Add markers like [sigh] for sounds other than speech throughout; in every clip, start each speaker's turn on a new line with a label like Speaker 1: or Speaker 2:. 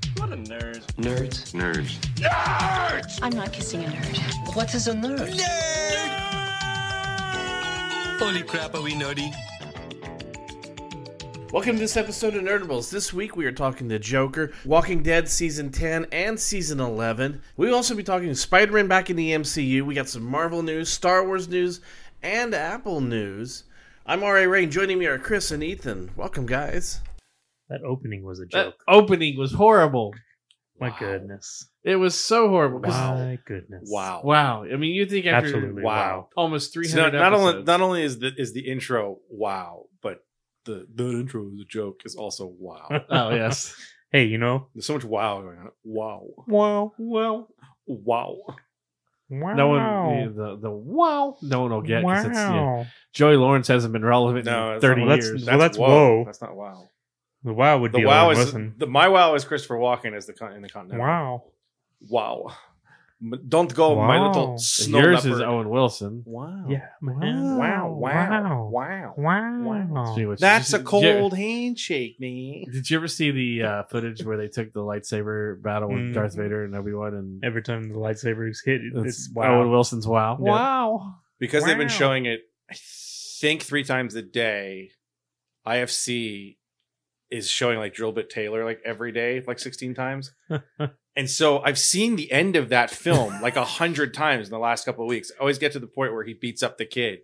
Speaker 1: Nerds.
Speaker 2: Nerds.
Speaker 3: Nerds.
Speaker 4: I'm not kissing a nerd.
Speaker 2: What is a nerd?
Speaker 5: Holy crap, are we nerdy?
Speaker 6: Welcome to this episode of Nerdables. This week we are talking The Joker, Walking Dead Season 10 and Season 11. We will also be talking Spider Man back in the MCU. We got some Marvel news, Star Wars news, and Apple news. I'm R.A. Rain. Joining me are Chris and Ethan. Welcome, guys.
Speaker 7: That opening was a
Speaker 6: That
Speaker 7: joke.
Speaker 6: opening was horrible.
Speaker 7: My goodness.
Speaker 6: It was so horrible. 'cause-
Speaker 7: My goodness.
Speaker 8: Wow.
Speaker 6: Wow. I mean, you think after
Speaker 7: Absolutely.
Speaker 8: Wow.
Speaker 6: almost
Speaker 8: So
Speaker 6: 300
Speaker 8: not, not only
Speaker 6: episodes-
Speaker 8: not only is the is the intro wow, but the the intro is a joke is also
Speaker 7: [laughs]
Speaker 8: wow.
Speaker 6: Oh, yes.
Speaker 7: Hey, you know.
Speaker 8: [laughs] There's so much wow going on. Wow.
Speaker 7: Wow. Wow.
Speaker 8: Wow.
Speaker 7: Wow.
Speaker 6: No one, the, the wow, no one will get
Speaker 7: wow.
Speaker 6: because it's, yeah, Joey Lawrence hasn't been relevant in
Speaker 8: No, that's
Speaker 6: 30
Speaker 8: not-
Speaker 7: well, that's-
Speaker 6: years.
Speaker 7: well, that's whoa.
Speaker 8: That's not wow.
Speaker 7: The wow would
Speaker 8: The
Speaker 7: be
Speaker 8: wow
Speaker 7: like,
Speaker 8: is
Speaker 7: listen.
Speaker 8: the my wow is Christopher Walken as the con, in the continental.
Speaker 7: wow.
Speaker 8: Wow. M- Don't go, my
Speaker 7: Wow.
Speaker 8: little snow
Speaker 6: Yours is
Speaker 8: leopard.
Speaker 6: Owen Wilson.
Speaker 8: wow.
Speaker 7: Yeah. Man.
Speaker 8: Wow. Wow.
Speaker 7: Wow.
Speaker 8: Wow.
Speaker 7: Wow.
Speaker 6: Speaking of which,
Speaker 8: That's
Speaker 6: did
Speaker 8: a
Speaker 6: you-
Speaker 8: cold handshake, man.
Speaker 6: Did you ever see the uh, footage where they took the lightsaber battle with
Speaker 7: Mm.
Speaker 6: Darth Vader and Obi Wan and
Speaker 7: Every time the lightsabers hit, it-
Speaker 6: it's
Speaker 7: it's wow.
Speaker 6: Owen Wilson's wow?
Speaker 7: Yeah.
Speaker 6: Wow.
Speaker 8: because they've been
Speaker 7: Wow.
Speaker 8: showing it i think three times a day ifc is showing like drill bit taylor like every day like 16 times and so i've seen the end of that film like a hundred times in the last couple of weeks i always get to the point where he beats up the kid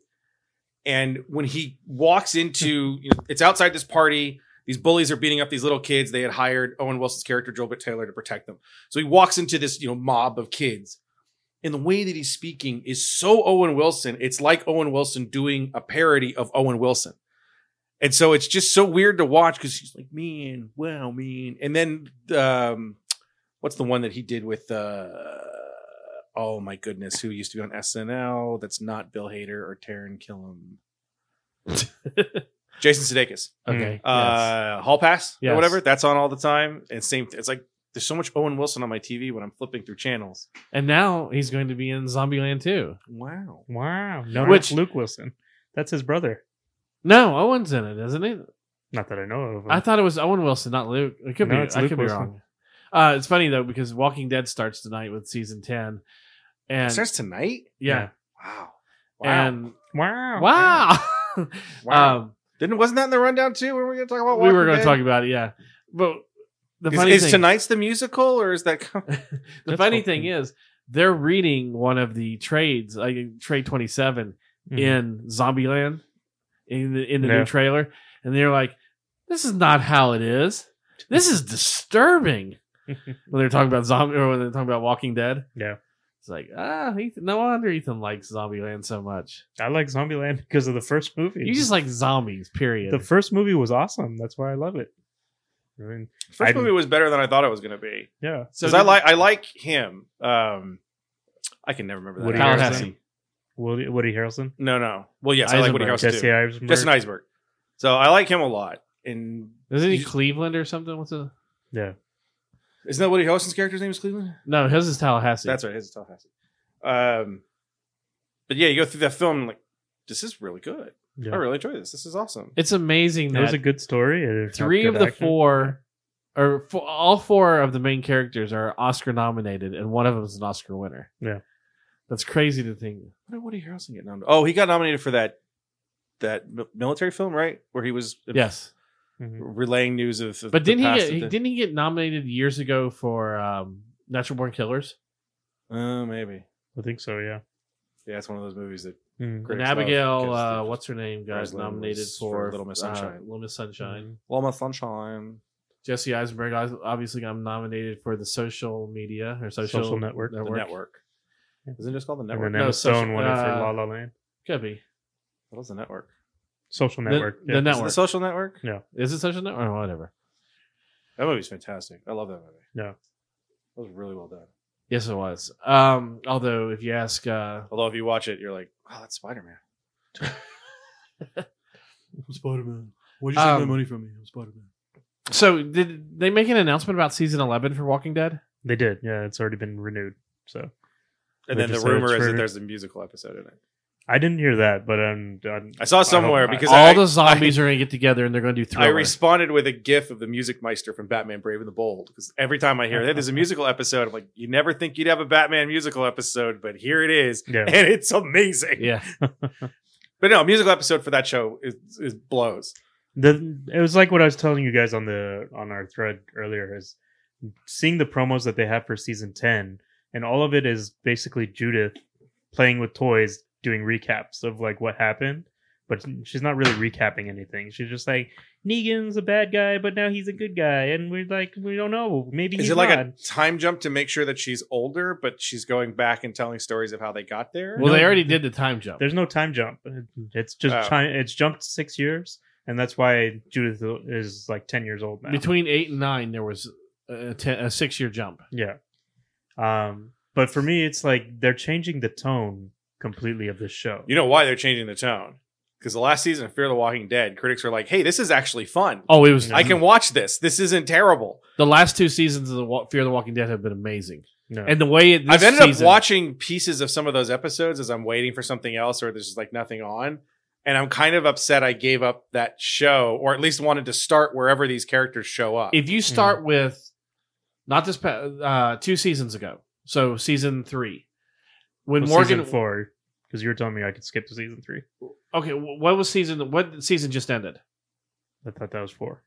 Speaker 8: and when he walks into you know, it's outside this party these bullies are beating up these little kids they had hired owen wilson's character drill bit taylor to protect them so he walks into this you know mob of kids and the way that he's speaking is so Owen Wilson. It's like Owen Wilson doing a parody of Owen Wilson. And so it's just so weird to watch because he's like, man, wow, man. And then um, what's the one that he did with uh oh my goodness, who used to be on SNL that's not Bill Hader or Taryn Killam.
Speaker 6: [laughs]
Speaker 8: Jason Sudeikis.
Speaker 7: Hmm.
Speaker 6: Okay. yes.
Speaker 8: Uh Hall Pass
Speaker 6: Yes.
Speaker 8: or whatever. That's on all the time. And same it's like there's so much Owen Wilson on my TV when I'm flipping through channels.
Speaker 6: And now he's going to be in Zombieland too.
Speaker 8: Wow.
Speaker 7: Wow. No,
Speaker 6: Which-
Speaker 7: that's Luke Wilson. That's his brother.
Speaker 6: No, Owen's in it, isn't it?
Speaker 7: Not that I know of.
Speaker 6: I thought it was Owen Wilson, not Luke. It could
Speaker 7: No,
Speaker 6: be.
Speaker 7: it's
Speaker 6: I
Speaker 7: Luke
Speaker 6: could
Speaker 7: Wilson.
Speaker 6: be wrong. Uh, it's funny though because Walking Dead starts tonight with season ten, and
Speaker 8: It starts tonight.
Speaker 6: yeah,
Speaker 8: Wow. Oh,
Speaker 6: and
Speaker 7: Wow.
Speaker 6: wow, [laughs] um,
Speaker 8: Didn't wasn't that in the rundown too? Were we going to talk about?
Speaker 6: we were going
Speaker 8: Walking
Speaker 6: to
Speaker 8: Dead?
Speaker 6: talk about it, yeah. But the
Speaker 8: Is-
Speaker 6: funny
Speaker 8: is,
Speaker 6: thing,
Speaker 8: tonight's the musical, or is that?
Speaker 6: [laughs]
Speaker 8: com-
Speaker 6: the
Speaker 7: That's
Speaker 6: funny
Speaker 7: awesome.
Speaker 6: thing is they're reading one of the trades, like trade twenty seven
Speaker 7: Mhm.
Speaker 6: in Zombieland, in the in the
Speaker 7: Yeah.
Speaker 6: new trailer, and they're like, "This is not how it is. This
Speaker 7: [laughs]
Speaker 6: is disturbing." when they're talking about zombie or when they're talking about Walking Dead.
Speaker 7: Yeah.
Speaker 6: It's like, ah, Ethan, no wonder Ethan likes Zombieland so much.
Speaker 7: I like Zombieland because of the first movie.
Speaker 6: You just like zombies, period.
Speaker 7: the first movie was awesome. That's why I love it. I mean,
Speaker 8: First
Speaker 7: I-
Speaker 8: movie was better than I thought it was going to be
Speaker 7: yeah.
Speaker 8: because I like I like him. Um, I can never remember that.
Speaker 7: Woody
Speaker 8: actor's
Speaker 6: Alan
Speaker 7: Harrelson.
Speaker 8: name.
Speaker 6: Hesse.
Speaker 7: Woody, Woody Harrelson.
Speaker 8: No, no. Well, yes, I like Woody
Speaker 6: Eisenberg.
Speaker 8: Harrelson
Speaker 7: Jesse
Speaker 8: too.
Speaker 7: Eisenberg.
Speaker 8: Jesse Eisberg. So I like him a lot. And
Speaker 6: Isn't he
Speaker 8: You-
Speaker 6: Cleveland or something? What's a
Speaker 7: Yeah.
Speaker 8: isn't that Woody Harrelson's character's name is Cleveland?
Speaker 6: no? His is Tallahassee.
Speaker 8: That's right. His is Tallahassee. Um, but yeah, you go through that film like this is really good.
Speaker 7: yeah.
Speaker 8: I really enjoy this. This is awesome.
Speaker 6: It's amazing
Speaker 7: It was
Speaker 6: that
Speaker 7: a good story. and it's not
Speaker 6: three
Speaker 7: good
Speaker 6: of the
Speaker 7: action.
Speaker 6: four, or four, all four of the main characters are Oscar nominated, and one of them is an Oscar winner.
Speaker 7: Yeah.
Speaker 6: that's crazy to think.
Speaker 8: What did Woody Harrelson get nominated? Oh, he got nominated for that that mi- military film, right? Where he was uh,
Speaker 6: Yes,
Speaker 7: Mhm.
Speaker 8: relaying news of. of
Speaker 6: but
Speaker 8: the
Speaker 6: didn't he
Speaker 8: past
Speaker 6: get
Speaker 8: of
Speaker 6: he,
Speaker 8: the-
Speaker 6: didn't he get nominated years ago for um, Natural Born Killers?
Speaker 8: Oh, maybe.
Speaker 7: I think so. Yeah.
Speaker 8: Yeah, it's one of those movies that.
Speaker 7: Mhm.
Speaker 8: Critics
Speaker 6: and
Speaker 8: love
Speaker 6: Abigail,
Speaker 8: because
Speaker 6: uh,
Speaker 8: they-
Speaker 6: what's her name, got
Speaker 8: Rosalind
Speaker 6: nominated
Speaker 8: was
Speaker 6: for,
Speaker 8: for Little Miss
Speaker 6: uh,
Speaker 8: Sunshine. Mm-hmm.
Speaker 6: Little Miss Sunshine.
Speaker 8: Loma Sunshine.
Speaker 6: Jesse Eisenberg ob- obviously got nominated for the social media or social,
Speaker 7: Social Network. The
Speaker 8: The network. Isn't it just called the
Speaker 7: And
Speaker 8: network?
Speaker 7: then
Speaker 6: No,
Speaker 7: Emma Stone
Speaker 6: social-
Speaker 7: won it for
Speaker 6: uh,
Speaker 7: La La Land.
Speaker 6: Could be
Speaker 8: What was the network?
Speaker 7: Social
Speaker 6: the-
Speaker 7: Network. yeah.
Speaker 6: the
Speaker 8: Is it
Speaker 6: Network.
Speaker 8: the social network.
Speaker 6: is it social network or whatever?
Speaker 8: That movie's fantastic. I love that movie.
Speaker 7: Yeah.
Speaker 8: That was really well done.
Speaker 6: Yes, it was. Um, although if you ask, uh,
Speaker 8: Although if you watch it, you're like, oh, that's Spider Man.
Speaker 3: I'm Spider Man. Why'd
Speaker 6: you take my Um,
Speaker 3: money from me? I'm Spider Man.
Speaker 6: so did they make an announcement about season eleven for Walking Dead?
Speaker 7: They did. Yeah. It's already been renewed. So
Speaker 8: And
Speaker 7: They
Speaker 8: then the
Speaker 7: just said
Speaker 8: rumor
Speaker 7: it's
Speaker 8: is that
Speaker 7: for-
Speaker 8: there's a musical episode in it.
Speaker 7: I didn't hear that, but um, I'm, I'm
Speaker 8: I saw somewhere
Speaker 7: not.
Speaker 8: because
Speaker 6: All
Speaker 8: I,
Speaker 6: the zombies are going to get together and they're going to do
Speaker 8: I
Speaker 6: Thriller.
Speaker 8: responded with a gif of the Music Meister from Batman Brave and the Bold. Because every time I hear that there's a musical episode, I'm like, you never think you'd have a Batman musical episode, but here it is.
Speaker 7: yeah.
Speaker 8: And it's amazing.
Speaker 6: yeah,
Speaker 8: But no, musical episode for that show is, is blows.
Speaker 7: The it was like what I was telling you guys on the on our thread earlier is seeing the promos that they have for season ten, and all of it is basically Judith playing with toys, doing recaps of like what happened. But she's not really recapping anything. She's just like Negan's a bad guy, but now he's a good guy, and we're like we don't know. Maybe
Speaker 8: Is
Speaker 7: he's
Speaker 8: it like
Speaker 7: not.
Speaker 8: a time jump to make sure that she's older, but she's going back and telling stories of how they got there?
Speaker 6: well,
Speaker 7: No,
Speaker 6: they already did the time jump.
Speaker 7: There's no time jump. It's just
Speaker 8: Oh.
Speaker 7: chi- it's jumped six years, and that's why Judith is like ten years old now.
Speaker 6: Between eight and nine, there was a, ten, a six-year jump.
Speaker 7: Yeah. Um, but for me, it's like they're changing the tone completely of the show.
Speaker 8: You know why they're changing the tone? Because the last season of Fear the Walking Dead, critics were like, hey, this is actually fun.
Speaker 6: Oh, it was
Speaker 8: I can watch this. This isn't terrible.
Speaker 6: the last two seasons of the Wa- Fear the Walking Dead have been amazing,
Speaker 7: no.
Speaker 6: and the way it, this
Speaker 8: I've ended
Speaker 6: season-
Speaker 8: up watching pieces of some of those episodes as I'm waiting for something else or there's just like nothing on. And I'm kind of upset I gave up that show or at least wanted to start wherever these characters show up.
Speaker 6: If
Speaker 3: Mm-hmm.
Speaker 6: you start with not this pa- uh, two seasons ago, so season three, when
Speaker 7: Well,
Speaker 6: Morgan
Speaker 7: season four, because you were telling me I could skip to season three.
Speaker 6: okay, wh- what was season? What season just ended?
Speaker 7: I thought that was four.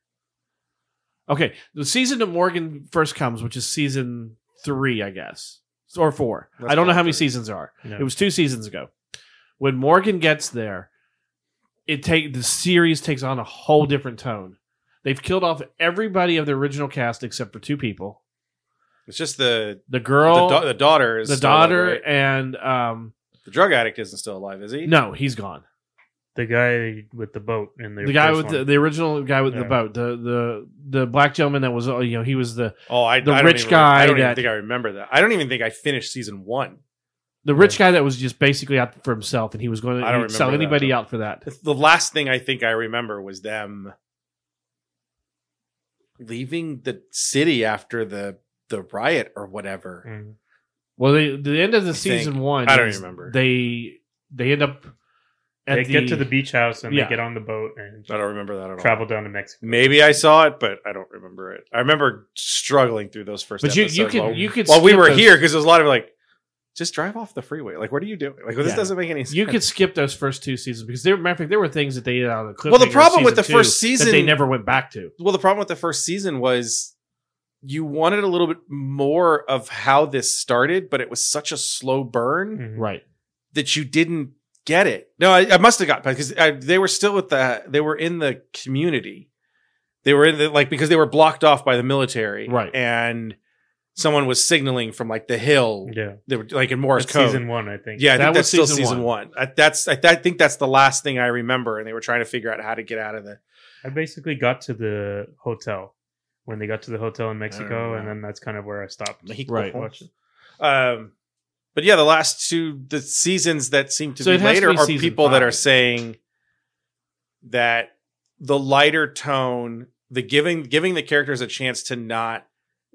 Speaker 6: Okay, the season that Morgan first comes, which is season three, I guess, or 4
Speaker 8: Let's
Speaker 6: I don't know
Speaker 8: call it
Speaker 6: how many
Speaker 8: three.
Speaker 6: seasons there are.
Speaker 7: No.
Speaker 6: It was two seasons ago. When Morgan gets there, it take the series takes on a whole different tone. They've killed off everybody of the original cast except for two people:
Speaker 8: it's just the
Speaker 6: the
Speaker 8: the,
Speaker 6: girl,
Speaker 8: da- the daughter is
Speaker 6: the
Speaker 8: still alive,
Speaker 6: daughter,
Speaker 8: right?
Speaker 6: and um,
Speaker 8: The drug addict isn't still alive, is he?
Speaker 6: no, he's gone.
Speaker 7: the guy with the boat and the,
Speaker 6: the guy
Speaker 7: first
Speaker 6: with the,
Speaker 7: one.
Speaker 6: the original guy with the
Speaker 7: Yeah.
Speaker 6: boat, the the the black gentleman that was, uh, you know, he was the
Speaker 8: Oh, I
Speaker 6: The
Speaker 8: I don't
Speaker 6: rich
Speaker 8: even-
Speaker 6: guy
Speaker 8: I don't even
Speaker 6: that-
Speaker 8: think I remember that. I don't even think I finished season one.
Speaker 6: the rich guy that was just basically out for himself, and he was going
Speaker 8: I don't
Speaker 6: to sell
Speaker 8: remember that,
Speaker 6: anybody
Speaker 8: though.
Speaker 6: out for that.
Speaker 8: The last thing I think I remember was them leaving the city after the the riot or whatever.
Speaker 7: Mm.
Speaker 6: Well, they, the end of the
Speaker 8: I
Speaker 6: season
Speaker 8: think.
Speaker 6: one,
Speaker 8: I don't
Speaker 6: is
Speaker 8: remember.
Speaker 6: They they end up at
Speaker 7: They
Speaker 6: the,
Speaker 7: get to the beach house and
Speaker 6: Yeah. uh,
Speaker 7: they get on the boat and
Speaker 8: I don't remember that at all.
Speaker 7: travel down to Mexico.
Speaker 8: Maybe I saw it, but I don't remember it. I remember struggling through those first.
Speaker 6: But you you
Speaker 8: episodes
Speaker 6: could
Speaker 8: while,
Speaker 6: you could
Speaker 8: while we
Speaker 6: skip
Speaker 8: were
Speaker 6: those-
Speaker 8: here because there was a lot of like, just drive off the freeway. Like, what are you doing? Like, this
Speaker 6: Yeah.
Speaker 8: doesn't make any sense.
Speaker 6: [laughs] You could skip those first two seasons because there, matter of fact, there were things that they did out of the
Speaker 8: Well, the
Speaker 6: cliffhanger
Speaker 8: problem with
Speaker 6: season
Speaker 8: the first
Speaker 6: two that they
Speaker 8: season-
Speaker 6: never went back to.
Speaker 8: well, the problem with the first season was you wanted a little bit more of how this started, but it was such a slow burn
Speaker 7: Mhm.
Speaker 6: Right,
Speaker 8: that you didn't get it. No, I, I must have got because I, they were still with the they were in the community. They were in the like because they were blocked off by the military,
Speaker 6: Right.
Speaker 8: And someone was signaling from like the hill.
Speaker 7: Yeah,
Speaker 8: They were like in Morse
Speaker 7: That's
Speaker 8: code.
Speaker 7: season one, I think.
Speaker 8: Yeah, I
Speaker 6: That
Speaker 8: think
Speaker 6: was
Speaker 8: that's still
Speaker 6: season
Speaker 8: season one. I, that's I, I think that's the last thing I remember, and they were trying to figure out how to get out of the.
Speaker 7: I basically got to the hotel when they got to the hotel in Mexico, and
Speaker 8: know.
Speaker 7: then that's kind of where I stopped.
Speaker 6: right.
Speaker 7: Watching.
Speaker 8: Um, but yeah, the last two the seasons that seem to
Speaker 6: So
Speaker 8: be
Speaker 6: it has to
Speaker 8: later
Speaker 6: be
Speaker 8: are
Speaker 6: season
Speaker 8: people that
Speaker 6: five.
Speaker 8: are saying that the lighter tone, the giving giving the characters a chance to not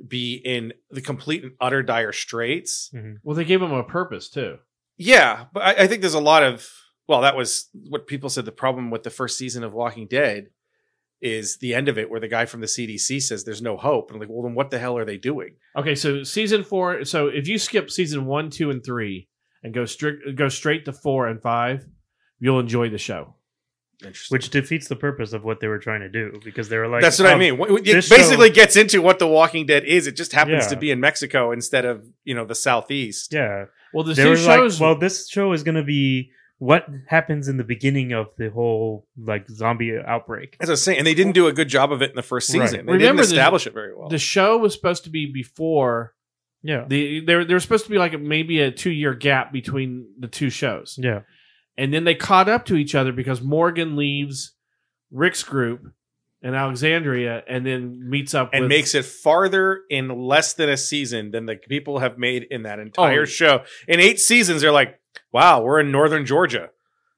Speaker 8: be in the complete and utter dire straits.
Speaker 6: Well, they gave them a purpose too.
Speaker 8: Yeah, but I, I think there's a lot of well, that was what people said the problem with the first season of Walking Dead is the end of it where the guy from the CDC says there's no hope. And I'm like, well then what the hell are they doing?
Speaker 6: Okay, so season four. So if you skip season one, two, and three, and go strict, go straight to four and five, you'll enjoy the show.
Speaker 8: Interesting.
Speaker 7: which defeats the purpose of what they were trying to do because they were like
Speaker 8: That's what I
Speaker 7: um,
Speaker 8: mean. Wh- wh- It
Speaker 7: this
Speaker 8: basically gets into what The Walking Dead is. It just happens
Speaker 7: Yeah.
Speaker 8: to be in Mexico instead of you know the Southeast.
Speaker 7: yeah
Speaker 6: Well, the
Speaker 7: they
Speaker 6: two
Speaker 7: were
Speaker 6: shows.
Speaker 7: like well this show is going to be what happens in the beginning of the whole like zombie outbreak
Speaker 8: As I was saying, and they didn't do a good job of it in the first
Speaker 7: Right.
Speaker 8: season. They
Speaker 6: Remember the-
Speaker 8: didn't establish it very well.
Speaker 6: the show was supposed to be before
Speaker 7: yeah
Speaker 6: the there there was supposed to be like a, maybe a two year gap between the two shows,
Speaker 7: yeah
Speaker 6: and then they caught up to each other because Morgan leaves Rick's group and Alexandria, and then meets up
Speaker 8: and
Speaker 6: with,
Speaker 8: makes it farther in less than a season than the people have made in that entire
Speaker 6: Oh.
Speaker 8: show. In eight seasons, they're like, "Wow, we're in northern Georgia."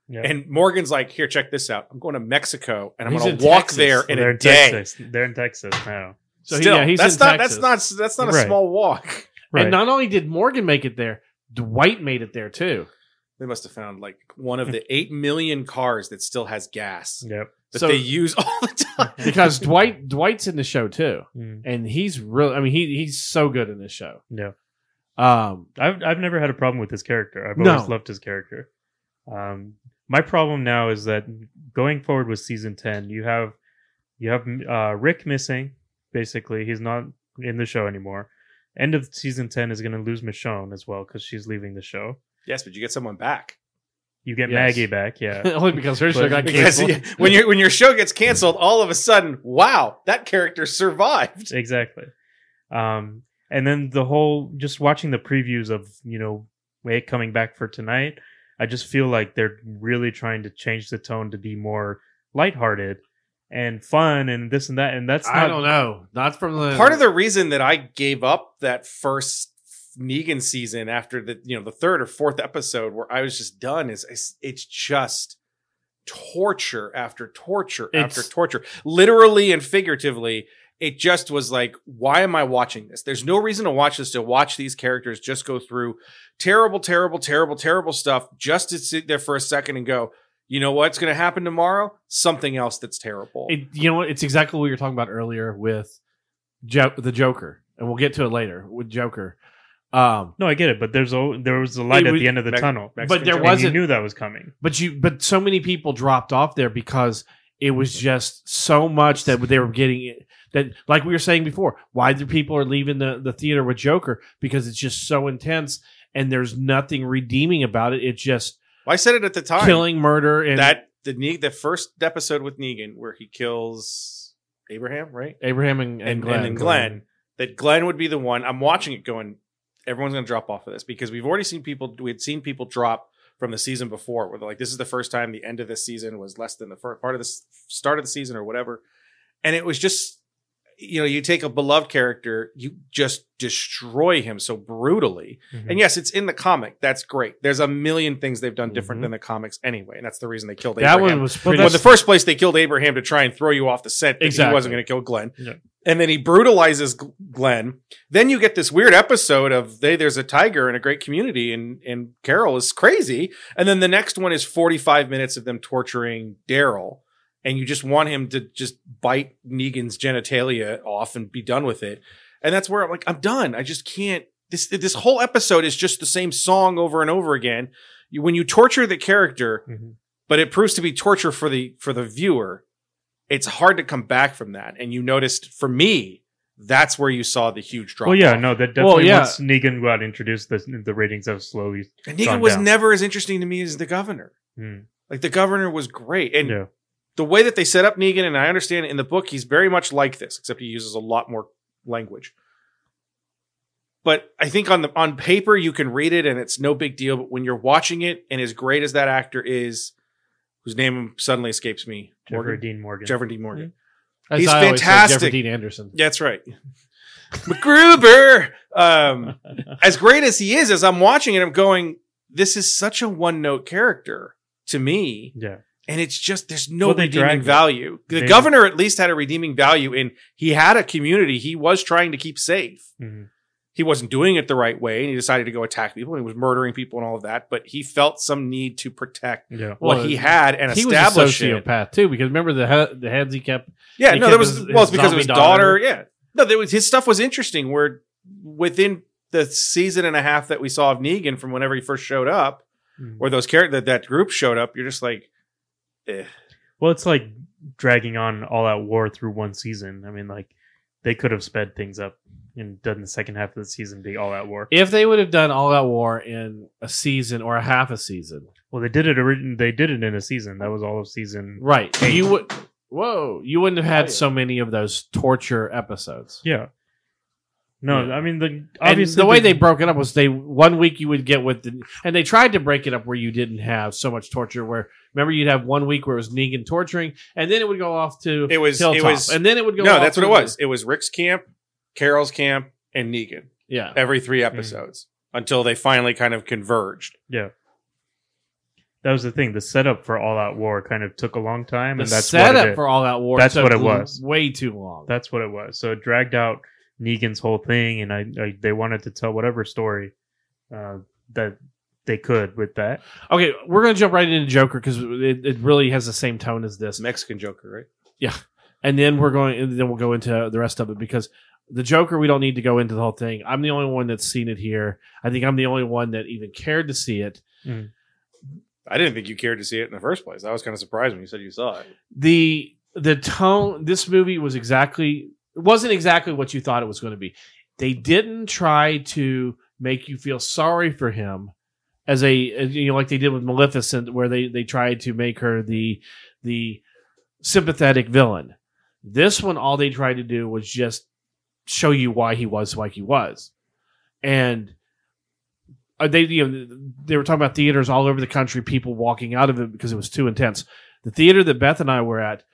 Speaker 7: yeah
Speaker 8: And Morgan's like, "Here, check this out. I'm going to Mexico, and I'm
Speaker 6: He's
Speaker 8: going
Speaker 6: in
Speaker 8: to walk
Speaker 6: Texas.
Speaker 8: there
Speaker 7: So
Speaker 8: in
Speaker 7: they're
Speaker 8: a
Speaker 7: in
Speaker 8: day."
Speaker 7: texas they're in texas now
Speaker 6: So he-
Speaker 8: Still,
Speaker 6: yeah, he's
Speaker 8: that's
Speaker 6: in
Speaker 8: not
Speaker 6: Texas.
Speaker 8: that's not that's not a
Speaker 7: Right.
Speaker 8: small walk.
Speaker 7: right
Speaker 6: and not only did Morgan make it there, Dwight made it there too.
Speaker 8: They must have found like one
Speaker 6: Hmm.
Speaker 8: of the eight million cars that still has gas
Speaker 7: Yep.
Speaker 8: that
Speaker 6: So-
Speaker 8: they use [laughs] all the time. [laughs]
Speaker 6: because Dwight Dwight's in the show too,
Speaker 7: Mm.
Speaker 6: and he's really. I mean, he he's so good in this show.
Speaker 7: Yeah.
Speaker 6: Um, [laughs]
Speaker 7: I've I've never had a problem with his character. I've
Speaker 6: No.
Speaker 7: always loved his character. Um, my problem now is that going forward with season ten, you have you have uh, Rick missing. Basically, he's not in the show anymore. End of season ten is going to lose Michonne as well because she's leaving the show.
Speaker 8: yes, but you get someone back.
Speaker 7: You get
Speaker 6: Yes.
Speaker 7: Maggie back, yeah.
Speaker 6: only because her show
Speaker 7: But-
Speaker 6: got
Speaker 8: Because
Speaker 6: canceled.
Speaker 8: yeah, [laughs] when your when your show gets canceled, all of a sudden, wow, that character survived.
Speaker 7: exactly. Um, and then the whole just watching the previews of you know Wade coming back for tonight, I just feel like they're really trying to change the tone to be more lighthearted and fun and this and that. And that's
Speaker 6: I
Speaker 7: not
Speaker 6: don't know. Not from the
Speaker 8: Part of the reason that I gave up that first Negan season after the you know the third or fourth episode where I was just done is it's, it's just torture after torture after
Speaker 6: It's-
Speaker 8: torture, literally and figuratively. It just was like, why am I watching this? There's no reason to watch this. To watch these characters just go through terrible, terrible, terrible, terrible stuff just to sit there for a second and go, you know what's going to happen tomorrow? Something else that's terrible.
Speaker 6: It, you know what? It's exactly what you were talking about earlier with jo- the Joker, and we'll get to it later with Joker. Um,
Speaker 7: no, I get it, but there's a, there was a light
Speaker 6: It
Speaker 7: at
Speaker 6: was-
Speaker 7: the end of the
Speaker 8: Mex-
Speaker 7: tunnel,
Speaker 8: Mexican
Speaker 6: but there
Speaker 8: Joker.
Speaker 7: and you
Speaker 6: wasn't.
Speaker 7: knew that was coming.
Speaker 6: But you, but so many people dropped off there because it was just so much that they were getting that. Like we were saying before, why the people are leaving the the theater with Joker because it's just so intense and there's nothing redeeming about it. It's just
Speaker 8: I said it at the time.
Speaker 6: killing, murder, and
Speaker 8: that the Ne- the first episode with Negan where he kills Abraham, right?
Speaker 6: Abraham and, and,
Speaker 8: And-
Speaker 6: Glenn.
Speaker 8: and Glenn. That Glenn would be the one. I'm watching it going, everyone's going to drop off of this because we've already seen people. We had seen people drop from the season before where they're like, this is the first time the end of this season was less than the first part of this start of the season or whatever, and it was just. You know, you take a beloved character, you just destroy him so brutally.
Speaker 6: Mm-hmm.
Speaker 8: And yes, it's in the comic. That's great. There's a million things they've done different
Speaker 6: Mhm.
Speaker 8: than the comics anyway, and that's the reason they killed
Speaker 6: That
Speaker 8: Abraham.
Speaker 6: one was
Speaker 7: Well,
Speaker 6: pretty.
Speaker 8: Well, in the first place, they killed Abraham to try and throw you off the scent that he
Speaker 6: Exactly.
Speaker 8: wasn't going to kill Glenn.
Speaker 7: Yeah.
Speaker 8: And then he brutalizes G- Glenn. Then you get this weird episode of they there's a tiger in a great community, and and Carol is crazy. And then the next one is 45 minutes of them torturing Daryl, and you just want him to just bite Negan's genitalia off and be done with it. And that's where I'm like, I'm done. I just can't. This this whole episode is just the same song over and over again. You- When you torture the character,
Speaker 7: Mhm.
Speaker 8: but it proves to be torture for the for the viewer it's hard to come back from that and you noticed for me that's where you saw the huge drop
Speaker 7: Well, yeah,
Speaker 8: off.
Speaker 7: no, that definitely
Speaker 6: Well, yeah.
Speaker 7: once Negan got introduced, the the ratings have slowly. gone
Speaker 8: and negan was
Speaker 7: down.
Speaker 8: never as interesting to me as the governor
Speaker 7: Hmm.
Speaker 8: like the governor was great and
Speaker 7: yeah,
Speaker 8: the way that they set up negan and i understand in the book he's very much like this except he uses a lot more language but i think on the on paper you can read it and it's no big deal but when you're watching it and as great as that actor is whose name suddenly escapes me
Speaker 7: Jeffrey
Speaker 8: Morgan?
Speaker 7: Dean Mm-hmm. Morgan.
Speaker 8: Jeffrey D. Morgan.
Speaker 6: As
Speaker 8: He's
Speaker 6: I always say,
Speaker 8: fantastic.
Speaker 6: Jeffrey Dean Anderson.
Speaker 8: Yeah, That's right. [laughs] MacGruber.
Speaker 7: [laughs]
Speaker 8: Um, as great as he is, as I'm watching it, I'm going, this is such a one note character to me.
Speaker 7: yeah,
Speaker 8: And it's just, there's no
Speaker 7: Well, they
Speaker 8: redeeming
Speaker 7: dragged it.
Speaker 8: value. The
Speaker 7: They-
Speaker 8: governor at least had a redeeming value in he had a community he was trying to keep safe.
Speaker 7: Mhm.
Speaker 8: He wasn't doing it the right way and he decided to go attack people and he was murdering people and all of that, but he felt some need to protect
Speaker 7: yeah.
Speaker 6: Well,
Speaker 8: what he had and
Speaker 6: he was a
Speaker 8: establish it.
Speaker 6: sociopath too, because remember the he- the heads he kept.
Speaker 8: Yeah,
Speaker 6: He
Speaker 8: no,
Speaker 6: kept
Speaker 8: there was
Speaker 6: his-
Speaker 8: well, it's
Speaker 6: his
Speaker 8: because of his
Speaker 6: zombie daughter.
Speaker 8: daughter. Yeah, no, there was his stuff was interesting. Where within the season and a half that we saw of Negan from whenever he first showed up,
Speaker 6: Hmm.
Speaker 7: Mhm.
Speaker 8: or those character that that group showed up, you're just like, eh.
Speaker 7: Well, it's like dragging on all out war through one season. I mean, like they could have sped things up and done the second half of the season be all out war.
Speaker 6: If they would have done all that war in a season or a half a season,
Speaker 7: Well, they did it. Origin- they did it in a season. That was all of season.
Speaker 6: right?
Speaker 7: Hey.
Speaker 6: You would. Whoa! You wouldn't have had
Speaker 8: Oh, yeah.
Speaker 6: so many of those torture episodes.
Speaker 7: Yeah. No,
Speaker 6: Yeah.
Speaker 7: I mean the
Speaker 6: Obviously,
Speaker 7: obviously
Speaker 6: the way they broke it up was they one week you would get with the, and they tried to break it up where you didn't have so much torture. Where remember you'd have one week where it was Negan torturing, and then it would go off to
Speaker 8: It was- it
Speaker 6: Hilltop,
Speaker 8: was-
Speaker 6: and then it would go.
Speaker 8: no,
Speaker 6: off
Speaker 8: that's what
Speaker 6: to
Speaker 8: it
Speaker 6: the-
Speaker 8: was. It was Rick's camp, Carol's camp, and Negan
Speaker 6: yeah,
Speaker 8: every three episodes until they finally kind of converged.
Speaker 7: that was the thing. The setup for all out war kind of took a long time,
Speaker 6: the
Speaker 7: and that's what it
Speaker 6: setup
Speaker 7: is.
Speaker 6: for all that war.
Speaker 7: That's
Speaker 6: took
Speaker 7: what it was.
Speaker 6: Way too long.
Speaker 7: That's what it was. So it dragged out Negan's whole thing, and I, I they wanted to tell whatever story uh, that they could with that.
Speaker 6: Okay, we're gonna jump right into Joker because it, it really has the same tone as this,
Speaker 8: Mexican Joker, right?
Speaker 6: and then we're going, and then we'll go into the rest of it because the Joker, we don't need to go into the whole thing. I'm the only one that's seen it here. I think I'm the only one that even cared to see it.
Speaker 8: I didn't think you cared to see it in the first place. I was kind of surprised when you said you saw it.
Speaker 6: the The tone, this movie was exactly it wasn't exactly what you thought it was going to be. They didn't try to make you feel sorry for him as a as, you know like they did with Maleficent, where they they tried to make her the the sympathetic villain. This one, all they tried to do was just show you why he was like he was, and uh, they you know they were talking about theaters all over the country, people walking out of it because it was too intense. The theater that Beth and I were at,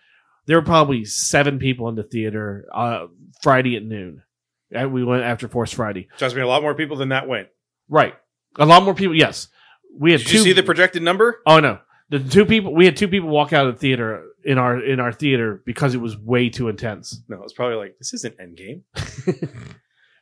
Speaker 6: there were probably seven people in the theater uh, Friday at noon. Uh, We went after Force Friday,
Speaker 8: Trust me, a lot more people than that went.
Speaker 6: right? A lot more people. Yes, we had
Speaker 8: Did
Speaker 6: two.
Speaker 8: you see the projected number?
Speaker 6: Oh no, the two people we had two people walk out of the theater in our in our theater because it was way too intense.
Speaker 8: No, it's probably like this isn't
Speaker 6: [laughs]
Speaker 8: Endgame.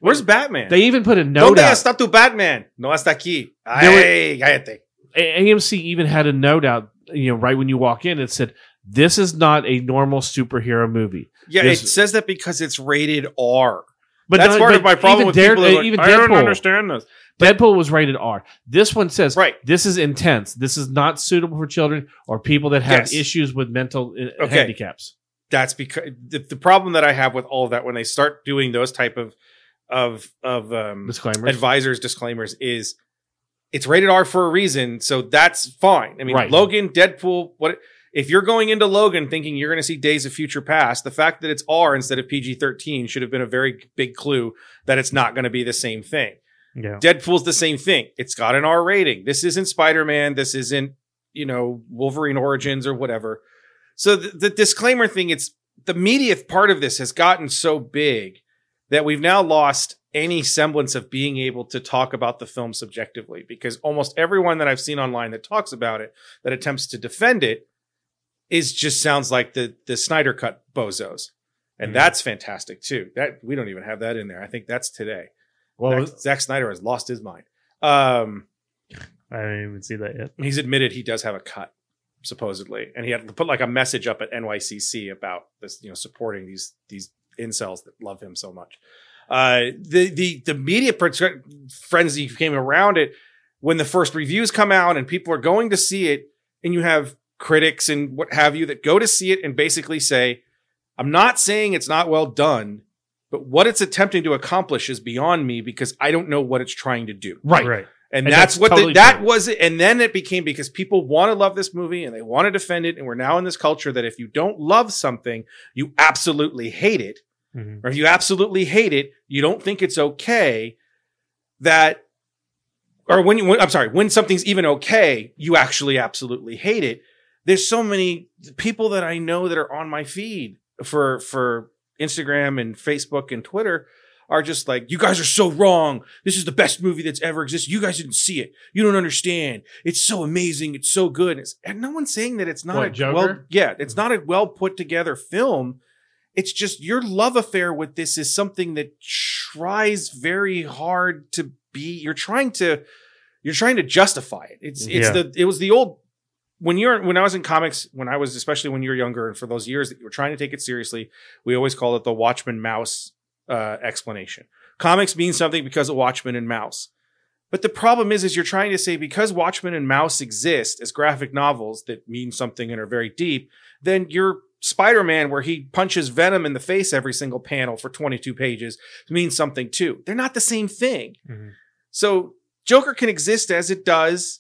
Speaker 8: Where's Batman?
Speaker 6: They even put a note
Speaker 8: ¿Dónde
Speaker 6: out.
Speaker 8: está tu Batman? No hasta aquí.
Speaker 6: There were-
Speaker 8: Ay, cállate.
Speaker 6: A- AMC even had a note out, you know, right when you walk in, it said, "This is not a normal superhero movie."
Speaker 8: Yeah,
Speaker 6: This-
Speaker 8: it says that because it's rated R.
Speaker 6: But
Speaker 8: That's
Speaker 6: not-
Speaker 8: part
Speaker 6: but
Speaker 8: of my problem
Speaker 6: even
Speaker 8: with
Speaker 6: Dare- uh,
Speaker 8: people. that are like,
Speaker 6: even
Speaker 8: I
Speaker 6: Deadpool,
Speaker 8: don't understand this.
Speaker 6: Deadpool was rated R. This one says,
Speaker 8: Right.
Speaker 6: This is intense. This is not suitable for children or people that have
Speaker 8: Yes.
Speaker 6: issues with mental uh
Speaker 8: Okay.
Speaker 6: handicaps.
Speaker 8: That's because the, the problem that I have with all of that when they start doing those type of of of um,
Speaker 6: Disclaimer.
Speaker 8: advisors disclaimers is it's rated R for a reason, so that's fine. I mean,
Speaker 6: Right.
Speaker 8: Logan, Deadpool, what if you're going into Logan thinking you're going to see Days of Future Past? The fact that it's R instead of PG-13 should have been a very big clue that it's not going to be the same thing.
Speaker 7: Yeah.
Speaker 8: Deadpool's the same thing. It's got an R rating. This isn't Spider-Man. This isn't, you know, Wolverine Origins or whatever. So the, the disclaimer thing, it's the media part of this has gotten so big that we've now lost any semblance of being able to talk about the film subjectively because almost everyone that I've seen online that talks about it, that attempts to defend it, is just sounds like the the Snyder cut bozos. And
Speaker 7: Mhm.
Speaker 8: that's fantastic too. That we don't even have that in there. I think that's today.
Speaker 6: well,
Speaker 8: Zack, Zack Snyder has lost his mind. Um,
Speaker 7: I didn't even see that yet.
Speaker 8: he's admitted he does have a cut, supposedly, and he had to put like a message up at NYCC about this, you know, supporting these these incels that love him so much. Uh, the the the media pres- frenzy came around it when the first reviews come out and people are going to see it, and you have critics and what have you that go to see it and basically say, "I'm not saying it's not well done." But what it's attempting to accomplish is beyond me because I don't know what it's trying to do
Speaker 6: right. And
Speaker 8: and, that's,
Speaker 6: that's
Speaker 8: what
Speaker 6: totally
Speaker 8: the, that
Speaker 6: true.
Speaker 8: was it and then it became because people want to love this movie and they want to defend it and we're now in this culture that if you don't love something you absolutely hate it
Speaker 7: Mhm.
Speaker 8: or if you absolutely hate it you don't think it's okay that or when you when, i'm sorry when something's even okay you actually absolutely hate it there's so many people that i know that are on my feed for for instagram and facebook and twitter are just like, you guys are so wrong. This is the best movie that's ever existed. You guys didn't see it. You don't understand. It's so amazing. It's so good. And, it's- and no one's saying that it's not
Speaker 6: What,
Speaker 8: a
Speaker 6: Joker?
Speaker 8: well, yeah, it's not a well put together film. It's just your love affair with this is something that tries very hard to be. You're trying to, you're trying to justify it. It's it's
Speaker 7: Yeah.
Speaker 8: the it was the old when you're when I was in comics when I was especially when you were younger and for those years that you were trying to take it seriously. We always call it the Watchman Mouse uh, explanation. Comics mean something because of Watchmen and Mouse. But the problem is, is you're trying to say because Watchmen and Mouse exist as graphic novels that mean something and are very deep, then your Spider-Man, where he punches Venom in the face every single panel for 22 pages, means something too. They're not the same thing.
Speaker 7: Mhm.
Speaker 8: So Joker can exist as it does,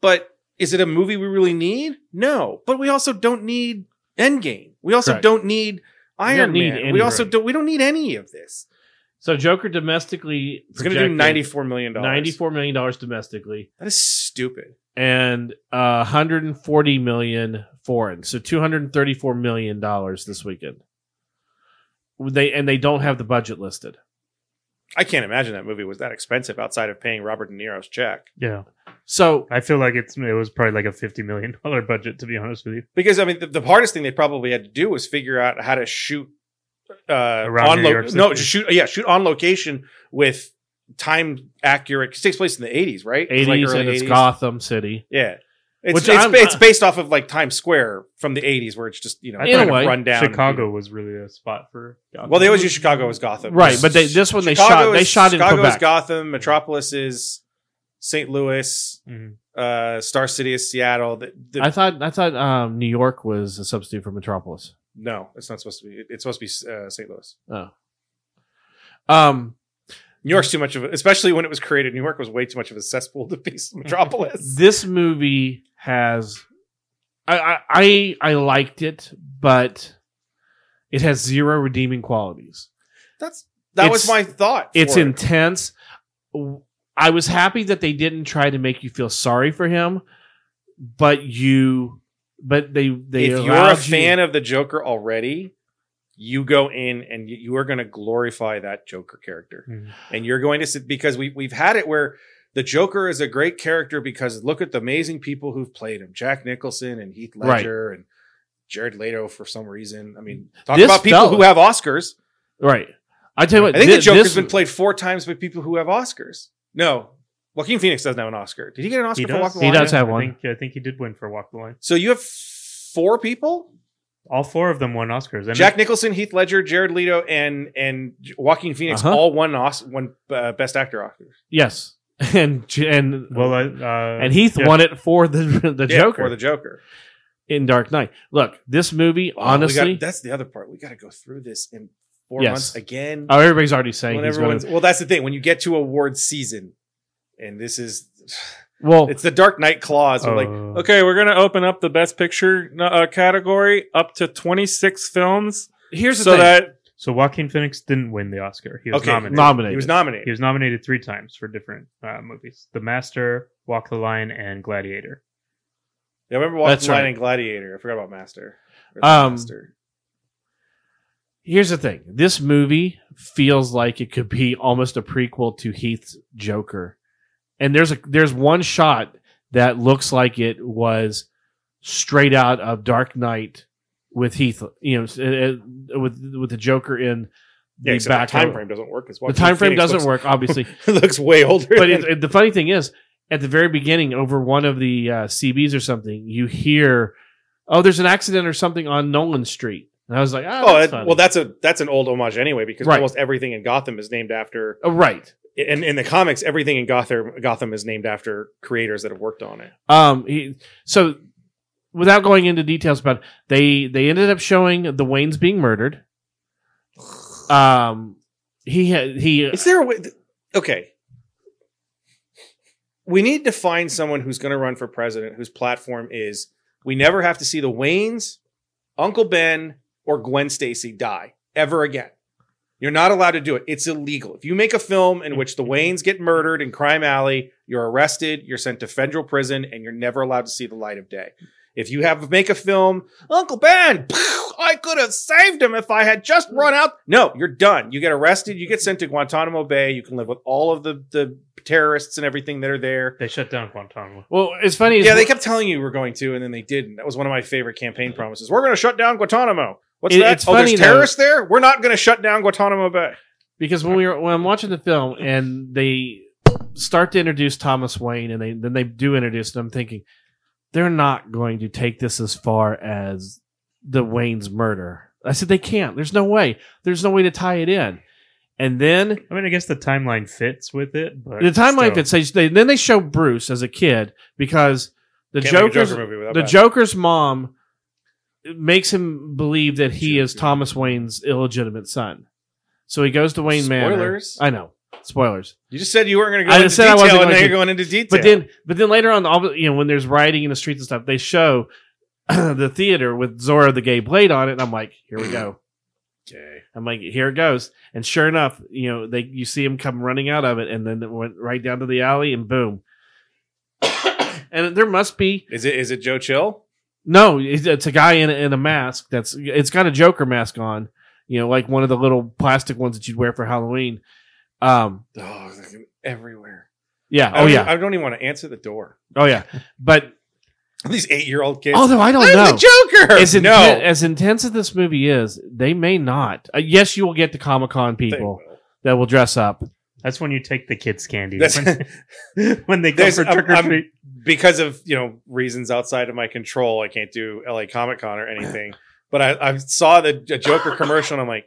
Speaker 8: but is it a movie we really need? No. But we also don't need Endgame. We also
Speaker 6: Correct.
Speaker 8: don't need Iron
Speaker 6: need
Speaker 8: Man.
Speaker 6: any
Speaker 8: We also
Speaker 6: right.
Speaker 8: don't. We don't need any of this.
Speaker 6: So Joker domestically
Speaker 8: It's going to do
Speaker 6: projected
Speaker 8: ninety-four million dollars.
Speaker 6: $94 million domestically
Speaker 8: That is stupid.
Speaker 6: and uh, 140 million foreign. So 234 million dollars this weekend. They and they don't have the budget listed.
Speaker 8: I can't imagine that movie was that expensive outside of paying Robert De Niro's check.
Speaker 7: Yeah.
Speaker 6: So
Speaker 7: I feel like it's it was probably like a fifty million [laughs] dollar budget to be honest with you.
Speaker 8: Because I mean, the, the hardest thing they probably had to do was figure out how to shoot uh,
Speaker 7: Around
Speaker 8: on
Speaker 7: New
Speaker 8: lo-
Speaker 7: York City.
Speaker 8: no shoot yeah shoot on location with time accurate. 'cause It takes place in the 80s, right? It's
Speaker 6: eighties
Speaker 8: like
Speaker 6: and
Speaker 8: early
Speaker 6: it's Gotham City.
Speaker 8: Yeah. It's,
Speaker 6: Which
Speaker 8: it's,
Speaker 6: I'm-
Speaker 8: it's based off of like Times Square from the 80s, where it's just, you know,
Speaker 7: I
Speaker 8: kind
Speaker 6: thought
Speaker 8: of run down.
Speaker 7: Chicago was really a spot for. Gotham.
Speaker 8: Well, they always use Chicago as Gotham.
Speaker 6: Right, but they, this one they shot. They
Speaker 8: is-
Speaker 6: shot in
Speaker 8: Chicago is
Speaker 6: Quebec.
Speaker 8: Gotham. Metropolis is St. Louis.
Speaker 7: Mhm.
Speaker 8: Uh, Star City is Seattle. The, the,
Speaker 6: I thought I thought um, New York was a substitute for Metropolis.
Speaker 8: no, it's not supposed to be. It- It's supposed to be uh, St. Louis.
Speaker 6: Um,
Speaker 8: New York's too much of, a, especially when it was created. New York was way too much of a cesspool to be [laughs] Metropolis.
Speaker 6: this movie has, I, I I I liked it, but it has zero redeeming qualities.
Speaker 8: That's that
Speaker 6: It's-
Speaker 8: was my thought.
Speaker 6: It's
Speaker 8: for it.
Speaker 6: intense. I was happy that they didn't try to make you feel sorry for him, but you, but they they
Speaker 8: if you're
Speaker 6: allowed
Speaker 8: a
Speaker 6: you-
Speaker 8: fan of the Joker already, you go in and y- you are going to glorify that Joker character,
Speaker 7: Mhm.
Speaker 8: and you're going to sit because we we've had it where the Joker is a great character because look at the amazing people who've played him: Jack Nicholson and Heath
Speaker 6: Right.
Speaker 8: Ledger and Jared Leto. For some reason, I mean, talk
Speaker 6: This
Speaker 8: about people
Speaker 6: fella-
Speaker 8: who have Oscars.
Speaker 6: right. I tell you
Speaker 8: I
Speaker 6: what,
Speaker 8: think
Speaker 6: thi-
Speaker 8: the Joker's
Speaker 6: this-
Speaker 8: been played four times by people who have Oscars. No, Joaquin Phoenix doesn't have an Oscar. Did he get an Oscar
Speaker 7: He
Speaker 8: for Walk
Speaker 7: does.
Speaker 8: the
Speaker 6: He
Speaker 8: Line?
Speaker 6: does have
Speaker 7: I
Speaker 6: one.
Speaker 7: think, I think he did win for Walk the Line.
Speaker 8: So you have four people.
Speaker 7: All four of them won Oscars. And
Speaker 8: Jack Nicholson, Heath Ledger, Jared Leto, and and Joaquin Phoenix
Speaker 6: Uh-huh.
Speaker 8: all won Os- won uh, Best Actor Oscar.
Speaker 6: Yes, [laughs] and and
Speaker 7: Well, I, uh,
Speaker 6: and Heath
Speaker 7: yeah.
Speaker 6: won it for the the
Speaker 8: Yeah,
Speaker 6: Joker
Speaker 8: for the Joker.
Speaker 6: in Dark Knight. Look, this movie,
Speaker 8: Oh, we
Speaker 6: honestly,
Speaker 8: got- that's the other part. We got to go through this in four
Speaker 6: Yes.
Speaker 8: months again.
Speaker 6: oh, everybody's already saying
Speaker 8: when
Speaker 6: he's going.
Speaker 8: everyone's,
Speaker 6: to
Speaker 8: well, that's the thing. When you get to awards season, and this is
Speaker 6: Well,
Speaker 8: it's the Dark Knight clause. We're like,
Speaker 7: Oh.
Speaker 2: Okay, we're gonna open up the best picture uh, category up to 26 films,
Speaker 6: here's the
Speaker 2: so
Speaker 6: thing.
Speaker 2: that
Speaker 7: So Joaquin Phoenix didn't win the Oscar. He was
Speaker 8: Okay,
Speaker 7: nominated.
Speaker 6: nominated.
Speaker 8: he was
Speaker 7: He
Speaker 8: nominated.
Speaker 7: was nominated three times for different uh, movies: The Master, Walk the Line, and Gladiator.
Speaker 8: Yeah, I remember Walking
Speaker 6: That's
Speaker 8: the Line
Speaker 6: right.
Speaker 8: and Gladiator. I forgot about Master. Or
Speaker 6: Um,
Speaker 8: Master.
Speaker 6: here's the thing. This movie feels like it could be almost a prequel to Heath's Joker, and there's a there's one shot that looks like it was straight out of Dark Knight with Heath, you know, s- uh, uh, with with the Joker in
Speaker 8: Yeah,
Speaker 6: the
Speaker 8: except
Speaker 6: back.
Speaker 8: the time
Speaker 6: of-
Speaker 8: frame doesn't work. 'cause
Speaker 6: the
Speaker 8: Joaquin
Speaker 6: time frame
Speaker 8: Phoenix
Speaker 6: doesn't
Speaker 8: looks-
Speaker 6: work,
Speaker 8: [laughs]
Speaker 6: obviously.
Speaker 8: looks way older.
Speaker 6: but
Speaker 8: than-
Speaker 6: it, it- the funny thing is, at the very beginning, over one of the uh, CBs or something, you hear, "Oh, there's an accident or something on Nolan Street," and I was like, "Oh,
Speaker 8: Oh,
Speaker 6: that's
Speaker 8: that-
Speaker 6: funny."
Speaker 8: well, that's a that's an old homage anyway because
Speaker 6: Right.
Speaker 8: almost everything in Gotham is named after.
Speaker 6: Oh, right."
Speaker 8: In in the comics, everything in Gotham Gotham is named after creators that have worked on it.
Speaker 6: Um, he, so without going into details about it, they they ended up showing the Waynes being murdered. Um, he had he.
Speaker 8: Is there a way? th- Okay, we need to find someone who's going to run for president whose platform is we never have to see the Waynes, Uncle Ben, or Gwen Stacy die ever again. You're not allowed to do it. It's illegal. If you make a film in which the Waynes get murdered in Crime Alley, you're arrested, you're sent to federal prison, and you're never allowed to see the light of day. If you have make a film, Uncle Ben, I could have saved him if I had just run out. No, you're done. You get arrested, you get sent to Guantanamo Bay, you can live with all of the, the terrorists and everything that are there.
Speaker 7: They shut down Guantanamo.
Speaker 6: Well, it's funny. is-
Speaker 8: Yeah, they kept telling you we're going to, and then they didn't. That was one of my favorite campaign promises. We're going to shut down Guantanamo. What's
Speaker 6: It-
Speaker 8: that?
Speaker 6: it's
Speaker 8: oh,
Speaker 6: funny,
Speaker 8: there's
Speaker 6: though-
Speaker 8: terrorists there. We're not going to shut down Guantanamo Bay.
Speaker 6: because when we were when I'm watching the film and they start to introduce Thomas Wayne and they then they do introduce and I'm thinking they're not going to take this as far as the Wayne's murder. I said they can't. There's no way. There's no way to tie it in. And then
Speaker 7: I mean, I guess the timeline fits with it, but
Speaker 6: the timeline
Speaker 7: still.
Speaker 6: fits. They, they then they show Bruce as a kid because the
Speaker 8: Can't make a
Speaker 6: Joker's
Speaker 8: Joker movie without
Speaker 6: the
Speaker 8: that.
Speaker 6: Joker's mom makes him believe that he is Thomas Wayne's illegitimate son. So he goes to Wayne
Speaker 8: Spoilers.
Speaker 6: Manor. I know. Spoilers.
Speaker 8: You just said you weren't going to go
Speaker 6: I
Speaker 8: into
Speaker 6: said I
Speaker 8: detail,
Speaker 6: wasn't
Speaker 8: and now
Speaker 6: going
Speaker 8: you're
Speaker 6: to.
Speaker 8: going into detail.
Speaker 6: But then, but then later on, all, the- you know, when there's rioting in the streets and stuff, they show [clears throat] the theater with Zora the Gay Blade on it, and I'm like, here we go.
Speaker 8: [clears throat] okay.
Speaker 6: I'm like, here it goes. And sure enough, you know, they you see him come running out of it, and then it went right down to the alley, and
Speaker 8: [coughs]
Speaker 6: boom. and there must be
Speaker 8: is it is it Joe Chill?
Speaker 6: no, it's it's a guy in a, in a mask that's it's got a Joker mask on, you know, like one of the little plastic ones that you'd wear for Halloween. Um,
Speaker 8: Oh, it's like everywhere.
Speaker 6: yeah,
Speaker 8: I
Speaker 6: oh
Speaker 8: don't-
Speaker 6: yeah,
Speaker 8: I don't even want to answer the door.
Speaker 6: oh yeah. But
Speaker 8: These eight year old kids.
Speaker 6: although I don't
Speaker 8: I'm
Speaker 6: know,
Speaker 8: the Joker.
Speaker 6: Oh, as, inten-
Speaker 8: no.
Speaker 6: as intense as this movie is, they may not. Uh, yes, you will get the Comic Con
Speaker 8: They
Speaker 6: people
Speaker 8: will.
Speaker 6: that will dress up.
Speaker 7: That's when you take the kids' candy.
Speaker 8: That's-
Speaker 7: when, [laughs] when they go
Speaker 8: There's-
Speaker 7: for
Speaker 8: I'm-
Speaker 7: trick or
Speaker 6: um,
Speaker 8: I'm-
Speaker 7: treat.
Speaker 8: because of you know reasons outside of my control, I can't do LA Comic Con or anything. But I, I saw the J- Joker commercial, and I'm like,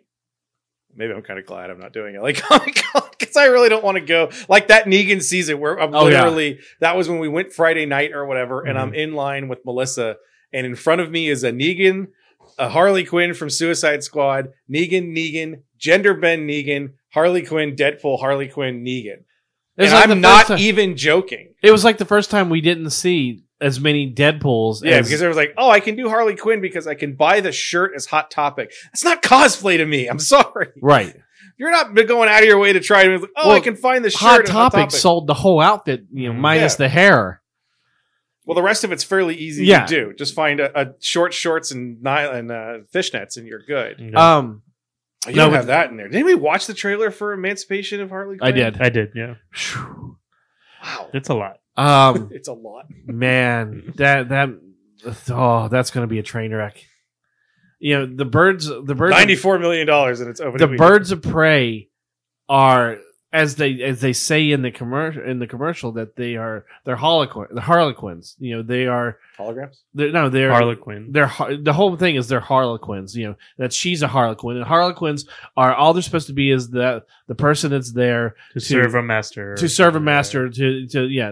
Speaker 8: maybe I'm kind of glad I'm not doing [laughs] LA Comic Con because I really don't want to go. Like that Negan season where I'm
Speaker 6: Oh, yeah. Mm-hmm.
Speaker 8: literally that was when we went Friday night or whatever, and I'm in line with Melissa, and in front of me is a Negan, a Harley Quinn from Suicide Squad, Negan, Negan, gender bend Negan, Harley Quinn, Deadpool, Harley Quinn, Negan.
Speaker 6: It's
Speaker 8: And
Speaker 6: like the first
Speaker 8: I'm not e-
Speaker 6: time-
Speaker 8: even joking.
Speaker 6: It was like the first time we didn't see as many Deadpools.
Speaker 8: Yeah,
Speaker 6: as-
Speaker 8: because there was like, oh, I can do Harley Quinn because I can buy the shirt as Hot Topic. That's not cosplay to me. I'm sorry.
Speaker 6: right.
Speaker 8: You're not going out of your way to try to. Oh, I
Speaker 6: Well,
Speaker 8: can find the shirt.
Speaker 6: Hot
Speaker 8: at
Speaker 6: Topic, sold the whole outfit, you know, minus
Speaker 8: Mm-hmm. Yeah.
Speaker 6: the hair.
Speaker 8: Well, the rest of it's fairly easy
Speaker 6: Yeah.
Speaker 8: to do. Just find a, a short shorts and nylon uh, fishnets, and you're good.
Speaker 7: No,
Speaker 6: Um,
Speaker 8: You
Speaker 6: No,
Speaker 8: don't
Speaker 6: but-
Speaker 8: have that in there. Didn't we watch the trailer for Emancipation of Harley? Quinn?
Speaker 6: I did.
Speaker 8: [laughs]
Speaker 7: I did. Yeah,
Speaker 6: Phew.
Speaker 8: Wow,
Speaker 7: it's a lot.
Speaker 6: Um,
Speaker 8: it's a lot.
Speaker 6: man, that that oh, that's gonna be a train wreck. You know, the birds, the birds,
Speaker 8: Ninety four million dollars, and it's over.
Speaker 6: the birds of prey are as they as they say in the commercial in the commercial that they are they're harlequin the harlequins you know they are
Speaker 8: holograms.
Speaker 6: they're, no they're
Speaker 7: Harlequin.
Speaker 6: they're har- the whole thing is they're harlequins you know that she's a harlequin and harlequins are all they're supposed to be is the the person that's there
Speaker 7: to serve a master.
Speaker 6: to serve a master to to yeah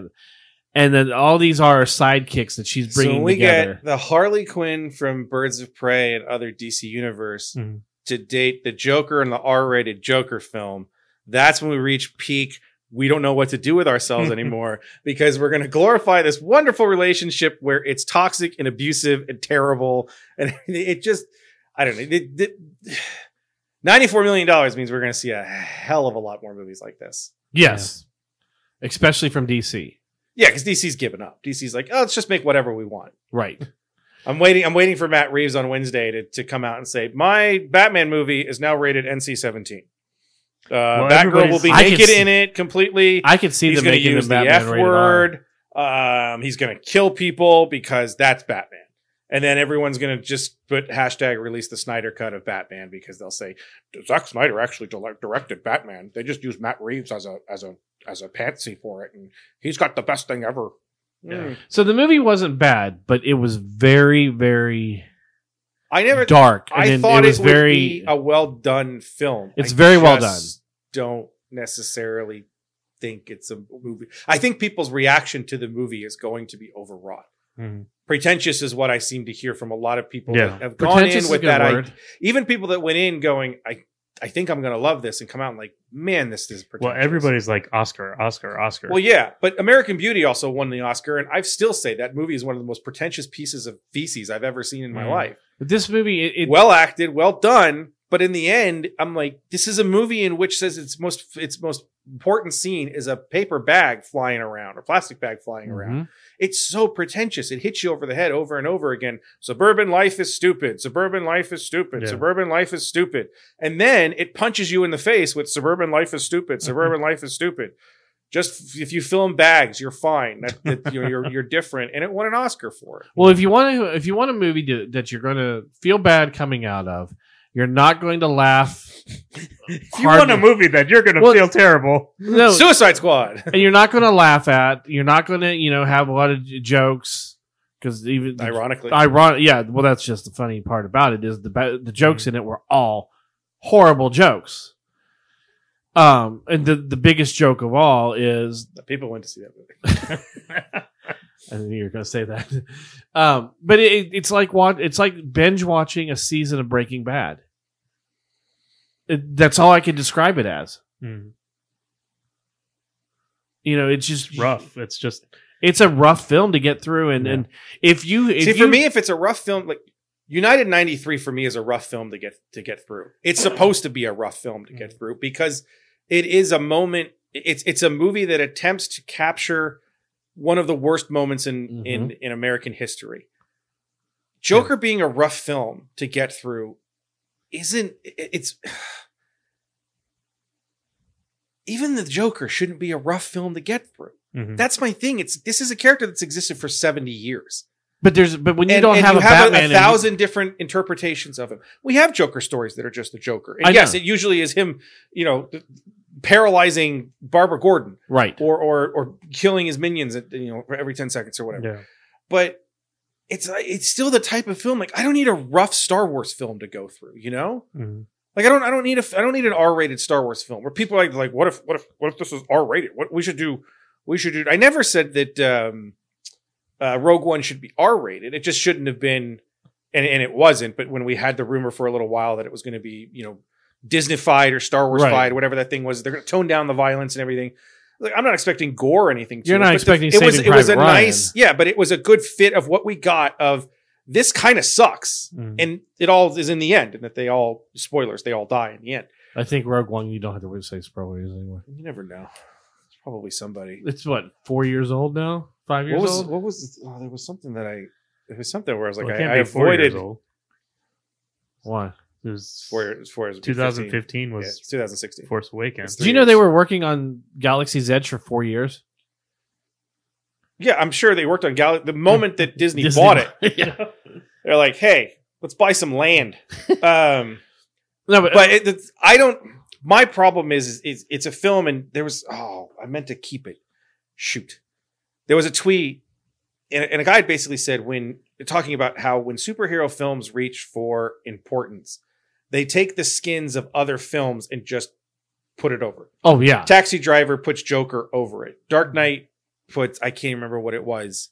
Speaker 6: and then all these are sidekicks that she's
Speaker 8: So
Speaker 6: bringing
Speaker 8: when we
Speaker 6: together
Speaker 8: get the Harley Quinn from Birds of Prey and other DC universe
Speaker 6: Mm-hmm.
Speaker 7: Mhm.
Speaker 8: to date the Joker and the R-rated Joker film, that's when we reach peak. We don't know what to do
Speaker 6: [laughs]
Speaker 8: with ourselves anymore because we're going to glorify this wonderful relationship where it's toxic and abusive and terrible, and [laughs] it just I don't know. It- it- [sighs] Ninety-four million dollars means we're going to see a hell of a lot more movies like this.
Speaker 6: yes especially from dc
Speaker 8: Yeah, because DC's given up. DC's like, oh, let's just make whatever we want.
Speaker 6: right
Speaker 8: I'm waiting. I'm waiting for Matt Reeves on Wednesday to, to come out and say my Batman movie is now rated NC-17. Uh,
Speaker 7: Well,
Speaker 8: Batgirl will
Speaker 7: everybody's-
Speaker 8: be
Speaker 6: I can
Speaker 8: naked
Speaker 6: see-
Speaker 8: in it completely.
Speaker 6: i could see
Speaker 8: he's
Speaker 6: them
Speaker 8: going to
Speaker 6: making
Speaker 8: use
Speaker 6: the
Speaker 8: the
Speaker 6: batman
Speaker 8: F
Speaker 6: rated R.
Speaker 8: word. Um, he's going to kill people because that's Batman. And then everyone's going to just put hashtag release the Snyder cut of Batman because they'll say Zack Snyder actually dile- directed Batman. They just used Matt Reeves as a as a as a patsy for it, and he's got the best thing ever. Mm.
Speaker 6: So the movie wasn't bad, but it was very, very
Speaker 8: I never
Speaker 6: dark.
Speaker 8: I
Speaker 6: and then
Speaker 8: thought
Speaker 6: it was
Speaker 8: it
Speaker 6: very
Speaker 8: would be a well done film.
Speaker 6: It's
Speaker 8: I
Speaker 6: very well
Speaker 8: just Don't necessarily think it's a movie. I think people's reaction to the movie is going to be overwrought.
Speaker 7: Mhm.
Speaker 8: Pretentious is what I seem to hear from a lot of people
Speaker 7: Yeah.
Speaker 8: that have gone
Speaker 6: pretentious.
Speaker 8: in
Speaker 6: is a
Speaker 8: with
Speaker 6: good
Speaker 8: that. I,
Speaker 6: word.
Speaker 8: even people that went in going, I, I think I'm going to love this, and come out and like, man, this is
Speaker 7: Well,
Speaker 8: pretentious.
Speaker 7: everybody's like Oscar, Oscar, Oscar.
Speaker 8: Well, yeah, but American Beauty also won the Oscar, and I still say that movie is one of the most pretentious pieces of feces I've ever seen in my
Speaker 6: Mm.
Speaker 7: Mhm.
Speaker 8: life
Speaker 6: But this movie, it, it
Speaker 8: well acted, well done. But in the end, I'm like, this is a movie in which says its most its most important scene is a paper bag flying around or plastic bag flying around.
Speaker 6: Mhm.
Speaker 8: It's so pretentious. It hits you over the head over and over again. Suburban life is stupid. Suburban life is stupid.
Speaker 7: Yeah.
Speaker 8: Suburban life is stupid. And then it punches you in the face with suburban life is stupid. Suburban life is stupid. Just if you film bags, you're fine. That, that you're, you're you're different, and it won an Oscar for it.
Speaker 6: well, if you want to, if you want a movie to, that you're going to feel bad coming out of, you're not going to
Speaker 8: [laughs]
Speaker 6: laugh.
Speaker 7: if you want a
Speaker 6: hardly-
Speaker 7: movie that you're gonna
Speaker 6: Well-
Speaker 7: feel terrible,
Speaker 6: No,
Speaker 8: Suicide Squad. [laughs]
Speaker 6: and you're not going to laugh at. You're not going to, you know, have a lot of j- jokes because even the
Speaker 8: Ironically,
Speaker 6: ironic. Yeah, well, that's just the funny part about it is the ba- the jokes in it were all horrible jokes. Um, and the the biggest joke of all is,
Speaker 8: people went to see that movie.
Speaker 6: [laughs] I knew you were going to say that. [laughs] Um, but it, it's like watch, it's like binge watching a season of Breaking Bad. It, that's all I can describe it as.
Speaker 7: Mm,
Speaker 6: You know, it's just
Speaker 7: rough. It's just
Speaker 6: It's a rough film to get through, and
Speaker 7: Yeah.
Speaker 6: and if you if
Speaker 8: See,
Speaker 6: you,
Speaker 8: for me, if it's a rough film, like United '93, for me is a rough film to get to get through. It's supposed to be a rough film to get through because it is a moment. It's it's a movie that attempts to capture one of the worst moments in in in American history. Joker being a rough film to get through isn't. it- It's [sighs] even the Joker shouldn't be a rough film to get through.
Speaker 6: Hmm.
Speaker 7: mhm.
Speaker 8: That's my thing. It's this is a character that's existed for seventy years
Speaker 6: but there's but when you
Speaker 8: and,
Speaker 6: don't
Speaker 8: and
Speaker 6: have
Speaker 8: you
Speaker 6: a
Speaker 8: have
Speaker 6: Batman,
Speaker 8: a,
Speaker 6: and you-
Speaker 8: thousand different interpretations of him. We have Joker stories that are just the Joker, and
Speaker 6: I
Speaker 8: yes,
Speaker 6: know.
Speaker 8: it usually is him. You know, paralyzing Barbara Gordon
Speaker 6: right.
Speaker 8: or or or killing his minions at you know every 10 seconds or whatever.
Speaker 7: Yeah.
Speaker 8: But it's it's still the type of film like I don't need a rough Star Wars film to go through, you know?
Speaker 7: Mhm.
Speaker 8: Like I don't I don't need a I don't need an R-rated Star Wars film where people are like like what if what if what if this is R-rated? What we should do we should do I never said that um uh Rogue One should be R-rated. It just shouldn't have been and and it wasn't, but when we had the rumor for a little while that it was going to be, you know, Disneyfied or Star Warsified,
Speaker 6: Right.
Speaker 8: whatever that thing was, they're going to tone down the violence and everything. Like, I'm not expecting gore or anything. to
Speaker 6: You're
Speaker 8: it,
Speaker 6: not
Speaker 8: but the-
Speaker 6: expecting
Speaker 8: It was
Speaker 6: Saving
Speaker 8: it was a
Speaker 6: Private Ryan.
Speaker 8: nice, yeah, but it was a good fit of what we got of this kind of sucks,
Speaker 7: Mhm.
Speaker 8: and it all is in the end, and that they all spoilers, they all die in the end.
Speaker 6: I think Rogue One, you don't have to really say spoilers anyway.
Speaker 8: You never know. It's probably somebody.
Speaker 6: It's what four years old now, five years
Speaker 8: What was
Speaker 6: old.
Speaker 8: what was? Oh, there was something that I. There was something where I was like,
Speaker 7: Well, it
Speaker 8: I,
Speaker 7: can't
Speaker 8: I
Speaker 7: be four years
Speaker 8: avoided.
Speaker 7: old.
Speaker 6: Why?
Speaker 7: It was
Speaker 8: Four years. Four years.
Speaker 7: 2015
Speaker 8: Yeah,
Speaker 7: was
Speaker 8: it's 2016.
Speaker 7: Force Awakens.
Speaker 8: It's
Speaker 6: Do you know they were working on Galaxy's Edge for four years?
Speaker 8: Yeah, I'm sure they worked on Gal. The moment
Speaker 7: [laughs]
Speaker 8: that Disney,
Speaker 6: [laughs]
Speaker 8: bought it,
Speaker 6: yeah.
Speaker 8: they're like, "Hey, let's buy some
Speaker 7: [laughs]
Speaker 8: land." um,
Speaker 6: No, but, uh,
Speaker 8: but it, it's- I don't. My problem is, is, is it's a film, and there was oh, I meant to keep it. Shoot, there was a tweet, and, and a guy had basically said when talking about how when superhero films reach for importance, they take the skins of other films and just put it over.
Speaker 6: oh yeah, Mm-hmm.
Speaker 8: Taxi Driver puts Joker over it. Dark Knight puts I can't remember what it was.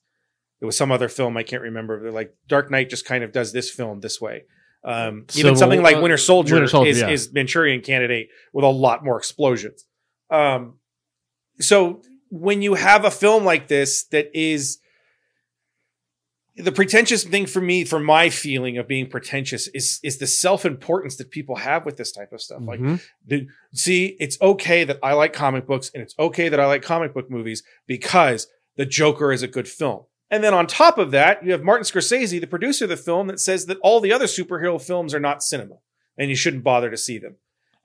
Speaker 8: It was some other film I can't remember. They're like Dark Knight just kind of does this film this way. Um,
Speaker 6: Civil-
Speaker 8: even something like
Speaker 6: uh,
Speaker 8: Winter Soldier,
Speaker 6: Winter Soldier,
Speaker 8: is,
Speaker 6: yeah.
Speaker 8: is Manchurian Candidate with a lot more explosions. Um, so when you have a film like this that is the pretentious thing for me for my feeling of being pretentious is is the self-importance that people have with this type of stuff like
Speaker 6: Mhm.
Speaker 8: the, see it's okay that i like comic books and it's okay that i like comic book movies because the joker is a good film and then on top of that you have martin scorsese the producer of the film that says that all the other superhero films are not cinema and you shouldn't bother to see them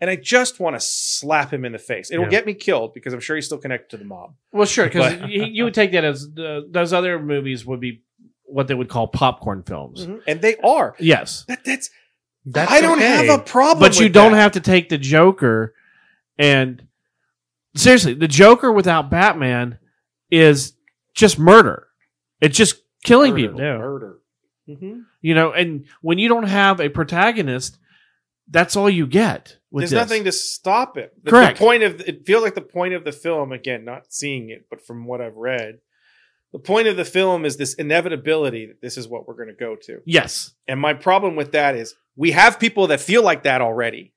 Speaker 8: and i just want to slap him in the face it'll
Speaker 7: Yeah.
Speaker 8: get me killed because i'm sure he's still connected to the mob
Speaker 6: well, sure, because
Speaker 8: But-
Speaker 6: you would take that as the, those other movies would be what they would call popcorn films.
Speaker 8: and they are
Speaker 6: Yes,
Speaker 8: that, that's
Speaker 7: That's
Speaker 8: I don't
Speaker 7: okay.
Speaker 8: have a problem.
Speaker 6: but you
Speaker 8: with
Speaker 6: don't
Speaker 8: that.
Speaker 6: have to take the Joker and seriously, the Joker without Batman is just murder. It's just killing people.
Speaker 8: murder.
Speaker 6: You know, and when you don't have a protagonist, that's all you get. With
Speaker 8: There's
Speaker 6: this.
Speaker 8: nothing to stop it. The,
Speaker 6: Correct.
Speaker 8: The point of it feels like the point of the film again, not seeing it, but from what I've read, the point of the film is this inevitability that this is what we're going to go to.
Speaker 6: Yes.
Speaker 8: And my problem with that is we have people that feel like that already,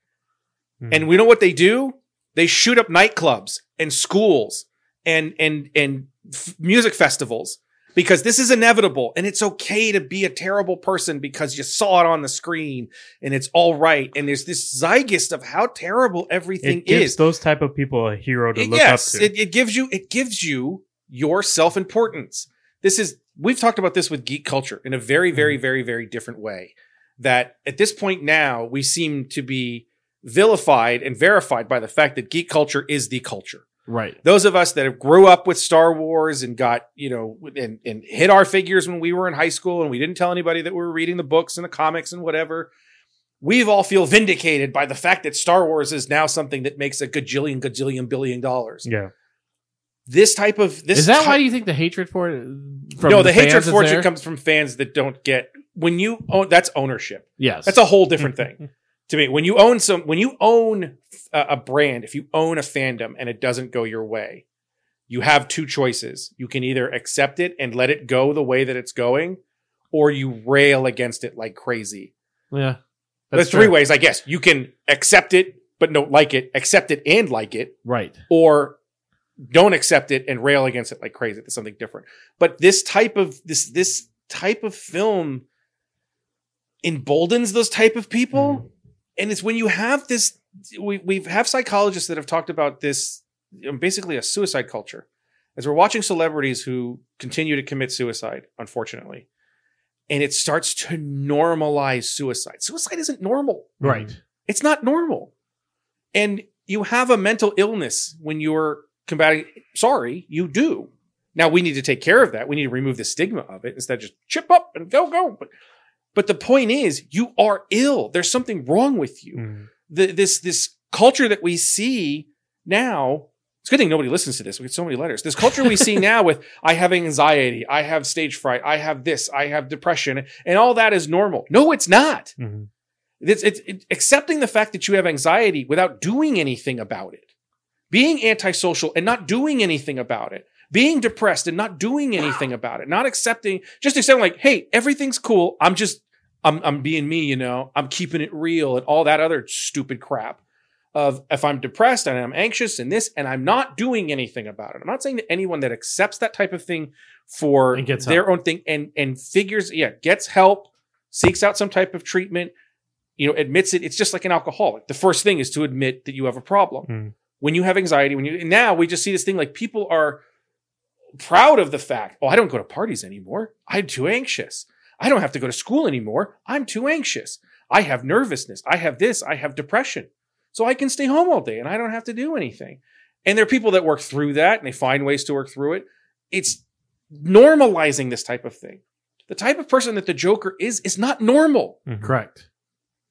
Speaker 7: Mhm.
Speaker 8: and we know what they do. They shoot up nightclubs and schools and and and f- music festivals because this is inevitable, and it's okay to be a terrible person because you saw it on the screen, and it's all right. And there's this zeitgeist of how terrible everything
Speaker 7: it gives
Speaker 8: is.
Speaker 7: those type of people a hero to
Speaker 8: It-
Speaker 7: look
Speaker 8: yes,
Speaker 7: up to.
Speaker 8: It, it gives you it gives you your self importance. This is we've talked about this with geek culture in a very
Speaker 7: Mm-hmm.
Speaker 8: very very very different way. That at this point now we seem to be vilified and verified by the fact that geek culture is the culture
Speaker 6: Right.
Speaker 8: those of us that have grew up with Star Wars and got, you know, and, and hit our figures when we were in high school and we didn't tell anybody that we were reading the books and the comics and whatever, we've all feel vindicated by the fact that Star Wars is now something that makes a gajillion, gajillion, billion dollars.
Speaker 7: yeah.
Speaker 8: This type of this
Speaker 6: is that
Speaker 8: ty-
Speaker 6: why you think the hatred for it? From
Speaker 8: no, the, hatred
Speaker 6: fans is
Speaker 8: for it
Speaker 6: there?
Speaker 8: comes from fans that don't get when you own that's ownership.
Speaker 6: Yes.
Speaker 8: That's a whole different thing to me. When you own some, when you own uh, a, a brand, if you own a fandom and it doesn't go your way, you have two choices. You can either accept it and let it go the way that it's going, or you rail against it like crazy.
Speaker 6: yeah.
Speaker 8: There's
Speaker 6: true.
Speaker 8: three ways, I guess. You can accept it but don't like it, accept it and like it,
Speaker 6: Right.
Speaker 8: or don't accept it and rail against it like crazy. That's something different. But this type of this this type of film emboldens those type of people, and it's when you have this. We we have psychologists that have talked about this, you know, basically a suicide culture, as we're watching celebrities who continue to commit suicide, unfortunately, and it starts to normalize suicide. Suicide isn't normal.
Speaker 6: Right.
Speaker 8: It's not normal. And you have a mental illness when you're combating. Sorry, you do. Now we need to take care of that. We need to remove the stigma of it instead of just chip up and go, go. But, but the point is, you are ill. There's something wrong with you.
Speaker 7: Mhm.
Speaker 8: The, this, this culture that we see now it's a good thing nobody listens to this. We get so many letters. This culture we see now with I have anxiety, I have stage fright, I have this, I have depression, and all that is normal. No, it's not.
Speaker 7: Mhm.
Speaker 8: It's, it's, it's accepting the fact that you have anxiety without doing anything about it, being antisocial and not doing anything about it, being depressed and not doing anything about it, not accepting, just accepting like, hey, everything's cool. I'm just, I'm, I'm being me, you know, I'm keeping it real and all that other stupid crap of if I'm depressed and I'm anxious and this, and I'm not doing anything about it. I'm not saying that anyone that accepts that type of thing for
Speaker 6: And gets
Speaker 8: their own thing and and figures, yeah, gets help, seeks out some type of treatment, you know, admits it. It's just like an alcoholic. The first thing is to admit that you have a problem.
Speaker 7: Hmm.
Speaker 8: When you have anxiety, when you and now we just see this thing like people are proud of the fact, oh, I don't go to parties anymore. I'm too anxious. I don't have to go to school anymore. I'm too anxious. I have nervousness. I have this. I have depression. So I can stay home all day and I don't have to do anything. And there are people that work through that and they find ways to work through it. It's normalizing this type of thing. The type of person that the Joker is is not normal.
Speaker 6: Correct.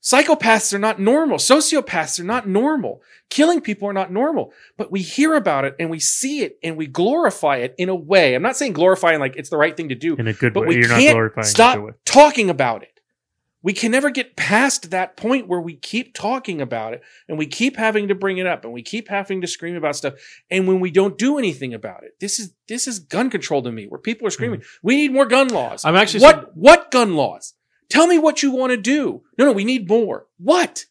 Speaker 8: Psychopaths are not normal. Sociopaths are not normal. Killing people are not normal. But we hear about it and we see it and we glorify it in a way. I'm not saying glorifying like it's the right thing to do,
Speaker 7: in a good
Speaker 8: but
Speaker 7: way.
Speaker 8: we
Speaker 7: You're not
Speaker 8: can't
Speaker 7: glorifying
Speaker 8: stop
Speaker 7: the way.
Speaker 8: talking about it. We can never get past that point where we keep talking about it and we keep having to bring it up and we keep having to scream about stuff. And when we don't do anything about it, this is this is gun control to me, where people are screaming,
Speaker 7: Hmm.
Speaker 8: "We need more gun laws."
Speaker 6: I'm actually
Speaker 8: what what gun laws? Tell me what you want to do. No, no, we need more. What?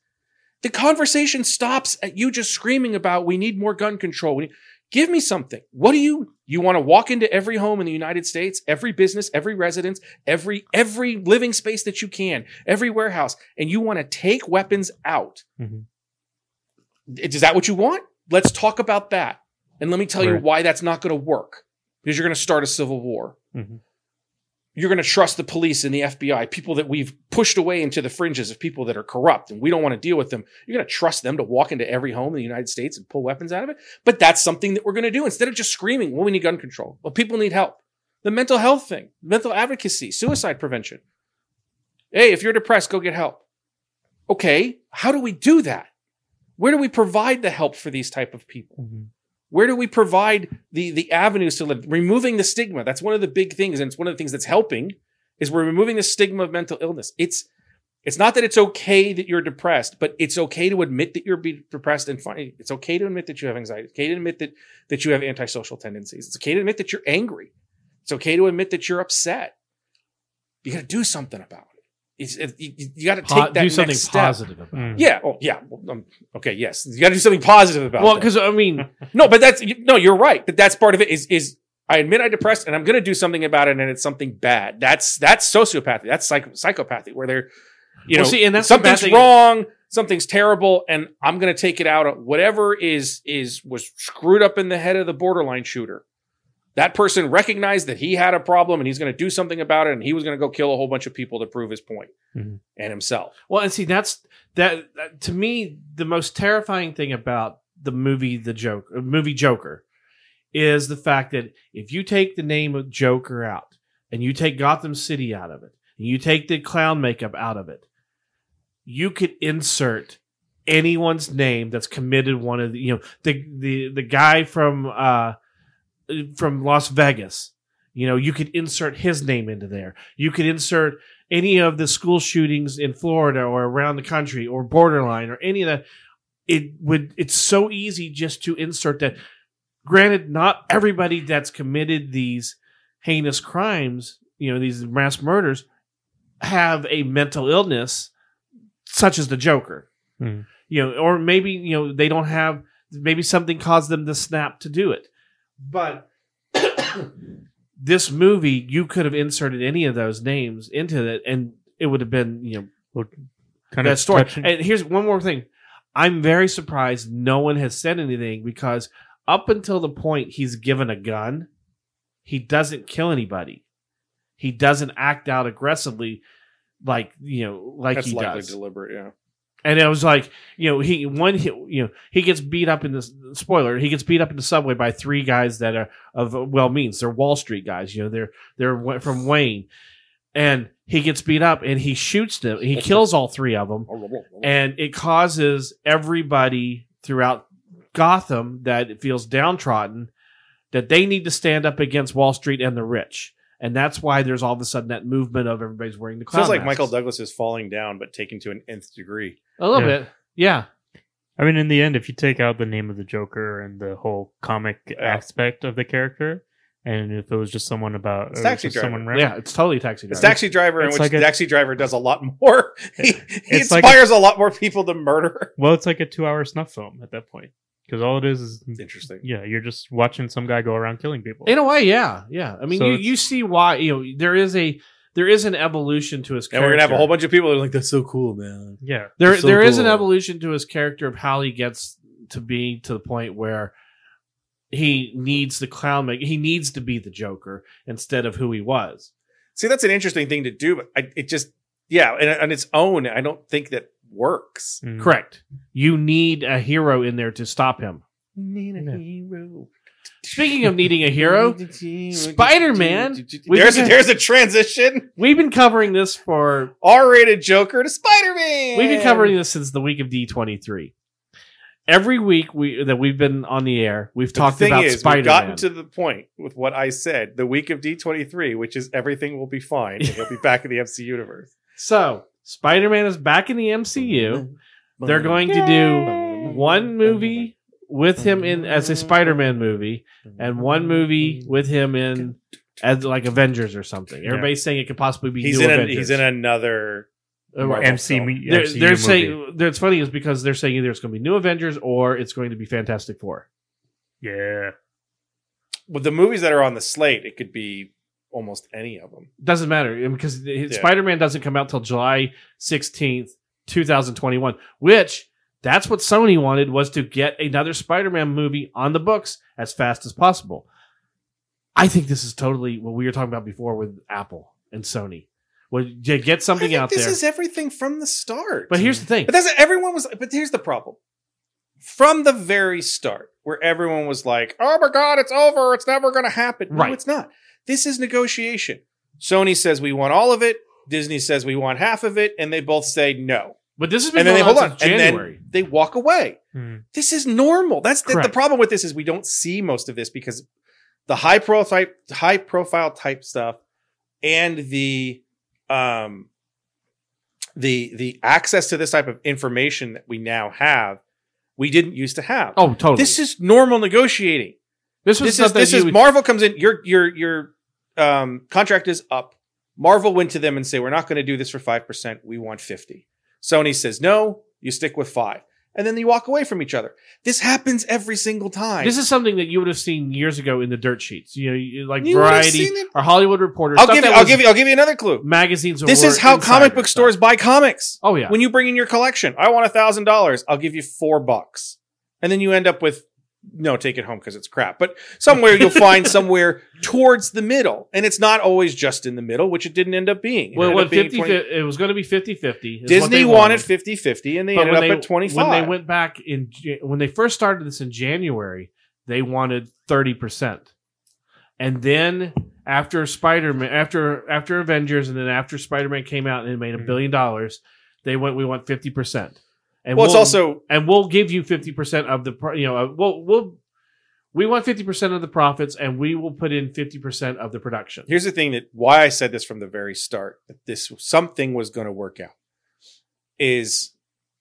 Speaker 8: The conversation stops at you just screaming about we need more gun control. We- Give me something. What do you you want to walk into every home in the United States, every business, every residence, every every living space that you can, every warehouse, and you want to take weapons out?
Speaker 7: Mhm.
Speaker 8: Is that what you want? Let's talk about that, and let me tell you
Speaker 7: Right.
Speaker 8: why that's not going to work because you're going to start a civil war
Speaker 7: Mhm.
Speaker 8: you're going to trust the police and the FBI, people that we've pushed away into the fringes of people that are corrupt and we don't want to deal with them. You're going to trust them to walk into every home in the United States and pull weapons out of it. But that's something that we're going to do instead of just screaming, well, we need gun control. Well, people need help. The mental health thing, mental advocacy, suicide prevention. Hey, if you're depressed, go get help. Okay, how do we do that? Where do we provide the help for these type of people?
Speaker 6: Mm-hmm.
Speaker 8: Where do we provide the the avenues to live? Removing the stigma. That's one of the big things, and it's one of the things that's helping is we're removing the stigma of mental illness. It's it's not that it's okay that you're depressed, but it's okay to admit that you're be depressed and fine. It's okay to admit that you have anxiety. It's okay to admit that that you have antisocial tendencies. It's okay to admit that you're angry. It's okay to admit that you're upset. You got to do something about it. It's, it you got to take
Speaker 6: Po-
Speaker 8: that
Speaker 6: do something
Speaker 8: next step.
Speaker 6: positive about.
Speaker 7: Mm.
Speaker 6: it.
Speaker 8: Yeah. Oh, yeah. Well, um, okay. Yes. You got to do something positive about.
Speaker 6: Well,
Speaker 8: that.
Speaker 6: because I mean,
Speaker 8: No, but that's you- no. You're right. But that's part of it. Is is I admit I depressed, and I'm going to do something about it, and it's something bad. That's that's sociopathy. That's psych- psychopathy, where they're you
Speaker 6: Well,
Speaker 8: know
Speaker 6: see, and that's the bad
Speaker 8: something's
Speaker 6: thing-
Speaker 8: wrong, something's terrible, and I'm going to take it out. on Whatever is is was screwed up in the head of the borderline shooter. That person recognized that he had a problem, and he's going to do something about it, and he was going to go kill a whole bunch of people to prove his point
Speaker 6: Mm-hmm.
Speaker 7: Mhm.
Speaker 8: and himself.
Speaker 6: well, and see, that's that, that- to me the most terrifying thing about the movie The Joke uh, movie Joker is the fact that if you take the name of Joker out and you take Gotham City out of it and you take the clown makeup out of it, you could insert anyone's name that's committed one of the you know the the the guy from uh from Las Vegas. You know, you could insert his name into there. You could insert any of the school shootings in Florida or around the country or borderline or any of that. It would it's so easy just to insert that. Granted, not everybody that's committed these heinous crimes, you know, these mass murders have a mental illness such as the Joker.
Speaker 7: Hmm.
Speaker 6: You know, or maybe, you know, they don't have maybe something caused them to snap to do it. But [coughs] this movie, you could have inserted any of those names into it, and it would have been you know
Speaker 7: Kind
Speaker 6: that
Speaker 7: of
Speaker 6: story.
Speaker 7: touching-
Speaker 6: And here's one more thing: I'm very surprised no one has said anything because up until the point he's given a gun, he doesn't kill anybody. He doesn't act out aggressively, like you know, like
Speaker 8: That's
Speaker 6: he
Speaker 8: likely
Speaker 6: does.
Speaker 8: deliberate. Yeah.
Speaker 6: And it was like, you know, he one, he, you know, he gets beat up in this spoiler. He gets beat up in the subway by three guys that are of well means. They're Wall Street guys. You know, they're they're wa- from Wayne, and he gets beat up and he shoots them. He kills all three of them, and it causes everybody throughout Gotham that feels downtrodden that they need to stand up against Wall Street and the rich. And that's why there's all of a sudden that movement of everybody's wearing the clown.
Speaker 8: Feels like
Speaker 6: masks.
Speaker 8: Michael Douglas is falling down, but taken to an nth degree.
Speaker 6: A little
Speaker 7: Yeah.
Speaker 6: bit. Yeah.
Speaker 7: I mean, in the end, if you take out the name of the Joker and the whole comic aspect of the character, and if it was just someone about
Speaker 8: It's
Speaker 7: or
Speaker 8: Taxi
Speaker 7: just
Speaker 8: Driver.
Speaker 7: someone
Speaker 6: Yeah. It's totally taxi driver.
Speaker 8: It's Taxi Driver, in
Speaker 7: It's
Speaker 8: which
Speaker 7: like a-
Speaker 8: Taxi Driver does a lot more. [laughs] he he
Speaker 7: It's like
Speaker 8: inspires a lot more people to murder.
Speaker 7: Well, it's like a two-hour snuff film at that point because all it is is
Speaker 8: Interesting.
Speaker 7: yeah, you're just watching some guy go around killing people.
Speaker 6: In a way, yeah. Yeah. I mean
Speaker 7: So
Speaker 6: you,
Speaker 7: it's-
Speaker 6: you see why you know there is a there is an evolution to his
Speaker 8: And
Speaker 6: character.
Speaker 8: we're gonna have a whole bunch of people that are like,
Speaker 3: That's so cool, man.
Speaker 7: yeah,
Speaker 6: There,
Speaker 3: It's so
Speaker 6: there is an
Speaker 3: cool.
Speaker 6: evolution to his character of how he gets to be to the point where he needs the clown make he needs to be the joker instead of who he was
Speaker 8: see, that's an interesting thing to do, but I, it just, yeah, and on its own, I don't think that works.
Speaker 7: Mm.
Speaker 6: correct you need a hero in there to stop him
Speaker 7: Yeah.
Speaker 6: speaking [laughs] of needing a hero [laughs] Spider-Man, we
Speaker 8: there's a,
Speaker 6: can-
Speaker 8: there's a transition.
Speaker 6: we've been covering this for
Speaker 8: R-rated Joker to Spider-Man.
Speaker 6: we've been covering this since the week of d23 every week we that we've been on the air we've
Speaker 8: But
Speaker 6: talked
Speaker 8: the thing
Speaker 6: about
Speaker 8: is, We've
Speaker 6: spider-man
Speaker 8: gotten to the point with what I said the week of D23, which is everything will
Speaker 6: [laughs]
Speaker 8: be fine. And he'll be back in the MC universe.
Speaker 6: so spider-man is back in the mcu They're going to do one movie with him in as a Spider-Man movie, and one movie with him in as like Avengers or something. Everybody's saying it could possibly be
Speaker 8: He's
Speaker 6: new
Speaker 8: in, a,
Speaker 6: Avengers.
Speaker 8: he's in another.
Speaker 6: Uh,
Speaker 8: Marvel
Speaker 7: MC,
Speaker 8: film.
Speaker 7: me-
Speaker 6: They're,
Speaker 7: MCU
Speaker 6: they're
Speaker 7: movie.
Speaker 6: saying that's funny is because they're saying either it's going to be new Avengers or it's going to be Fantastic Four.
Speaker 7: yeah,
Speaker 8: With the movies that are on the slate, it could be almost any of them.
Speaker 6: Doesn't matter I mean, because the-
Speaker 8: Yeah.
Speaker 6: Spider-Man doesn't come out till July sixteenth, two thousand twenty-one, which. That's what Sony wanted was to get another Spider-Man movie on the books as fast as possible. I think this is totally what we were talking about before with Apple and Sony. Well, you get
Speaker 8: I
Speaker 6: something
Speaker 8: think
Speaker 6: out
Speaker 8: this
Speaker 6: there.
Speaker 8: is everything from the start.
Speaker 6: but here's the thing.
Speaker 8: But that's everyone was. But here's the problem: from the very start, where everyone was like, "Oh my god, it's over. It's never going to happen."
Speaker 6: Right.
Speaker 8: No, it's not. This is negotiation. Sony says we want all of it. Disney says we want half of it, and they both say no.
Speaker 6: But this has been
Speaker 8: And then they
Speaker 6: going
Speaker 8: hold
Speaker 6: on
Speaker 8: on,
Speaker 6: since
Speaker 8: and
Speaker 6: January.
Speaker 8: then they walk away.
Speaker 6: Hmm.
Speaker 7: Mm.
Speaker 8: This is normal. That's the, the
Speaker 6: Correct.
Speaker 8: problem with this is we don't see most of this because the high profile high profile type stuff and the um the the access to this type of information that we now have we didn't used to have.
Speaker 6: oh, totally.
Speaker 8: This is normal negotiating.
Speaker 6: this was
Speaker 8: This
Speaker 6: stuff
Speaker 8: is this
Speaker 6: that
Speaker 8: is
Speaker 6: you would-
Speaker 8: Marvel comes in your your your um contract is up. Marvel went to them and say we're not going to do this for 5%, we want 50. Sony says no, you stick with 5. And then you walk away from each other. This happens every single time.
Speaker 6: This is something that you would have seen years ago in the dirt sheets. You know, you, like
Speaker 8: You would have
Speaker 6: Variety
Speaker 8: seen it.
Speaker 6: or Hollywood Reporter.
Speaker 8: I'll
Speaker 6: stuff
Speaker 8: give
Speaker 6: that
Speaker 8: you I'll
Speaker 6: was
Speaker 8: give you I'll give you another clue.
Speaker 6: magazines.
Speaker 8: This
Speaker 6: or
Speaker 8: is how comic
Speaker 6: insider
Speaker 8: book
Speaker 6: stuff.
Speaker 8: stores buy comics.
Speaker 6: Oh yeah.
Speaker 8: When you bring in your collection, I want a thousand dollars. I'll give you four bucks, and then you end up with no, take it home because it's crap. But somewhere
Speaker 6: [laughs]
Speaker 8: you'll find somewhere towards the middle, and it's not always just in the middle, which it didn't end up being. It
Speaker 6: Well,
Speaker 8: ended
Speaker 6: what
Speaker 8: up being
Speaker 6: 50,
Speaker 8: 20
Speaker 6: it was going to be 50 50.
Speaker 8: Disney wanted 50 50, and they ended up at 25.
Speaker 6: When they went back in, Jan- when they first started this in January, they wanted 30%. And then after Spider Man, after, after Avengers, and then after Spider Man came out and it made a
Speaker 8: Hmm.
Speaker 7: Mhm.
Speaker 6: billion dollars, they went, we want 50%. And
Speaker 8: well, it's
Speaker 6: we'll-
Speaker 8: also
Speaker 6: and we'll give you 50% of the, pro- you know, uh, we'll, we'll, we want 50% of the profits and we will put in 50% of the production.
Speaker 8: Here's the thing that why I said this from the very start that this something was going to work out is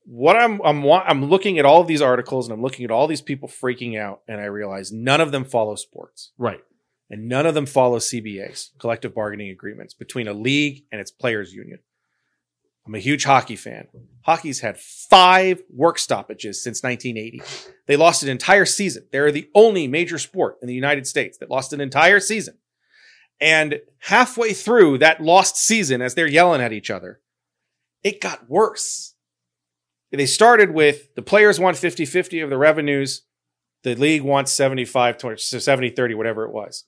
Speaker 8: what I'm I'm wa- I'm looking at all of these articles and I'm looking at all these people freaking out and I realize none of them follow sports
Speaker 6: Right.
Speaker 8: and none of them follow CBAs, collective bargaining agreements between a league and its players union. I'm a huge hockey fan. Hockey's had 5 work stoppages since 1980. They lost an entire season. They're the only major sport in the United States that lost an entire season. And halfway through that lost season, as they're yelling at each other, it got worse. They started with the players want 50 50 of the revenues, the league wants 75 20, so 70 30, whatever it was.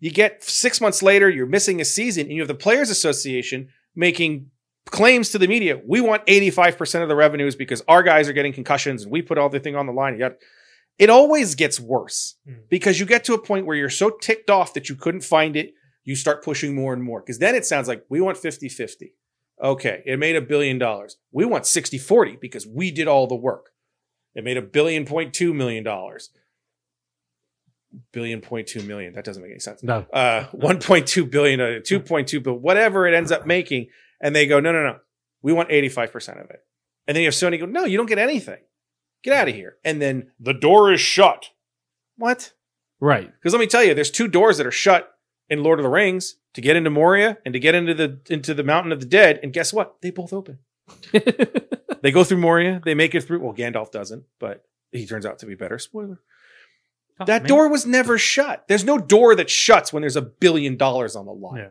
Speaker 8: You get six months later, you're missing a season, and you have the Players Association making claims to the media we want 85% of the revenues because our guys are getting concussions and we put all the thing on the line. You got- It always gets worse
Speaker 7: Mm.
Speaker 8: because you get to a point where you're so ticked off that you couldn't find it. You start pushing more and more because then it sounds like we want 50 50. Okay, it made a billion dollars. We want 60 40 because we did all the work. It made a billion point two million dollars. Billion point two million. That doesn't make any sense.
Speaker 6: No.
Speaker 8: Uh, one point two billion, uh, two point two, but whatever it ends up making, and they go, no, no, no, we want eighty five percent of it. And then you have Sony go, no, you don't get anything. Get out of here. And then the door is shut. What?
Speaker 6: Right.
Speaker 8: Because let me tell you, there's two doors that are shut in Lord of the Rings to get into Moria and to get into the into the Mountain of the Dead. And guess what? They
Speaker 7: [laughs]
Speaker 8: both open. they go through Moria. They make it through. Well, Gandalf doesn't, but he turns out to be better. Spoiler.
Speaker 7: Oh,
Speaker 8: that
Speaker 7: man.
Speaker 8: door was never shut. There's no door that shuts when there's a billion dollars on the line.
Speaker 7: Yeah.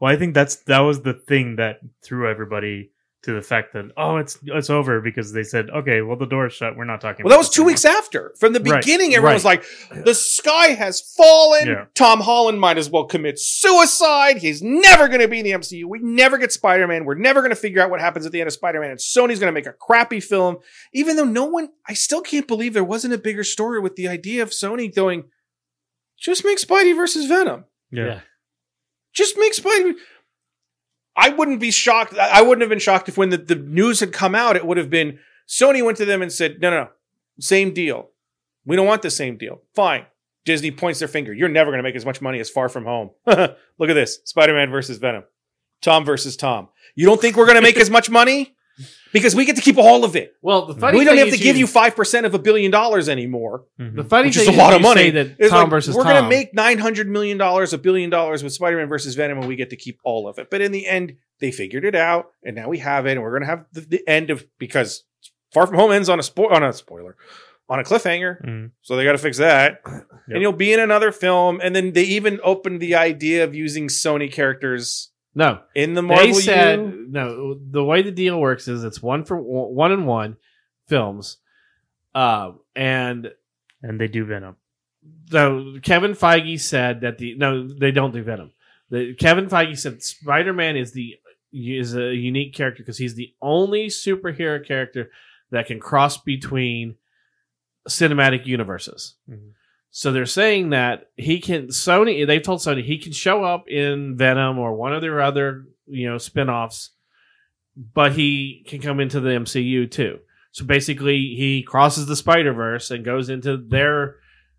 Speaker 7: Well, I think that's that was the thing that threw everybody to the fact that oh, it's it's over because they said okay, well the door's shut. We're not talking.
Speaker 8: Well, that
Speaker 7: about
Speaker 8: was
Speaker 7: this
Speaker 8: two
Speaker 7: anymore."
Speaker 8: weeks after. From the
Speaker 7: Right,
Speaker 8: beginning, everyone
Speaker 6: right.
Speaker 8: was like, the sky has fallen.
Speaker 7: Yeah.
Speaker 8: Tom Holland might as well commit suicide. He's never going to be in the MCU. We never get Spider Man. We're never going to figure out what happens at the end of Spider Man. And Sony's going to make a crappy film. Even though no one, I still can't believe there wasn't a bigger story with the idea of Sony going, just make Spidey versus Venom.
Speaker 7: Yeah.
Speaker 6: Yeah.
Speaker 8: Just make Spider I wouldn't be shocked. I I wouldn't have been shocked if when the, the news had come out, it would have been Sony went to them and said, no, no, no, same deal. We don't want the same deal. Fine. Disney points their finger. You're never going to make as much money as Far From Home. [laughs] Look at this Spider Man versus Venom, Tom versus Tom. You don't think we're going to make as much money? Because we get to keep all of it.
Speaker 6: Well, the funny
Speaker 8: We don't
Speaker 6: thing
Speaker 8: have
Speaker 6: is
Speaker 8: to give you 5% of a billion dollars anymore,
Speaker 7: Mhm.
Speaker 6: the funny
Speaker 8: which
Speaker 6: thing
Speaker 8: is a lot
Speaker 6: you
Speaker 8: of money.
Speaker 6: say That
Speaker 8: It's
Speaker 6: Tom
Speaker 8: like,
Speaker 6: versus
Speaker 8: we're
Speaker 6: Tom.
Speaker 8: to make $900 million, a billion dollars with Spider Man versus Venom, and we get to keep all of it. But in the end, they figured it out, and now we have it, and we're going to have the, the end of because Far From Home ends on a, spo- on a spoiler, on a cliffhanger.
Speaker 7: Mhm.
Speaker 8: So they got to fix that. And
Speaker 7: Yep.
Speaker 8: you'll be in another film. And then they even opened the idea of using Sony characters
Speaker 6: no.
Speaker 8: in the Marvel.
Speaker 6: they said
Speaker 8: U.
Speaker 6: no. The way the deal works is it's one for one and one films, uh, and
Speaker 7: and they do Venom.
Speaker 6: so Kevin Feige said that the no they don't do Venom. The, Kevin Feige said Spider Man is the is a unique character because he's the only superhero character that can cross between cinematic universes.
Speaker 7: Mhm.
Speaker 6: So they're saying that he can Sony they've told Sony he can show up in Venom or one of their other, you know, spin-offs, but he can come into the MCU too. So basically he crosses the Spider-Verse and goes into their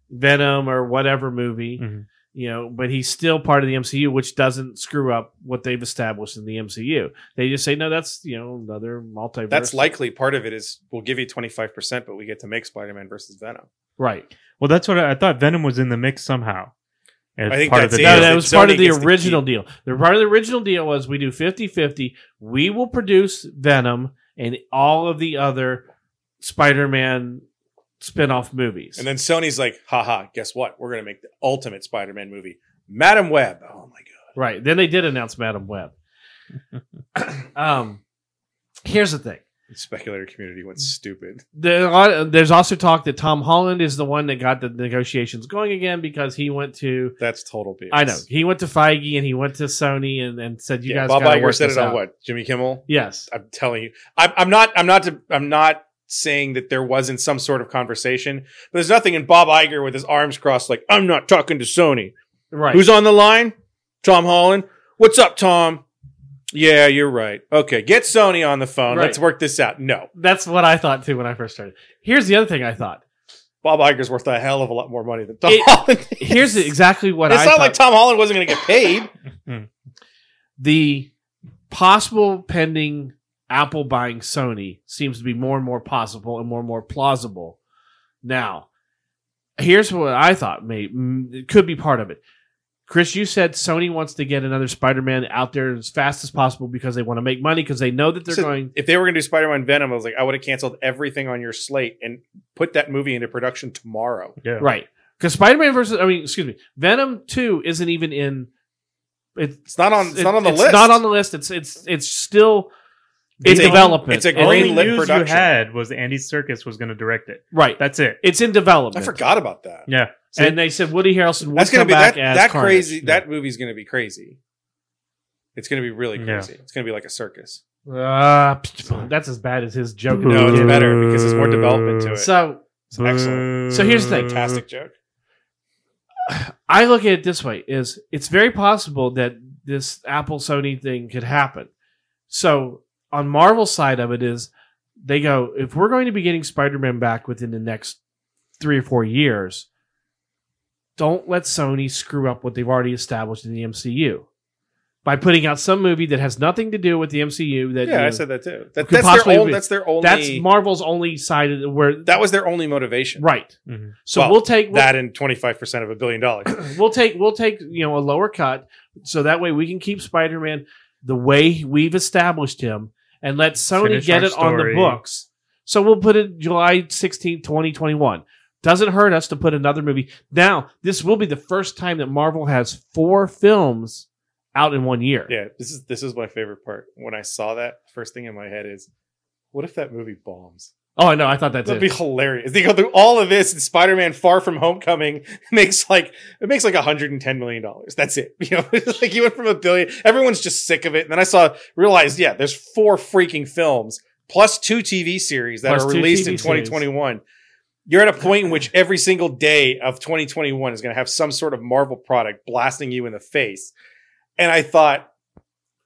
Speaker 6: Venom or whatever movie,
Speaker 7: Mhm.
Speaker 6: you know, but he's still part of the MCU, which doesn't screw up what they've established in the MCU. They just say, no, that's, you know, another multiverse.
Speaker 8: That's likely part of it is we'll give you 25%, but we get to make Spider Man versus
Speaker 6: [laughs]
Speaker 8: Venom.
Speaker 6: right.
Speaker 7: Well, that's what I, I thought. Venom was in the mix somehow. As
Speaker 8: I think that's
Speaker 6: No,
Speaker 8: it.
Speaker 7: deal.
Speaker 6: that
Speaker 8: is that
Speaker 6: was part
Speaker 8: Sony
Speaker 6: of the
Speaker 8: gets to
Speaker 6: original deal. The part of the original deal was we do 50-50. We will produce Venom and all of the other Spider-Man spin-off movies.
Speaker 8: And then Sony's like, haha, guess what? We're going to make the ultimate Spider Man movie. Madam Web. Oh my God.
Speaker 6: right. Then they did announce Madam
Speaker 8: [laughs]
Speaker 6: Web. um here's the thing.
Speaker 8: The speculator community went stupid.
Speaker 6: There are, there's also talk that Tom Holland is the one that got the negotiations going again because he went to
Speaker 8: That's total BS.
Speaker 6: I know he went to Feige and he went to Sony and, and said you
Speaker 8: yeah,
Speaker 6: guys
Speaker 8: Bob
Speaker 6: gotta
Speaker 8: Iger
Speaker 6: work
Speaker 8: said
Speaker 6: this
Speaker 8: it on
Speaker 6: out."
Speaker 8: what? Jimmy Kimmel?
Speaker 6: Yes,
Speaker 8: I'm telling you, I'm, I'm not, I'm not, to, I'm not saying that there wasn't some sort of conversation, but there's nothing in Bob Iger with his arms crossed, like I'm not talking to Sony.
Speaker 6: right.
Speaker 8: Who's on the line? Tom Holland. What's up, Tom? Yeah, you're right. Okay, get Sony on the phone.
Speaker 6: Right.
Speaker 8: Let's work this out. No,
Speaker 6: That's what I thought too when I first started. Here's the other thing I thought.
Speaker 8: Bob Iger's worth a hell of a lot more money than Tom
Speaker 6: It-
Speaker 8: Holland.
Speaker 6: Here's exactly what
Speaker 8: it's
Speaker 6: I
Speaker 8: not
Speaker 6: thought.
Speaker 8: like Tom Holland wasn't going to get paid.
Speaker 6: the possible pending Apple buying Sony seems to be more and more possible and more and more plausible. Now, here's what I thought may m- it could be part of it. Chris, you said Sony wants to get another Spider-Man out there as fast as possible because they want to make money because they know that they're
Speaker 8: So-
Speaker 6: going
Speaker 8: if they were going to do Spider-Man Venom, I was like, I would have canceled everything on your slate and put that movie into production tomorrow.
Speaker 7: Yeah.
Speaker 6: right because Spider-Man versus I mean, excuse me, Venom Two isn't even in. It's
Speaker 8: It's not on. It's not on the
Speaker 6: it's
Speaker 8: list.
Speaker 6: Not on the list. It's it's it's still
Speaker 7: It's
Speaker 6: in
Speaker 7: a-
Speaker 6: development.
Speaker 8: it's a
Speaker 7: The only
Speaker 8: greenlit
Speaker 7: news
Speaker 8: production.
Speaker 7: you had was Andy Circus was going to direct it.
Speaker 6: right.
Speaker 7: That's it.
Speaker 6: It's in development.
Speaker 8: I forgot about that.
Speaker 7: Yeah. So
Speaker 6: And they said Woody Harrelson would
Speaker 8: That's
Speaker 6: come
Speaker 8: gonna be
Speaker 6: back
Speaker 8: that,
Speaker 6: as
Speaker 8: that
Speaker 6: Carnage.
Speaker 8: crazy. That movie's gonna be crazy. It's gonna be really
Speaker 7: Yeah.
Speaker 8: crazy. It's gonna be like a circus.
Speaker 6: Uh, pfft, that's as bad as his joke.
Speaker 8: No, it's
Speaker 7: Boo.
Speaker 8: better because there's more development to it.
Speaker 6: So
Speaker 8: it's excellent.
Speaker 6: So here's the thing.
Speaker 8: Fantastic joke.
Speaker 6: I look at it this way: is it's very possible that this Apple Sony thing could happen. So on Marvel's side of it is they go, if we're going to be getting Spider Man back within the next three or four years, don't let Sony screw up what they've already established in the MCU by putting out some movie that has nothing to do with the MCU. That you
Speaker 9: yeah,
Speaker 6: know,
Speaker 9: I said that too. That,
Speaker 6: could
Speaker 9: that's
Speaker 6: possibly
Speaker 9: their own,
Speaker 6: be-
Speaker 9: That's their only.
Speaker 6: that's Marvel's only side of the, where
Speaker 9: that was their only motivation.
Speaker 6: right.
Speaker 7: Mhm.
Speaker 6: So
Speaker 9: Well,
Speaker 6: we'll take we'll,
Speaker 9: That and twenty five percent of a billion dollars.
Speaker 6: we'll take we'll take you know a lower cut so that way we can keep spider-man the way we've established him and let sony
Speaker 7: Finish
Speaker 6: get
Speaker 7: our
Speaker 6: it on the
Speaker 7: story.
Speaker 6: books so we'll put it july 16 2021 doesn't hurt us to put another movie now this will be the first time that marvel has four films out in one year
Speaker 9: Yeah, this is this is my favorite part. When I saw that, first thing in my head is, what if that movie bombs?
Speaker 6: oh i know i thought that
Speaker 9: That'd
Speaker 6: did
Speaker 9: be hilarious. They go through all of this, and Spider-Man: Far From Homecoming [laughs] makes like it makes like 110 million dollars. That's it. [laughs] You know, it's like you went from a billion. Everyone's just sick of it. And then I saw realized, yeah, there's four freaking films plus two TV series that
Speaker 6: Plus
Speaker 9: are
Speaker 6: two
Speaker 9: released in
Speaker 6: TV series.
Speaker 9: 2021. You're at a point in which every single day of 2021 is going to have some sort of Marvel product blasting you in the face. And I thought,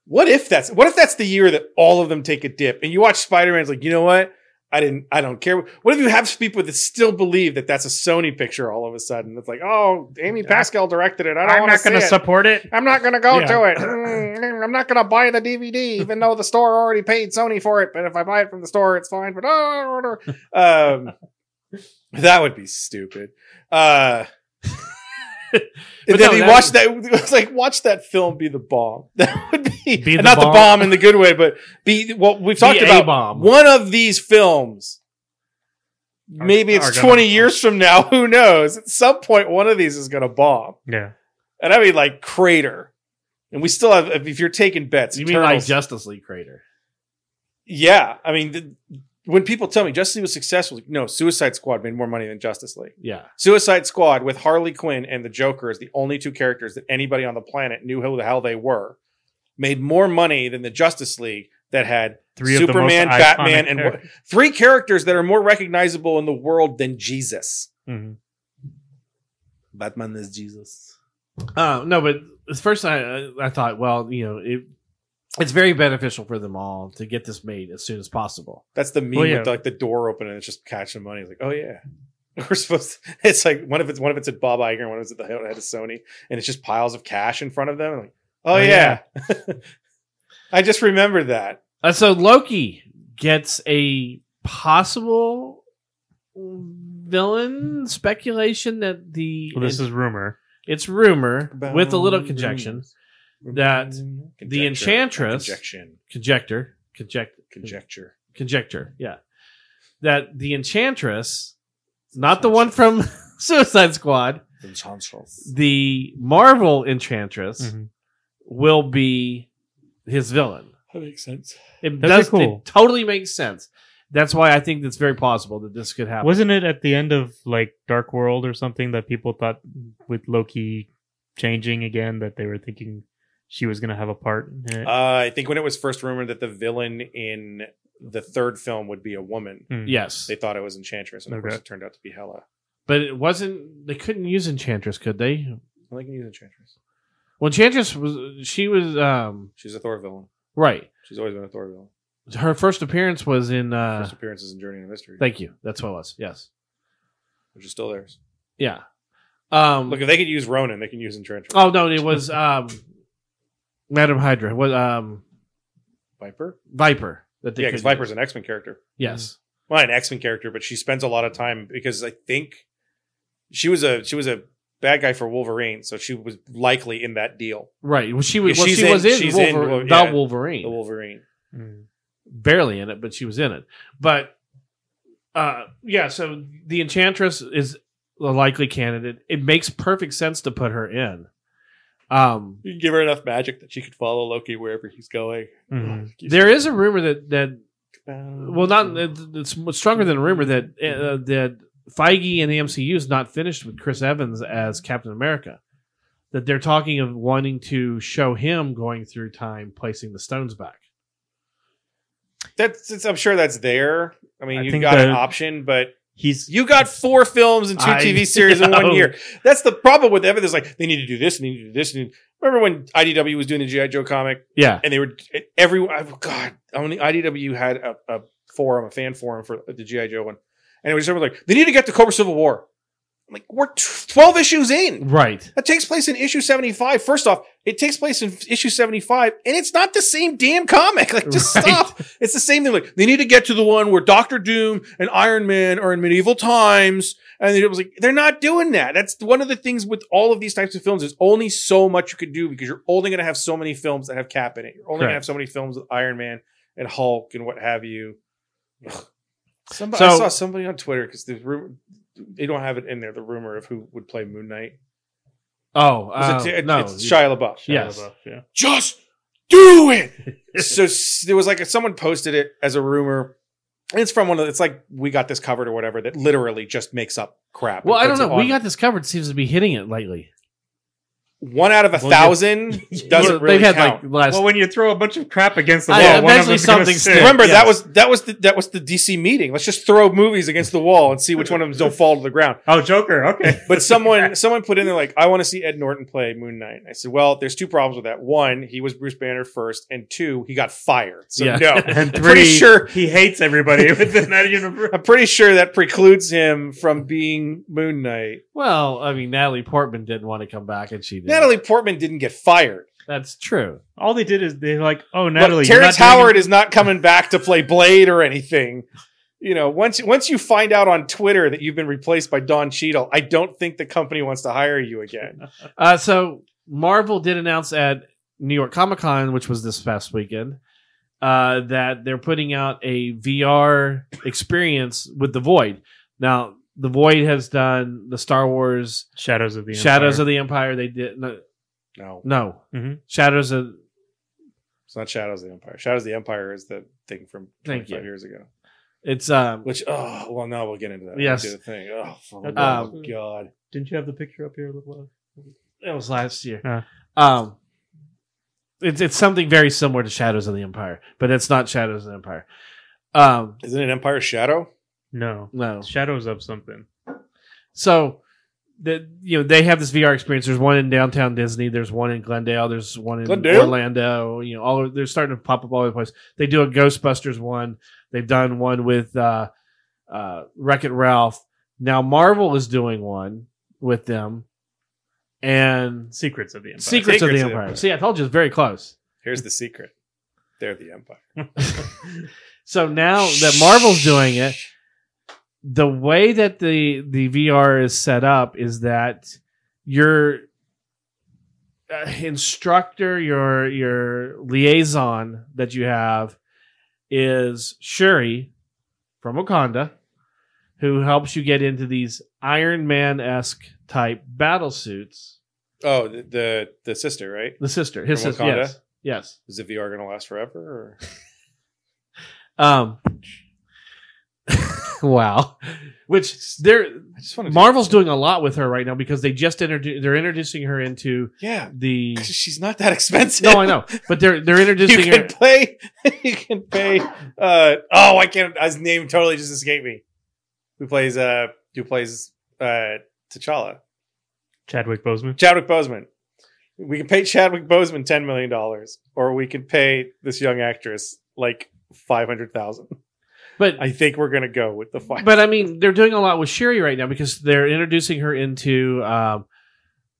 Speaker 9: what if that's what if that's the year that all of them take a dip and you watch Spider-Man's like, you know what? I didn't. I don't care. What if you have people that still believe that that's a Sony picture all of a sudden? It's like, oh, Amy Pascal directed it. I don't
Speaker 7: I'm
Speaker 9: want to
Speaker 7: not
Speaker 9: see
Speaker 7: going to
Speaker 9: it.
Speaker 7: support it.
Speaker 9: I'm not going to go
Speaker 6: Yeah.
Speaker 9: to it. Mm, I'm not going to buy the
Speaker 7: [laughs]
Speaker 9: DVD, even though the store already paid Sony for it. But if I buy it from the store, it's fine. But oh,
Speaker 7: [laughs]
Speaker 9: um, that would be stupid. Uh,
Speaker 6: But
Speaker 9: and then
Speaker 6: no,
Speaker 9: he
Speaker 6: that-
Speaker 9: watched that. [laughs] It was like watch that film be the bomb. [laughs] That would be,
Speaker 6: Be the
Speaker 9: not the
Speaker 6: bomb.
Speaker 9: bomb in the good way, but be what we've talked
Speaker 6: Be a
Speaker 9: about.
Speaker 6: bomb.
Speaker 9: One of these films.
Speaker 7: Are-
Speaker 9: Maybe it's
Speaker 7: are gonna
Speaker 9: 20 years from now. [laughs] Who knows? At some point, one of these is going to bomb.
Speaker 7: Yeah.
Speaker 9: And I mean, like, crater. And we still have, if you're taking bets,
Speaker 6: you mean like
Speaker 9: Eternals-
Speaker 6: justice league crater
Speaker 9: yeah. I mean, th- when people tell me Justice League was successful, like, no, Suicide Squad made more money than Justice League.
Speaker 6: yeah
Speaker 9: Suicide Squad with Harley Quinn and the Joker as the only two characters that anybody on the planet knew who the hell they were, made more money than the Justice League that had
Speaker 7: Three of the
Speaker 9: Superman,
Speaker 7: most
Speaker 9: Batman,
Speaker 7: iconic
Speaker 9: and
Speaker 7: characters.
Speaker 9: wha- three characters that are more recognizable in the world than Jesus.
Speaker 7: Mhm.
Speaker 9: Batman is Jesus.
Speaker 6: Uh, no, but at first I I thought, well, you know, it it's very beneficial for them all to get this made as soon as possible.
Speaker 9: That's the meme
Speaker 7: Well, yeah.
Speaker 9: with like the door open and it's just catching money. It's like, oh yeah. [laughs] We're supposed to, it's like one of it's one of it's at Bob Iger and one of it's at the head of Sony, and it's just piles of cash in front of them. And like, oh,
Speaker 6: Oh,
Speaker 9: yeah. I just remembered that.
Speaker 6: Uh, so Loki gets a possible villain speculation that the
Speaker 7: Well, this is rumor.
Speaker 6: it's rumor with a little conjecture
Speaker 9: mm-hmm.
Speaker 6: that
Speaker 9: Conjecture, not
Speaker 6: Enchantress-
Speaker 9: conjecture,
Speaker 6: conjecture conject
Speaker 9: conjecture.
Speaker 6: conjecture yeah that the enchantress not the one from [laughs] suicide squad
Speaker 9: Enchantress.
Speaker 6: the marvel enchantress
Speaker 9: Mm-hmm.
Speaker 7: Mhm.
Speaker 6: will be his villain.
Speaker 8: That makes sense.
Speaker 6: It
Speaker 7: That'd be
Speaker 6: does
Speaker 7: cool.
Speaker 6: it totally makes sense. That's why I think it's very possible that this could happen.
Speaker 7: Wasn't it at the end of like Dark World or something that people thought with Loki changing again that they were thinking she was going to have a part in it?
Speaker 9: Uh, I think when it was first rumored that the villain in the third film would be a woman,
Speaker 7: Hmm.
Speaker 6: yes,
Speaker 9: they thought it was Enchantress, and of course
Speaker 7: Okay.
Speaker 9: it turned out to be Hela.
Speaker 6: but it wasn't. They couldn't use Enchantress, could they?
Speaker 9: Well, they can use Enchantress.
Speaker 6: Well, Enchantress was she was um
Speaker 9: She's a Thor villain.
Speaker 6: right.
Speaker 9: She's always been a Thor villain.
Speaker 6: Her first appearance was in. uh
Speaker 9: First appearances in Journey into Mystery,
Speaker 6: Thank you. That's what it was. Yes.
Speaker 9: which is still theirs.
Speaker 6: Yeah. Um.
Speaker 9: Look, if they could use Ronan, they can use Enchantress.
Speaker 6: oh no, it was um, Madam Hydra. What um,
Speaker 9: Viper.
Speaker 6: Viper that they
Speaker 9: Yeah,
Speaker 6: could
Speaker 9: because
Speaker 6: use.
Speaker 9: Viper's an X Men character.
Speaker 6: Yes.
Speaker 9: well, an X Men character, but she spends a lot of time because I think she was a she was a bad guy for Wolverine, so she was likely in that deal.
Speaker 6: Right. Well, she was.
Speaker 9: Yeah,
Speaker 6: Well,
Speaker 9: she's
Speaker 6: she was
Speaker 9: in-
Speaker 6: in,
Speaker 9: she's in,
Speaker 6: Wolver-
Speaker 9: well,
Speaker 6: the
Speaker 9: yeah.
Speaker 6: Wolverine.
Speaker 9: The Wolverine.
Speaker 7: Mm.
Speaker 6: barely in it, but she was in it. But uh yeah, so the Enchantress is a likely candidate. It makes perfect sense to put her in. Um
Speaker 9: You can give her enough magic that she could follow Loki wherever he's going.
Speaker 7: Mhm.
Speaker 6: there is a rumor that that
Speaker 7: Mm-hmm.
Speaker 6: well not uh, it's stronger than a rumor that uh, that Feige and the MCU is not finished with Chris Evans as Captain America. That they're talking of wanting to show him going through time placing the stones back.
Speaker 9: That's it's, I'm sure that's there. I mean,
Speaker 7: I
Speaker 9: you
Speaker 7: think
Speaker 9: got an
Speaker 7: the-
Speaker 9: option, but
Speaker 7: He's
Speaker 9: you got four films and two
Speaker 6: I
Speaker 9: TV series in
Speaker 6: know.
Speaker 9: one year. That's the problem with everything. It's like they need to do this, and they need to do this. And remember when IDW was doing the GI Joe comic?
Speaker 6: Yeah.
Speaker 9: and they were every oh, God. Only IDW had a, a forum, a fan forum for the GI Joe one. And it was someone like, they need to get to Cobra Civil War. I'm like, we're t- twelve issues in.
Speaker 6: Right.
Speaker 9: That takes place in issue seventy five. First off, it takes place in issue seventy five, and it's not the same damn comic. Like, just
Speaker 6: Right.
Speaker 9: stop. It's the same thing. Like, they need to get to the one where Doctor Doom and Iron Man are in medieval times. And it was like, they're not doing that. That's one of the things with all of these types of films. There's only so much you can do because you're only going to have so many films that have Cap in it. You're only
Speaker 6: Correct.
Speaker 9: going to have so many films with Iron Man and Hulk and what have you. Ugh. Somebody, I
Speaker 6: So-
Speaker 9: saw somebody on Twitter because the rumor, they don't have it in there. The rumor of who would play Moon Knight.
Speaker 6: Oh, uh,
Speaker 9: Was it-
Speaker 6: no.
Speaker 9: it's Shia LaBeouf
Speaker 6: yes.
Speaker 7: yeah.
Speaker 9: just do it. so s- there was like someone posted it as a rumor. And It's from one of the, it's like we got this covered or whatever that literally just makes up crap. and
Speaker 6: Well, I don't
Speaker 9: puts it
Speaker 6: know. We
Speaker 9: on.
Speaker 6: got this covered. Seems to be hitting it lately.
Speaker 9: one out of a
Speaker 7: Well, [laughs] yeah.
Speaker 9: thousand doesn't
Speaker 6: Well,
Speaker 9: really
Speaker 6: they've had
Speaker 9: count.
Speaker 6: like last.
Speaker 7: Well, when you throw a bunch of crap against the
Speaker 6: I-
Speaker 7: wall, one of
Speaker 6: eventually
Speaker 7: them's gonna
Speaker 6: something
Speaker 7: stick.
Speaker 6: sticks.
Speaker 9: Remember
Speaker 6: yes.
Speaker 9: that was that was the, that was the DC meeting. Let's just throw movies against the wall and see which one of them don't fall to the ground.
Speaker 7: [laughs] Oh, Joker. Okay.
Speaker 6: [laughs]
Speaker 9: But someone someone put in there like, I want to see Ed Norton play Moon Knight. I said, well, there's two problems with that. One, he was Bruce Banner first, and two, he got fired. So
Speaker 6: Yeah. [laughs]
Speaker 9: no,
Speaker 7: and
Speaker 9: I'm [laughs]
Speaker 7: three,
Speaker 9: pretty sure-
Speaker 7: he hates [laughs] everybody within that universe.
Speaker 9: I'm pretty sure that precludes him from being Moon Knight.
Speaker 6: well, I mean, Natalie Portman didn't want to come back, and she did.
Speaker 9: Natalie Portman didn't get fired.
Speaker 6: that's true.
Speaker 7: All they did is they're like, "Oh,
Speaker 9: Look,
Speaker 7: Natalie, you're
Speaker 9: Terrence
Speaker 7: not doing
Speaker 9: Howard is not coming back to play Blade or anything. You know, once once you find out on Twitter that you've been replaced by Don Cheadle, I don't think the company wants to hire you again.
Speaker 6: [laughs] Uh, so Marvel did announce at New York Comic Con, which was this past weekend, uh, that they're putting out a VR experience with the Void. Now, the Void has done the Star Wars
Speaker 7: Shadows of the Empire.
Speaker 6: Shadows of the Empire. They did no,
Speaker 9: No,
Speaker 6: no.
Speaker 9: Mm-hmm.
Speaker 7: Mhm.
Speaker 6: Shadows of
Speaker 9: it's not Shadows of the Empire. Shadows of the Empire is the thing from
Speaker 6: Thank
Speaker 9: 25
Speaker 6: you.
Speaker 9: years ago.
Speaker 6: it's um
Speaker 9: Which oh well, now we'll get into that.
Speaker 6: Yes. Uh,
Speaker 9: We'll do the thing. Oh, for the
Speaker 7: Um,
Speaker 9: love of God.
Speaker 7: Didn't you have the picture up here? LeBlanc?
Speaker 6: That was last year.
Speaker 7: Yeah.
Speaker 6: Um, it's it's something very similar to Shadows of the Empire, but it's not Shadows of the Empire. Um,
Speaker 9: Isn't it Empire Shadow?
Speaker 7: No,
Speaker 6: no.
Speaker 7: Shadows of something.
Speaker 6: So the you know they have this VR experience. There's one in downtown Disney. There's one in Glendale. There's one in
Speaker 9: Glendale?
Speaker 6: Orlando. You know, all over- they're starting to pop up all over the place. They do a Ghostbusters one. They've done one with uh, uh, Wreck It Ralph. Now Marvel is doing one with them, and
Speaker 7: Secrets of the Empire.
Speaker 6: Secrets, of
Speaker 9: Secrets
Speaker 6: the Empire. See, I told you it's very close.
Speaker 9: Here's the secret. They're the Empire.
Speaker 6: So now that Marvel's doing it, the way that the the VR is set up is that your uh, instructor, your your liaison that you have is Shuri from Wakanda, who helps you get into these Iron Man esque type battle suits.
Speaker 9: Oh, the the, the sister, right?
Speaker 6: The sister, his
Speaker 9: From
Speaker 6: sister,
Speaker 9: Wakanda?
Speaker 6: yes, yes.
Speaker 9: Is the VR going to last forever? Or?
Speaker 6: Um, [laughs] wow, which they're
Speaker 9: I just want
Speaker 6: Marvel's doing a lot with her right now because they just introduced they're introducing her into
Speaker 9: Yeah,
Speaker 6: the [laughs]
Speaker 9: 'cause she's not that [laughs] expensive.
Speaker 6: no I know but they're they're
Speaker 9: You
Speaker 6: introducing her
Speaker 9: can pay. [laughs] You can pay. Uh, oh, I can't. His name totally just escaped me. Who plays? Uh, who plays? Uh, T'Challa.
Speaker 7: Chadwick Boseman.
Speaker 9: Chadwick Boseman. We can pay Chadwick Boseman ten million dollars, or we can pay this young actress like five hundred thousand.
Speaker 6: but
Speaker 9: I think we're gonna go with the five.
Speaker 6: but I mean they're doing a lot with Sherry right now because they're introducing her into um,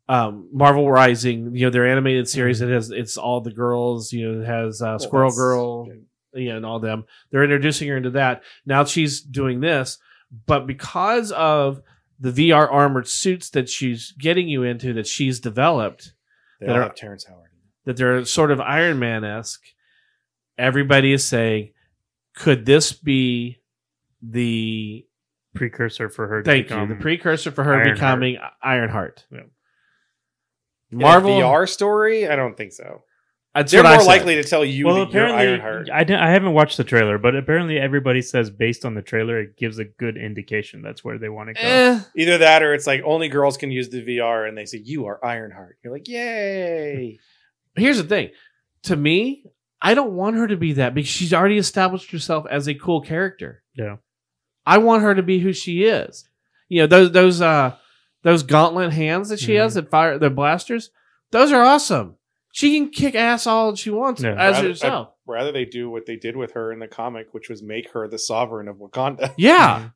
Speaker 6: um, Marvel Rising you know their animated series that has it's all the girls you know it has uh, Squirrel Girl you know, and all them. They're introducing her into that. Now she's doing this, but because of the VR armored suits that she's getting you into that she's developed,
Speaker 9: They
Speaker 6: that
Speaker 9: all
Speaker 6: are-
Speaker 9: have Terrence Howard.
Speaker 6: that they're sort of Iron Man esque, everybody is saying, could this be the
Speaker 7: Precursor for her.
Speaker 6: thank
Speaker 7: to
Speaker 6: you,
Speaker 7: become,
Speaker 6: the precursor for her
Speaker 7: Ironheart.
Speaker 6: becoming I- Ironheart?
Speaker 7: Yeah.
Speaker 9: In a
Speaker 6: Marvel,
Speaker 9: VR story? I don't think so.
Speaker 6: that's
Speaker 9: They're
Speaker 6: what I
Speaker 9: more
Speaker 6: said.
Speaker 9: likely to tell you
Speaker 7: well,
Speaker 9: that you're
Speaker 7: apparently,
Speaker 9: Ironheart.
Speaker 7: I, didn't, I haven't watched the trailer, but apparently everybody says based on the trailer, it gives a good indication that's where they want to go.
Speaker 6: Eh,
Speaker 9: Either that or it's like only girls can use the VR and they say, You are Ironheart. You're
Speaker 7: [laughs]
Speaker 9: like, Yay.
Speaker 6: here's the thing to me i don't want her to be that because she's already established herself as a cool character
Speaker 7: Yeah.
Speaker 6: i want her to be who she is you know those those
Speaker 7: Mm-hmm.
Speaker 6: uh those gauntlet hands that she has that fire the blasters those are awesome She can kick ass all she wants
Speaker 7: Yeah.
Speaker 6: as
Speaker 9: Rather-
Speaker 6: herself.
Speaker 9: Rather they do what they did with her in the comic, which was make her the sovereign of Wakanda. [laughs]
Speaker 7: Mm-hmm.
Speaker 6: yeah.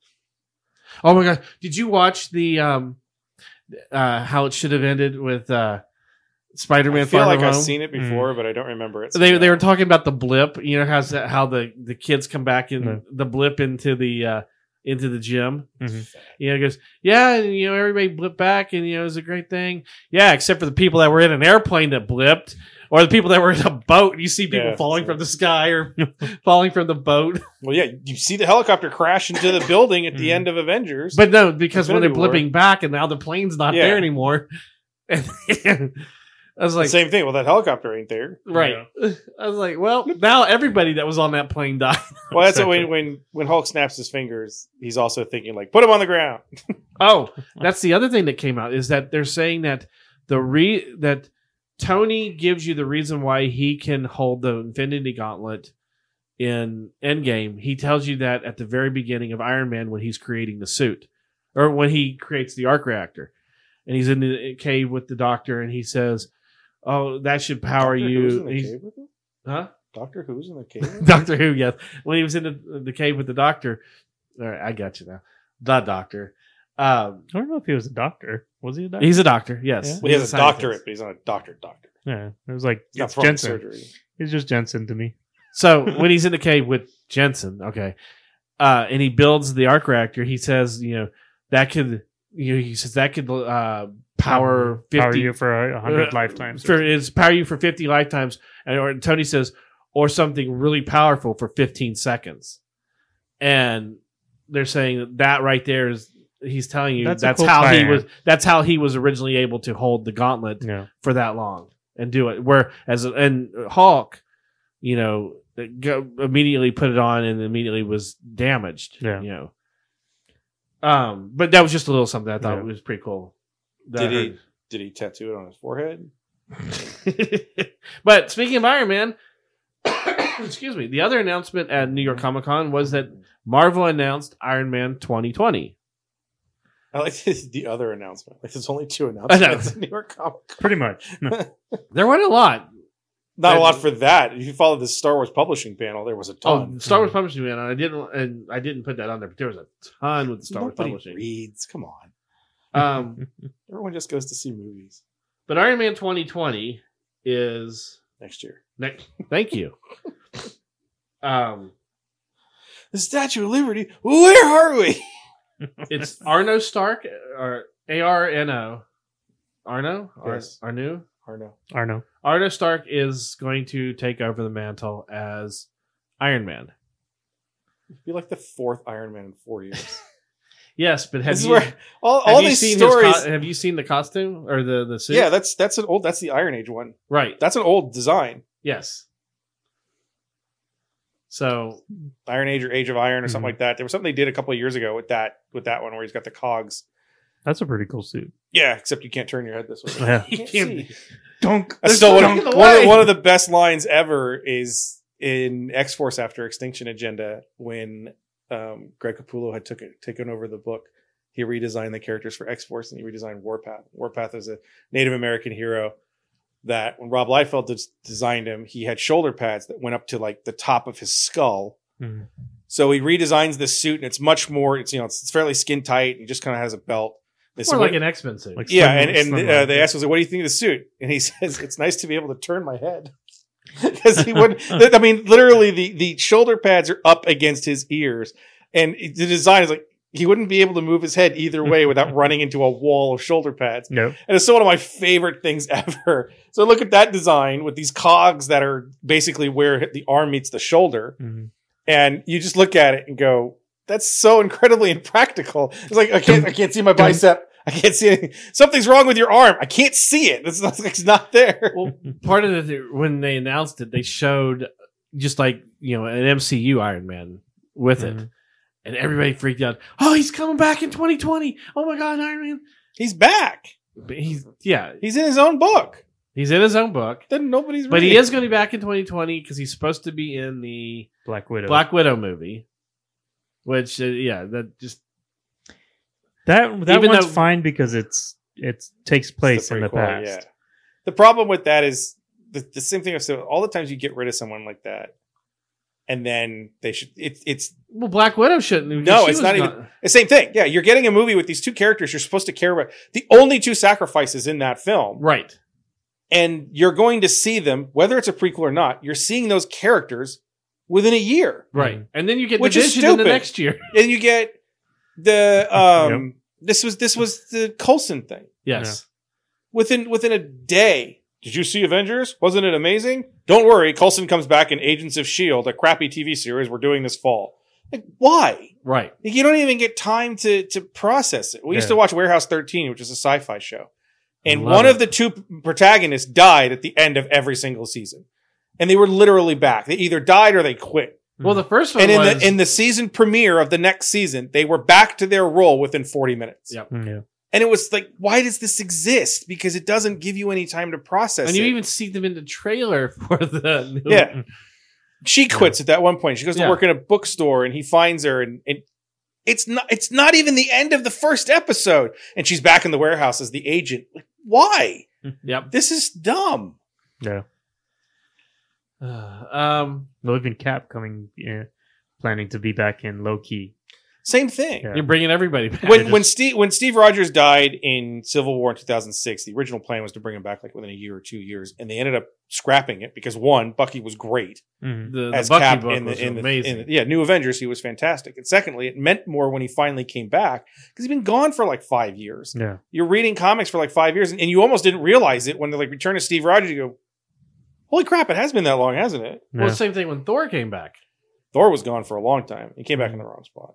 Speaker 6: Oh my gosh! Did you watch the um, uh, how it should have ended with uh, Spider-Man?
Speaker 9: I feel
Speaker 6: Far
Speaker 9: like
Speaker 6: From
Speaker 9: I've
Speaker 6: Home?
Speaker 9: seen it before, but I don't remember it. so
Speaker 6: Mm. they
Speaker 9: yeah.
Speaker 6: they were talking about the blip. You know how how the the kids come back in
Speaker 7: Yeah.
Speaker 9: Mm-hmm.
Speaker 6: the blip into the uh into the gym.
Speaker 7: Mhm.
Speaker 6: You know, it goes yeah, and you know everybody blipped back, and you know it was a great thing. Yeah, except for the people that were in an airplane that blipped, or the people that were in a boat. You see people
Speaker 9: Yeah.
Speaker 6: falling from the sky or [laughs] falling from the boat.
Speaker 9: Well, yeah, you see the helicopter crash into the building at the
Speaker 7: Mhm.
Speaker 9: end of Avengers.
Speaker 6: Mm. But no, because when they're
Speaker 9: Infinity War.
Speaker 6: blipping back, and now the plane's not
Speaker 9: Yeah.
Speaker 6: there anymore. [laughs] And I was
Speaker 9: the
Speaker 6: like,
Speaker 9: same thing. Well, that helicopter ain't there.
Speaker 6: right. [laughs] I was like, well, now everybody that was on that plane died.
Speaker 9: Well, that's what
Speaker 7: Exactly.
Speaker 9: when, when when Hulk snaps his fingers, he's also thinking like, put him on the ground.
Speaker 6: Oh, that's the other thing that came out is that they're saying that the re that Tony gives you the reason why he can hold the Infinity Gauntlet in Endgame. He tells you that at the very beginning of Iron Man when he's creating the suit or when he creates the arc reactor. And he's in the cave with the doctor and he says, "Oh, that should power
Speaker 9: Doctor Who's
Speaker 6: you."
Speaker 9: in the
Speaker 6: He's-
Speaker 9: cave with him?
Speaker 6: huh?
Speaker 9: Doctor Who's in the cave? with
Speaker 6: [laughs]
Speaker 9: him?
Speaker 6: Doctor Who, yes. When he was in the, the cave with the doctor. All right, I got you now. The doctor. Um,
Speaker 7: I don't know if he was a doctor. Was he a doctor?
Speaker 6: He's a doctor. Yes,
Speaker 7: Yeah.
Speaker 9: well, he has a
Speaker 6: scientist.
Speaker 9: doctorate, but he's not a doctor. Doctor.
Speaker 7: yeah. It was like
Speaker 9: He's not
Speaker 7: it's
Speaker 9: from
Speaker 7: Jensen.
Speaker 9: surgery.
Speaker 7: It's just Jensen to me.
Speaker 6: So when he's in the cave with Jensen, okay, uh, and he builds the arc reactor, he says, you know, that could, you know, he says that could uh, power fifty
Speaker 7: Power you for a hundred
Speaker 6: uh,
Speaker 7: lifetimes.
Speaker 6: for it's power you for fifty lifetimes, and or Tony says, or something really powerful for fifteen seconds, and they're saying that, that right there is he's telling you that's,
Speaker 7: That's a cool
Speaker 6: how he
Speaker 7: plan.
Speaker 6: was that's how he was originally able to hold the gauntlet
Speaker 7: [laughs] yeah.
Speaker 6: for that long and do it. Where as and Hawk, you know, go, immediately put it on and immediately was damaged.
Speaker 7: Yeah.
Speaker 6: You know. Um, but that was just a little something I thought
Speaker 7: Yeah.
Speaker 6: was pretty cool.
Speaker 9: Did he did he tattoo it on his forehead? [laughs]
Speaker 6: he? [laughs] but speaking of Iron Man, [coughs] excuse me. The other announcement at New York Comic Con was that Marvel announced Iron Man 2020.
Speaker 9: I like this, the other announcement. Like there's
Speaker 6: [laughs]
Speaker 9: only two
Speaker 6: know.
Speaker 9: announcements in New York Comic. Con.
Speaker 7: Pretty much. No.
Speaker 6: There weren't a lot.
Speaker 9: Not
Speaker 6: That-
Speaker 9: a lot for that. If you follow the Star Wars publishing panel, there was a
Speaker 6: Oh,
Speaker 9: ton.
Speaker 6: Star Wars Publishing, man. And I didn't, and I didn't put that on there, but there was a ton with the Star Wars
Speaker 9: Nobody
Speaker 6: Publishing.
Speaker 9: reads. Come on,
Speaker 6: Um,
Speaker 9: [laughs] everyone just goes to see movies
Speaker 6: But Iron Man 2020 is
Speaker 9: next year.
Speaker 6: next. Thank you. um,
Speaker 9: The Statue of Liberty. Where are we? [laughs]
Speaker 6: it's Arno Stark or A R N O. Arno? Ar-
Speaker 9: Yes.
Speaker 6: Arno?
Speaker 9: Or no?
Speaker 7: Arno.
Speaker 6: Arno Stark is going to take over the mantle as Iron Man.
Speaker 9: Be like the fourth Iron Man in four years.
Speaker 6: Yes, but have
Speaker 9: this is
Speaker 6: you,
Speaker 9: where all,
Speaker 6: have
Speaker 9: all
Speaker 6: you
Speaker 9: these
Speaker 6: seen his
Speaker 9: stories.
Speaker 6: co- have you seen the costume or the the suit?
Speaker 9: yeah, that's that's an old. That's the Iron Age one.
Speaker 6: right.
Speaker 9: That's an old design.
Speaker 6: Yes. So
Speaker 9: Iron Age or Age of Iron or something
Speaker 6: Mm-hmm.
Speaker 7: Mhm.
Speaker 9: like that. There was something they did a couple of years ago with that with that one where he's got the cogs.
Speaker 7: That's a pretty cool suit.
Speaker 9: Yeah, except you can't turn your head this
Speaker 6: [laughs]
Speaker 9: way.
Speaker 7: Yeah.
Speaker 9: [laughs] You can't see.
Speaker 7: Dunk.
Speaker 9: That's still one,
Speaker 6: something in
Speaker 9: of,
Speaker 6: the
Speaker 9: one of-
Speaker 6: way.
Speaker 9: one of the best lines ever is in X Force After Extinction Agenda when um, Greg Capullo had took it, taken over the book. He redesigned the characters for X Force and he redesigned Warpath. Warpath is a Native American hero that when Rob Liefeld des- designed him, he had shoulder pads that went up to like the top of his skull.
Speaker 7: Mhm.
Speaker 9: So he redesigns this suit and it's much more. It's you know it's, it's fairly skin tight and just kind of has a belt. This
Speaker 6: more like an X Men
Speaker 7: [laughs]
Speaker 6: suit.
Speaker 7: Like
Speaker 9: yeah,
Speaker 7: slim-
Speaker 9: and, and
Speaker 7: slim
Speaker 9: uh,
Speaker 7: line.
Speaker 9: they asked him, "What do you think of the suit?" And he [laughs] says, "It's nice to be able to turn my head." [laughs] Because he
Speaker 6: [laughs]
Speaker 9: would, th- I mean, literally the the shoulder pads are up against his ears, and it- the design is like he wouldn't be able to move his head either
Speaker 6: [laughs]
Speaker 9: way without running into a wall of shoulder pads.
Speaker 7: No.
Speaker 9: And it's still one of my favorite things [laughs] ever. So look at that design with these cogs that are basically where the arm meets the shoulder,
Speaker 7: Mhm.
Speaker 9: and you just look at it and go, "That's so incredibly [laughs] impractical." It's like I can't, I can't see my bicep. I can't see anything. Something's wrong with your arm. I can't see it. It's not, [laughs] it's not there.
Speaker 6: well, part of the when they announced it, they showed just like you know an MCU Iron Man with
Speaker 9: Mm-hmm.
Speaker 6: it,
Speaker 7: Mhm.
Speaker 6: and everybody freaked out. Oh, he's coming back in 2020. Oh my God, Iron Man!
Speaker 9: He's back.
Speaker 6: But he's yeah,
Speaker 9: He's in his own book.
Speaker 6: he's in his own book,
Speaker 9: Then nobody's.
Speaker 6: but he
Speaker 9: reading.
Speaker 6: is going to be back in 2020 because he's supposed to be in the
Speaker 7: Black Widow.
Speaker 6: Black Widow movie. Which uh, yeah, that just
Speaker 7: That that
Speaker 6: Even
Speaker 7: one's
Speaker 6: though-
Speaker 7: fine because it's it takes place
Speaker 9: It's the
Speaker 7: in the
Speaker 9: prequel,
Speaker 7: past.
Speaker 9: The problem with that is the, the same thing I've said all the times you get rid of someone like that, and then they should. It's it's
Speaker 6: Well, Black Widow shouldn't.
Speaker 9: No,
Speaker 6: she
Speaker 9: it's
Speaker 6: was
Speaker 9: not even- the same thing. Yeah, you're getting a movie with these two characters you're supposed to care about. The only two sacrifices in that film,
Speaker 6: right.
Speaker 9: and you're going to see them whether it's a prequel or not. You're seeing those characters within a year,
Speaker 6: Right, and then you get
Speaker 9: Which
Speaker 6: Which
Speaker 9: is
Speaker 6: division in the
Speaker 9: stupid.
Speaker 6: next year. [laughs]
Speaker 9: and you get the um. This was this was the Colson thing.
Speaker 6: Yes,
Speaker 9: within within a day. Did you see Avengers? Wasn't it amazing? Don't worry, Coulson comes back in Agents of Shield, E a crappy TV series we're doing this fall. Like why?
Speaker 6: right.
Speaker 9: Like, you don't even get time to to process it. We used
Speaker 7: Yeah.
Speaker 9: to watch Warehouse 13, which is a sci-fi show, and
Speaker 6: Love
Speaker 9: one
Speaker 6: it.
Speaker 9: of the two protagonists died at the end of every single season, and they were literally back. They either died or they quit.
Speaker 6: Well, the first one
Speaker 9: And in
Speaker 6: was
Speaker 9: the in the season premiere of the next season, they were back to their role within 40 minutes.
Speaker 6: Yeah.
Speaker 7: Mm, Yeah.
Speaker 9: And it was like, why does this exist? Because it doesn't give you any time to process.
Speaker 6: and you
Speaker 9: it.
Speaker 6: even see them in the trailer [laughs] for the new
Speaker 9: yeah, she quits at that one point. She goes to
Speaker 6: Yeah.
Speaker 9: work in a bookstore, and he finds her, and, and it's not it's not even the end of the first episode, and she's back in the warehouse as the agent. Like,
Speaker 7: [laughs]
Speaker 9: why?
Speaker 6: Yep.
Speaker 9: This is dumb.
Speaker 6: Uh, [sighs] um,
Speaker 7: Well, even Cap coming, yeah, planning to be back in low key.
Speaker 9: Same thing.
Speaker 7: Yeah.
Speaker 6: you're bringing everybody back.
Speaker 9: When when Steve when Steve Rogers died in Civil War in 2006, the original plan was to bring him back like within a year or two years, and they ended up scrapping it because one, Bucky was great.
Speaker 7: Mm-hmm.
Speaker 6: the, the
Speaker 9: as
Speaker 6: Bucky
Speaker 9: Cap
Speaker 6: book
Speaker 9: in the,
Speaker 6: was
Speaker 9: in the,
Speaker 6: amazing.
Speaker 9: in the- yeah New Avengers. He was fantastic, and secondly, it meant more when he finally came back because he'd been gone for like five years.
Speaker 7: Yeah.
Speaker 9: You're reading comics for like five years, and, and you almost didn't realize it when they like Return of Steve Rogers. You go, holy crap! It has been that long, hasn't it?
Speaker 6: well, same thing when Thor came back.
Speaker 9: Thor was gone for a long time. He came back in the wrong spot.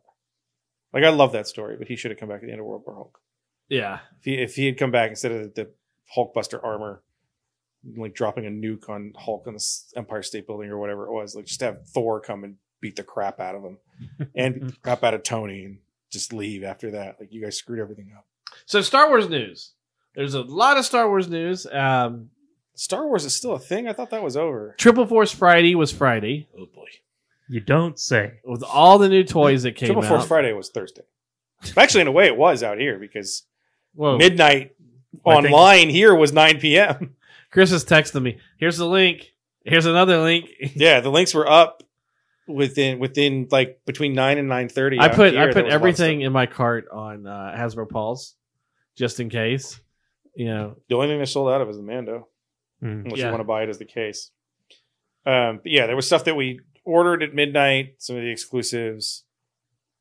Speaker 9: Like I love that story, but he should have come back at the end of World War Hulk.
Speaker 6: Yeah,
Speaker 9: If he if he had come back instead of the, the Hulkbuster armor. Like dropping a nuke on Hulk on the S- Empire State Building or whatever it was, like just have Thor come and beat the crap out of him
Speaker 6: [laughs]
Speaker 9: and beat the crap out of Tony and just leave after that. Like you guys screwed everything up.
Speaker 6: So Star Wars news. There's a lot of Star Wars news. Um,
Speaker 9: Star Wars is still a thing. I thought that was over.
Speaker 6: Triple Force Friday was Friday
Speaker 9: Oh boy,
Speaker 7: You don't say.
Speaker 6: with all the new toys that came
Speaker 9: Triple
Speaker 6: out.
Speaker 9: Force Friday was Thursday. Actually, in a way, it was out here because
Speaker 6: Whoa.
Speaker 9: midnight
Speaker 7: I think-
Speaker 9: online here was 9 p.m.
Speaker 6: Chris is texting me. Here's the link. Here's another link.
Speaker 9: [laughs]
Speaker 6: [laughs]
Speaker 9: yeah, the links were up within within like between nine and nine thirty.
Speaker 6: I put I put everything in my cart on uh, Hasbro Paul's, just in case. You
Speaker 9: [laughs]
Speaker 6: know,
Speaker 9: The only thing they sold out of is the Mando,
Speaker 7: Mm.
Speaker 9: unless you
Speaker 6: Yeah.
Speaker 9: want to buy it as the case. Um, but yeah, there was stuff that we ordered at midnight. Some of the exclusives.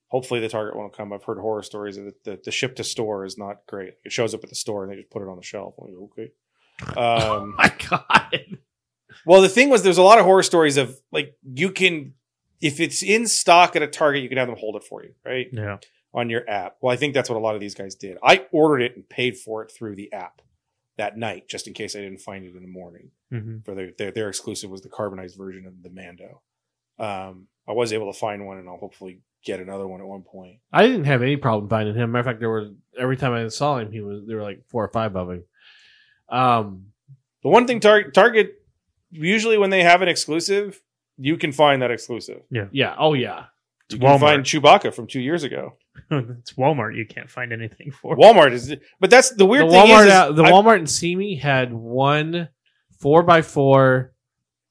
Speaker 9: Hopefully, the Target won't come. I've heard horror stories that the, the ship to store is not great. It shows up at the store and they just put it on the shelf. I'm like, okay.
Speaker 6: [laughs]
Speaker 9: Um,
Speaker 6: my God,
Speaker 9: well, the thing was, there's a lot of horror stories of like you can, if it's in stock at a Target, you can have them hold it for you, right?
Speaker 7: Yeah.
Speaker 9: on your app. Well, I think that's what a lot of these guys did. I ordered it and paid for it through the app that night, just in case I didn't find it in the morning.
Speaker 7: Mhm.
Speaker 9: For their their, their exclusive was the carbonized version of the Mando. Um, I was able to find one, and I'll hopefully get another one at one point.
Speaker 6: I didn't have any problem finding him. Matter of fact, there were every time I saw him, he was there were like four or five of him. Um,
Speaker 9: The one thing Tar- Target usually when they have an exclusive, you can find that exclusive.
Speaker 6: yeah, oh yeah,
Speaker 9: You
Speaker 7: Walmart.
Speaker 9: can find Chewbacca from two years ago.
Speaker 7: [laughs] it's Walmart. You can't find anything for.
Speaker 9: Walmart is, but that's the weird
Speaker 6: the
Speaker 9: thing
Speaker 6: Walmart,
Speaker 9: is, is
Speaker 6: out, the
Speaker 9: I-
Speaker 6: Walmart and Simi had one four by four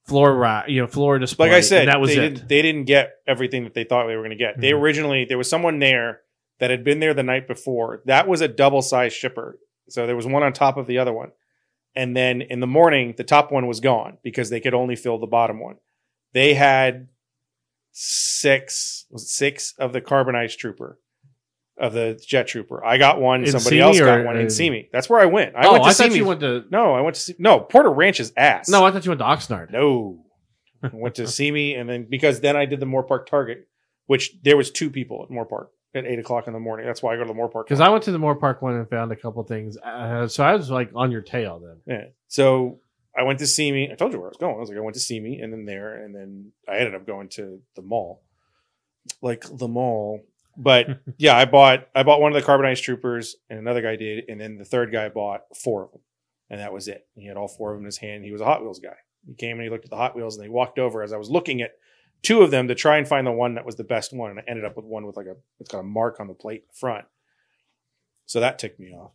Speaker 6: floor rack, you know, floor display.
Speaker 9: like I said,
Speaker 6: and that was
Speaker 9: they,
Speaker 6: it. Mm-hmm.
Speaker 9: Didn't, they didn't get everything that they thought they were going to get. They
Speaker 7: Mhm.
Speaker 9: originally there was someone there that had been there the night before. That was a double size shipper, so there was one on top of the other one. And then in the morning, the top one was gone because they could only fill the bottom one. They had six was it six of the carbonized trooper of the jet trooper. I got one.
Speaker 6: In
Speaker 9: somebody
Speaker 6: Simi
Speaker 9: else got
Speaker 6: or-
Speaker 9: one
Speaker 6: or-
Speaker 9: in Simi. That's where I went. I
Speaker 6: oh,
Speaker 9: went to
Speaker 6: I thought
Speaker 9: Simi.
Speaker 6: you went to
Speaker 9: no, I went to see, no Porter Ranch's ass.
Speaker 6: no, I thought you went to Oxnard.
Speaker 9: No. I went to see me and then because then I did the Moore Park Target, which there was two people at Moore Park at eight o'clock in the morning. That's why I go to the Moore Park.
Speaker 6: Because I went to the Moore Park one and found a couple things, uh, so I was like on your tail then.
Speaker 9: yeah. So I went to see me. I told you where I was going. I was like, I went to see me and then there, and then I ended up going to the mall. Like the mall. But yeah, I bought I bought one of the carbonized troopers and another guy did, and then the third guy bought four of them. And that was it. He had all four of them in his hand. He was a Hot Wheels guy. He came and he looked at the Hot Wheels and they walked over as I was looking at two of them to try and find the one that was the best one. And I ended up with one with like a it's got a mark on the plate in the front. So that ticked me off.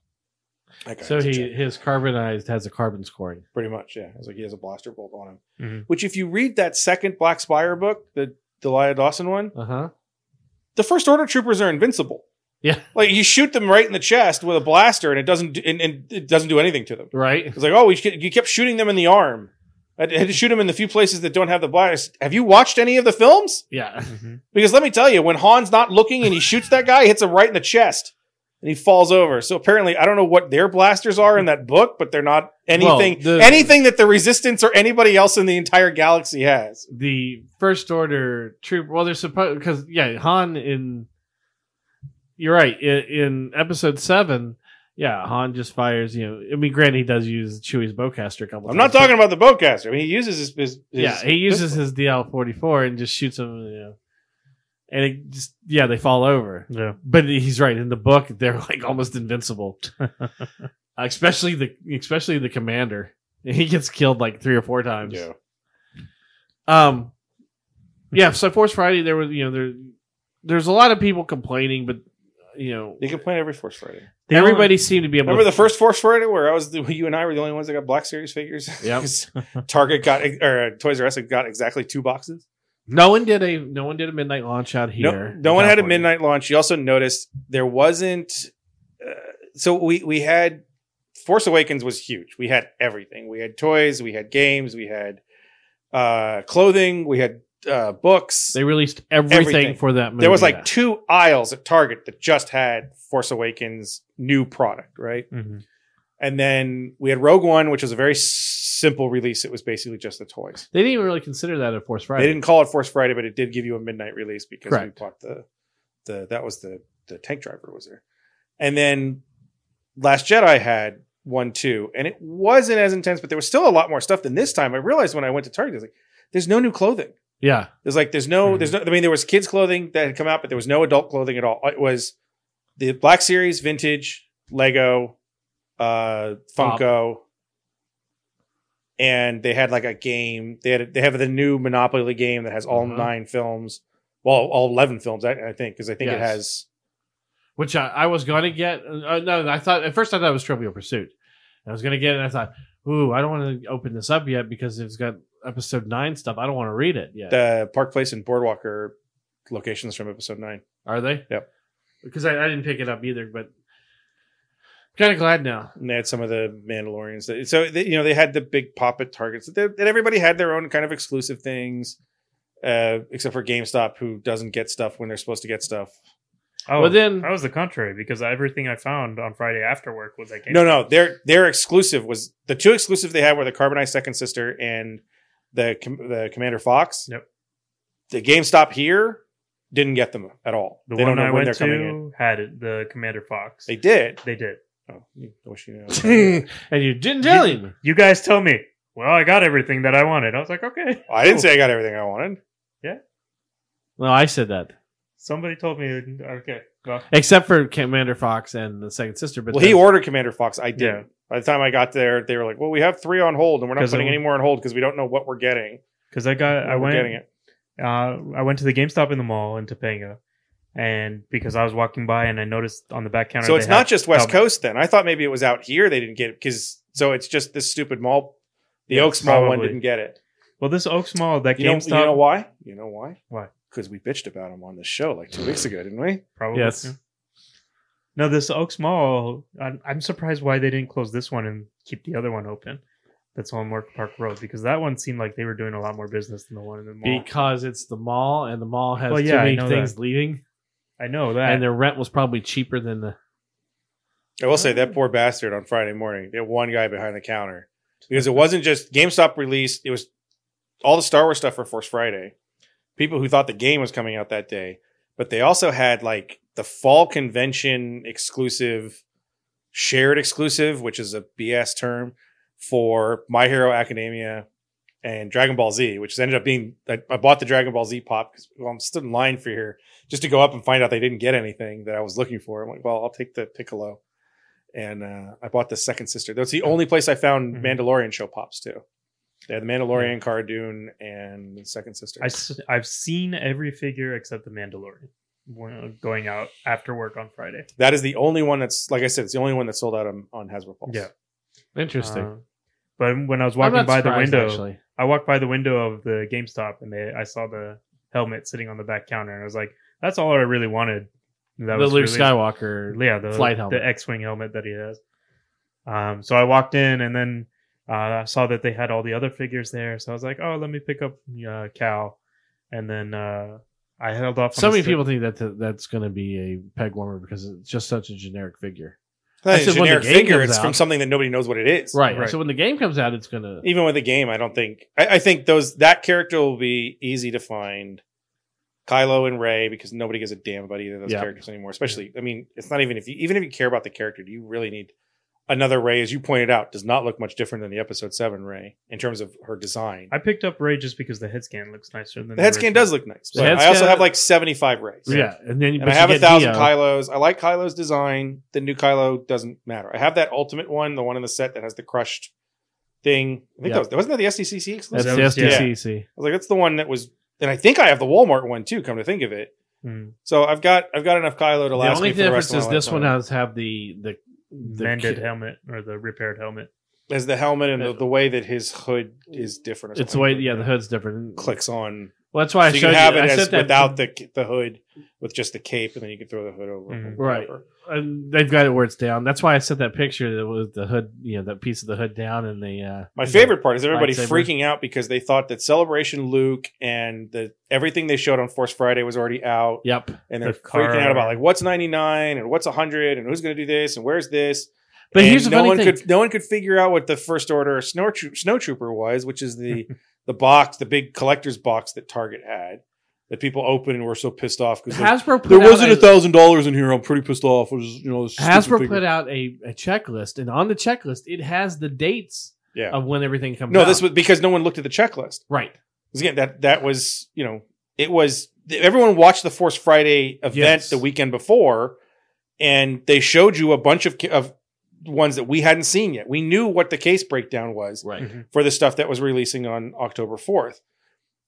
Speaker 9: That guy
Speaker 6: So
Speaker 9: is a
Speaker 6: he
Speaker 9: champ.
Speaker 6: his carbonized has a carbon scoring.
Speaker 9: pretty much, yeah. It's like he has a blaster bolt on him.
Speaker 6: Mm-hmm.
Speaker 7: Mhm.
Speaker 9: Which, if you read that second Black Spire book, the Delia Dawson one,
Speaker 6: Uh huh.
Speaker 9: the First Order troopers are invincible.
Speaker 6: Yeah.
Speaker 9: like you shoot them right in the chest with a blaster, and it doesn't do, and, and it doesn't do anything to them.
Speaker 6: Right.
Speaker 9: It's like, oh, we should, you kept shooting them in the arm. I had to shoot them in the few places that don't have the blast. Have you watched any of the films?
Speaker 6: Yeah.
Speaker 7: Mm-hmm.
Speaker 9: Because let me tell you, when Han's not looking and he shoots that guy, he hits him right in the chest, and he falls over. So apparently, I don't know what their blasters are in that book, but they're not [laughs] anything
Speaker 6: Well, the-
Speaker 9: anything that the Resistance or anybody else in the entire galaxy has.
Speaker 6: The first order troop. Well, they're supposed because yeah, Han in. You're right. In, in episode seven, yeah, Han just fires. You know, I mean, granted, he does use Chewie's bowcaster a couple.
Speaker 9: I'm not
Speaker 6: times, but-
Speaker 9: talking about the bowcaster. I mean, he uses his, his, his
Speaker 6: yeah, he uses his DL44 and just shoots him. You know, and it just yeah, they fall over.
Speaker 7: Yeah.
Speaker 6: But he's right. In the book, they're [laughs] like almost
Speaker 9: [laughs]
Speaker 6: invincible. especially the especially the commander. He gets killed like three or four times.
Speaker 9: Yeah.
Speaker 6: Um. Yeah. So Force Friday, there was you know there there's a lot of people complaining, but you know
Speaker 9: They complain every Force Friday.
Speaker 7: The only-
Speaker 6: everybody seemed to be able.
Speaker 9: Remember
Speaker 6: to,
Speaker 9: the first Force Friday where I was the, you and I were the only ones that got Black Series figures. [laughs]
Speaker 6: Yep.
Speaker 9: 'Cause Target got or uh, Toys R Us got exactly two boxes.
Speaker 6: No one did a no one did a midnight launch out
Speaker 9: No,
Speaker 6: here. in
Speaker 9: no one had a
Speaker 6: California.
Speaker 9: midnight launch. You also noticed there wasn't. Uh, so we we had Force Awakens was huge. We had everything. We had toys. We had games. We had uh, clothing. We had uh, books.
Speaker 6: They released everything,
Speaker 9: Everything.
Speaker 6: for that movie.
Speaker 9: there was like
Speaker 6: yeah.
Speaker 9: two aisles at Target that just had Force Awakens new product, right?
Speaker 7: Mhm.
Speaker 9: And then we had Rogue One, which was a very s- simple release. It was basically just the toys.
Speaker 6: They didn't even really consider that a Force Friday.
Speaker 9: They didn't call it Force Friday, but it did give you a midnight release because
Speaker 6: Correct.
Speaker 9: we bought the the that was the the tank driver was there. And then Last Jedi had one too, and it wasn't as intense, but there was still a lot more stuff than this time. I realized when I went to Target, I was like, there's no new clothing.
Speaker 6: Yeah.
Speaker 9: There's like there's no
Speaker 7: Mhm.
Speaker 9: there's
Speaker 6: Mm-hmm.
Speaker 9: no I mean there was kids clothing that had come out, but there was no adult clothing at all. It was the Black Series, vintage, Lego, uh, Funko,
Speaker 6: Pop.
Speaker 9: and they had like a game. They had they have the new Monopoly game that has all
Speaker 6: Uh-huh.
Speaker 9: nine films, well all eleven films I, I think because I think it
Speaker 6: Yes.
Speaker 9: has
Speaker 6: which I, I was gonna get. Uh, no, I thought at first I thought it was Trivial Pursuit. I was gonna get it. And I thought, ooh, I don't want to open this up yet because it's got episode nine stuff. I don't want to read it yet.
Speaker 9: the Park Place and Boardwalk are locations from Episode Nine.
Speaker 6: Are they?
Speaker 9: Yep.
Speaker 6: Because I, I didn't pick it up either, but kind of glad now.
Speaker 9: and they had some of the Mandalorians. That, so they, you know they had the big pop at targets. They- And everybody had their own kind of exclusive things, uh, except for GameStop, who doesn't get stuff when they're supposed to get stuff.
Speaker 7: Oh,
Speaker 6: Well, then-
Speaker 7: I was the contrary because everything I found on Friday after work was like
Speaker 9: No, no, their their exclusive was the two exclusive they had were the Carbonized Second Sister and the Com- the Commander Fox.
Speaker 7: Yep.
Speaker 9: The GameStop here didn't get them at all.
Speaker 7: The
Speaker 9: they
Speaker 7: one
Speaker 9: don't know
Speaker 7: I
Speaker 9: when
Speaker 7: went
Speaker 9: they're coming in.
Speaker 7: to had it, the Commander Fox.
Speaker 9: They
Speaker 7: They,
Speaker 9: did.
Speaker 7: did.
Speaker 9: Oh, I wish you knew.
Speaker 6: [laughs] and you didn't tell
Speaker 7: You-
Speaker 6: him.
Speaker 7: You guys tell me. Well, I got everything that I wanted. I was like, okay.
Speaker 9: [laughs]
Speaker 7: [laughs]
Speaker 9: I didn't say I got everything I wanted.
Speaker 6: No, I said that.
Speaker 7: Somebody told me. Okay. Well,
Speaker 6: Except for Commander Fox and the second sister, but
Speaker 9: well, he
Speaker 6: then-
Speaker 9: ordered Commander Fox. I didn't.
Speaker 7: Yeah.
Speaker 9: By the time I got there, they were like, "Well, we have three on hold, and we're not
Speaker 7: 'Cause it
Speaker 9: putting
Speaker 7: w-
Speaker 9: any more on hold because we don't know what we're getting."
Speaker 7: because I got, I
Speaker 9: We're
Speaker 7: went,
Speaker 9: getting it.
Speaker 7: uh, I went to the GameStop in the mall in Topanga, and because I was walking by and I noticed on the back counter,
Speaker 9: So
Speaker 7: they
Speaker 9: it's
Speaker 7: had-
Speaker 9: not just West
Speaker 7: um,
Speaker 9: Coast. Then I thought maybe it was out here they didn't get it because so it's just this stupid mall, the
Speaker 7: Yeah,
Speaker 9: Oaks Mall one
Speaker 7: probably.
Speaker 9: didn't get it.
Speaker 7: Well, this Oaks Mall that
Speaker 9: You know,
Speaker 7: GameStop
Speaker 9: you know why? You know why?
Speaker 7: Why?
Speaker 9: Because we bitched about him on the show like two weeks ago, didn't we?
Speaker 7: probably.
Speaker 6: Yes.
Speaker 7: yeah. No, this Oaks Mall. I'm, I'm surprised why they didn't close this one and keep the other one open. That's on Mark Park Road because that one seemed like they were doing a lot more business than the one in the mall.
Speaker 6: because it's the mall and the mall has
Speaker 7: Well,
Speaker 6: too
Speaker 7: yeah, I
Speaker 6: many
Speaker 7: know
Speaker 6: things
Speaker 7: that.
Speaker 6: leaving,
Speaker 7: I know that.
Speaker 6: and their rent was probably cheaper than the
Speaker 9: I will say that poor bastard on Friday morning, that one guy behind the counter, because it wasn't just GameStop released, it was all the Star Wars stuff for Force Friday. People who thought the game was coming out that day, but they also had like the fall convention exclusive, shared exclusive, which is a BS term for My Hero Academia and Dragon Ball Z, which ended up being I, I bought the Dragon Ball Z pop because well, I'm stood in line for here just to go up and find out they didn't get anything that I was looking for. I'm like, well, I'll take the Piccolo. And uh, I bought the second sister. That's the only place I found
Speaker 7: Mhm.
Speaker 9: Mandalorian show pops too. They had the Mandalorian, Cara Dune, and the second sister.
Speaker 7: I, have seen every figure except the Mandalorian. when- going out after work on Friday.
Speaker 9: That is the only one that's like I said, it's the only one that's sold out on, on Hasbro Pulse.
Speaker 7: Yeah.
Speaker 6: Interesting.
Speaker 7: Uh, but when I was
Speaker 6: I'm
Speaker 7: walking
Speaker 6: not
Speaker 7: by the
Speaker 6: surprised,
Speaker 7: window,
Speaker 6: actually.
Speaker 7: I walked by the window of the GameStop and they I saw the helmet sitting on the back counter and I was like, that's all I really wanted. That
Speaker 6: the Luke
Speaker 7: released.
Speaker 6: Skywalker.
Speaker 7: Yeah, the
Speaker 6: flight helmet.
Speaker 7: the X-wing helmet that he has. Um, so I walked in and then uh, I saw that they had all the other figures there. So I was like, oh, let me pick up uh, Cal, and then uh, I held off. on
Speaker 6: So
Speaker 7: the
Speaker 6: many
Speaker 7: stick-
Speaker 6: people think that th- that's going to be a peg warmer because it's just such a generic figure.
Speaker 9: That's
Speaker 6: I
Speaker 9: a
Speaker 6: said when the
Speaker 9: generic
Speaker 6: game
Speaker 9: figure.
Speaker 6: comes
Speaker 9: It's from
Speaker 6: out.
Speaker 9: something that nobody knows what it is.
Speaker 6: Right.
Speaker 7: Right.
Speaker 6: So when the game comes out, it's going to.
Speaker 9: Even with the game, I don't think I, I think those that character will be easy to find. Kylo and Ray, because nobody gives a damn about either of those
Speaker 6: Yeah.
Speaker 9: characters anymore. Especially, I mean, it's not even if you even if you care about the character, do you really need another Ray? As you pointed out, does not look much different than the Episode Seven Ray in terms of her design.
Speaker 7: I picked up Ray just because the head scan looks nicer than
Speaker 9: the head scan
Speaker 7: original.
Speaker 9: does look nice,
Speaker 6: The
Speaker 9: but
Speaker 6: head
Speaker 9: I also
Speaker 6: scan-
Speaker 9: have like seventy five Rays.
Speaker 6: Yeah. And then
Speaker 9: and
Speaker 6: but
Speaker 9: I have
Speaker 6: you
Speaker 9: a
Speaker 6: get
Speaker 9: thousand
Speaker 6: Neo.
Speaker 9: Kylos. I like Kylo's design. The new Kylo doesn't matter. I have that ultimate one, the one in the set that has the crushed thing. I think
Speaker 6: Yeah.
Speaker 9: that was wasn't that the SDCC
Speaker 6: That's
Speaker 9: exclusive?
Speaker 6: the E
Speaker 7: That was- yeah.
Speaker 6: SDCC.
Speaker 9: I was like, that's the one that was, and I think I have the Walmart one too. Come to think of it,
Speaker 7: Mm.
Speaker 9: so I've got I've got enough Kylo to
Speaker 6: The
Speaker 9: last.
Speaker 6: only
Speaker 9: me for the rest
Speaker 6: difference
Speaker 9: of my
Speaker 6: is this one
Speaker 9: lifetime.
Speaker 6: has have the the the
Speaker 7: mended
Speaker 6: ki-
Speaker 7: helmet or the repaired helmet.
Speaker 9: is the helmet and the, the way that his hood is different. or
Speaker 6: It's the
Speaker 9: something.
Speaker 6: way yeah the hood's different.
Speaker 9: clicks on.
Speaker 6: Well, that's why
Speaker 9: so
Speaker 6: I
Speaker 9: you
Speaker 6: showed
Speaker 9: can have it
Speaker 6: I
Speaker 9: as
Speaker 6: said that-
Speaker 9: without the the hood, with just the cape, and then you can throw the hood over.
Speaker 7: Mhm.
Speaker 6: Mm-hmm. Right. And they've got it where it's down. That's why I set that picture that was the hood, you know, that piece of the hood down and the. Uh,
Speaker 9: My favorite part is everybody
Speaker 6: Lightsaber.
Speaker 9: freaking out because they thought that Celebration Luke and the everything they showed on Force Friday was already out,
Speaker 6: Yep.
Speaker 9: and they're
Speaker 7: The car.
Speaker 9: freaking out about like what's ninety nine and what's hundred and who's going to do this and where's this.
Speaker 6: But
Speaker 9: And
Speaker 6: here's the
Speaker 9: no
Speaker 6: funny
Speaker 9: one
Speaker 6: thing.
Speaker 9: could no one could figure out what the First Order snow tro- snowtrooper was, which is the the box, the big collector's box that Target had that people opened and were so pissed off because like,
Speaker 6: Hasbro put
Speaker 9: there
Speaker 6: out
Speaker 9: wasn't a
Speaker 6: a-
Speaker 9: thousand dollars in here. I'm pretty pissed off. It was, you know, this stupid
Speaker 6: Hasbro
Speaker 9: figure.
Speaker 6: put out a, a checklist, and on the checklist, it has the dates
Speaker 9: Yeah.
Speaker 6: of when everything comes
Speaker 9: no,
Speaker 6: out.
Speaker 9: this was because no one looked at the checklist.
Speaker 6: right.
Speaker 9: Because again, that that was you know it was everyone watched the Force Friday event
Speaker 6: Yes.
Speaker 9: the weekend before, and they showed you a bunch of of ones that we hadn't seen yet. We knew what the case breakdown was
Speaker 6: Right.
Speaker 9: for the stuff that was releasing on October fourth,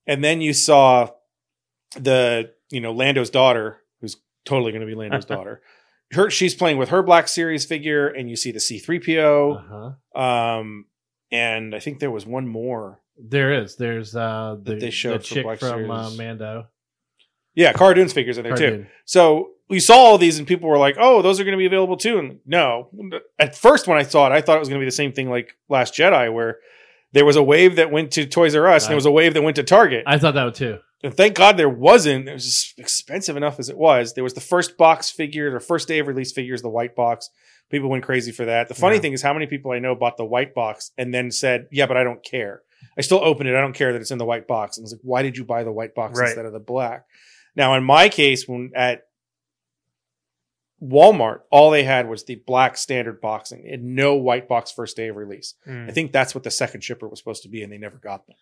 Speaker 9: and then you saw the you know Lando's daughter, who's totally going to be Lando's daughter. Her she's playing with her Black Series figure, and you see the C three PO,
Speaker 6: Uh-huh.
Speaker 9: um, and I think there was one more.
Speaker 6: There is. There's uh, the,
Speaker 9: That they
Speaker 6: the
Speaker 9: showed for
Speaker 6: chick
Speaker 9: Black
Speaker 6: from uh,
Speaker 9: Series.
Speaker 6: Mando.
Speaker 9: Yeah, cardoons figures in there too.
Speaker 6: Cartoon.
Speaker 9: So we saw all these, and people were like, "Oh, those are going to be available too." And no, at first when I saw it, I thought it was going to be the same thing like Last Jedi, where there was a wave that went to Toys R Us, and there was a wave that went to Target.
Speaker 6: I thought that would too.
Speaker 9: and thank God there wasn't. It was just expensive enough as it was. There was the first box figure, or first day of release figures, the white box. People went crazy for that. The funny
Speaker 7: Yeah.
Speaker 9: thing is, how many people I know bought the white box and then said, "Yeah, but I don't care. I still open it. I don't care that it's in the white box." And I was like, "Why did you buy the white box
Speaker 7: Right.
Speaker 9: instead of the black?" Now, in my case, when at Walmart, all they had was the black standard boxing. They had no white box first day of release.
Speaker 7: Mm.
Speaker 9: I think that's what the second shipper was supposed to be, and they never got them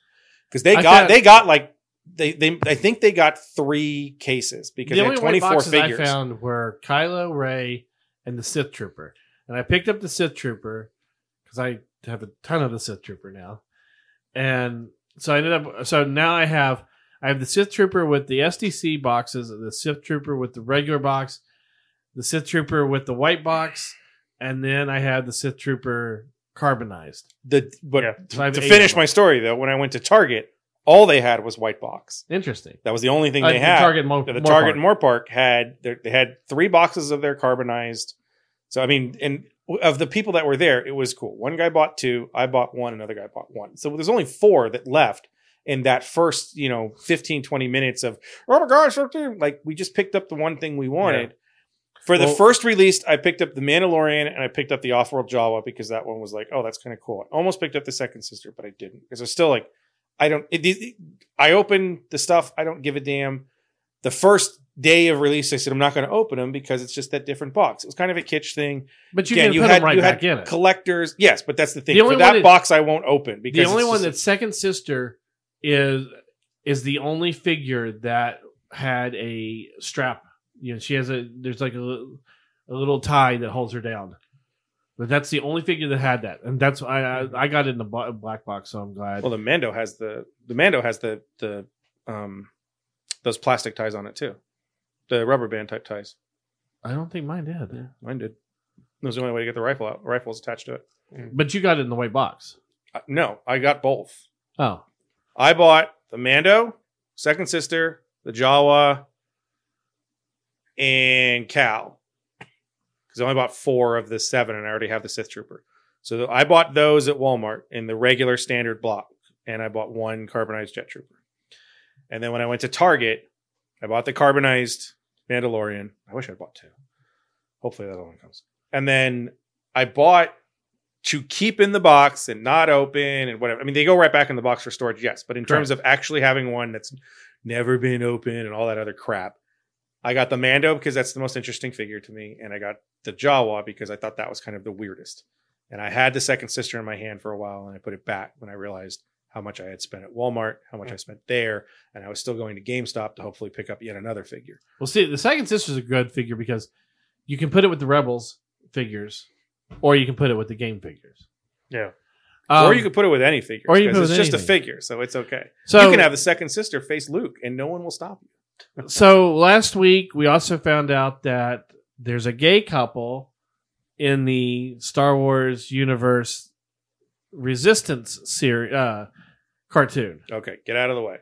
Speaker 9: because they
Speaker 6: I
Speaker 9: got
Speaker 6: thought-
Speaker 9: they got like they they I think they got three cases because
Speaker 6: the
Speaker 9: they
Speaker 6: only
Speaker 9: had
Speaker 6: white
Speaker 9: twenty four
Speaker 6: boxes
Speaker 9: figures.
Speaker 6: I found were Kylo Ray and the Sith Trooper, and I picked up the Sith Trooper because I have a ton of the Sith Trooper now, and so I ended up. So now I have I have the Sith Trooper with the SDC boxes, the Sith Trooper with the regular box, the Sith Trooper with the white box, and then I had the Sith Trooper carbonized.
Speaker 9: the but
Speaker 7: Yeah.
Speaker 6: So I have
Speaker 9: to
Speaker 6: eight
Speaker 9: finish
Speaker 6: of
Speaker 9: my
Speaker 6: them.
Speaker 9: story though, when I went to Target, all they had was white box.
Speaker 6: interesting
Speaker 9: That was the only thing
Speaker 6: Uh,
Speaker 9: they
Speaker 6: the
Speaker 9: had.
Speaker 6: Target Mo-
Speaker 9: the
Speaker 6: Moore
Speaker 9: Target
Speaker 6: Park.
Speaker 9: and Moore Park had their- they had three boxes of their carbonized. So I mean, and w- of the people that were there, it was cool. One guy bought two, I bought one, another guy bought one. So there's only four that left in that first, you know, 15 20 minutes of oh my gosh, like we just picked up the one thing we wanted. For the
Speaker 6: Well-
Speaker 9: first release, I picked up the Mandalorian and I picked up the Offworld Jawa because that one was like, oh, that's kind of cool. I almost picked up the Second Sister, but I didn't because I was still like, I don't. It, it- I open the stuff. I don't give a damn. The first day of release, I said I'm not going to open them because it's just that different box. It was kind of a kitsch thing.
Speaker 6: but you
Speaker 9: Again,
Speaker 6: can
Speaker 9: you
Speaker 6: put
Speaker 9: had
Speaker 6: them right
Speaker 9: you
Speaker 6: back
Speaker 9: had
Speaker 6: in it.
Speaker 9: collectors. Yes, but that's the thing.
Speaker 6: The
Speaker 9: For
Speaker 6: only
Speaker 9: that
Speaker 6: one that-
Speaker 9: box, I won't open because
Speaker 6: the only
Speaker 9: it's
Speaker 6: one
Speaker 9: just-
Speaker 6: that's second sister is is the only figure that had a strap you know she has a there's like a, li- a little tie that holds her down but that's the only figure that had that and that's i i, I got it in the bla- black box so i'm glad
Speaker 9: well, the Mando has the the Mando has the the um those plastic ties on it too. the rubber band type ties.
Speaker 6: I don't think mine did.
Speaker 9: Mine did. That was the only way to get the rifle out. The rifle was attached to it.
Speaker 6: But you got it in the white box.
Speaker 9: Uh, no, I got both.
Speaker 6: Oh,
Speaker 9: I bought the Mando, Second Sister, the Jawa, and Cal. Because I only bought four of the seven, and I already have the Sith Trooper. So I bought those at Walmart in the regular standard block, and I bought one carbonized Jet Trooper. And then when I went to Target, I bought the carbonized Mandalorian. I wish I'd bought two. Hopefully that other one comes. And then I bought to keep in the box and not open and whatever. I mean, they go right back in the box for storage, yes. But in terms of actually having one that's never been open and all that other crap, I got the Mando because that's the most interesting figure to me, and I got the Jawa because I thought that was kind of the weirdest. And I had the second sister in my hand for a while, and I put it back when I realized how much I had spent at Walmart, how much I spent there, and I was still going to GameStop to hopefully pick up yet another figure.
Speaker 6: well, see, the second sister's a good figure because you can put it with the rebels figures, or you can put it with the game figures.
Speaker 7: Yeah.
Speaker 6: Um,
Speaker 9: or you could put it with any figure.
Speaker 6: or you can put it
Speaker 9: it's
Speaker 6: with
Speaker 9: just a
Speaker 6: anything.
Speaker 9: figure, so it's okay.
Speaker 6: so
Speaker 9: you can have the second sister face Luke, and no one will stop you.
Speaker 6: so last week we also found out that there's a gay couple in the Star Wars universe Resistance series uh, cartoon.
Speaker 9: Okay, get out of the way.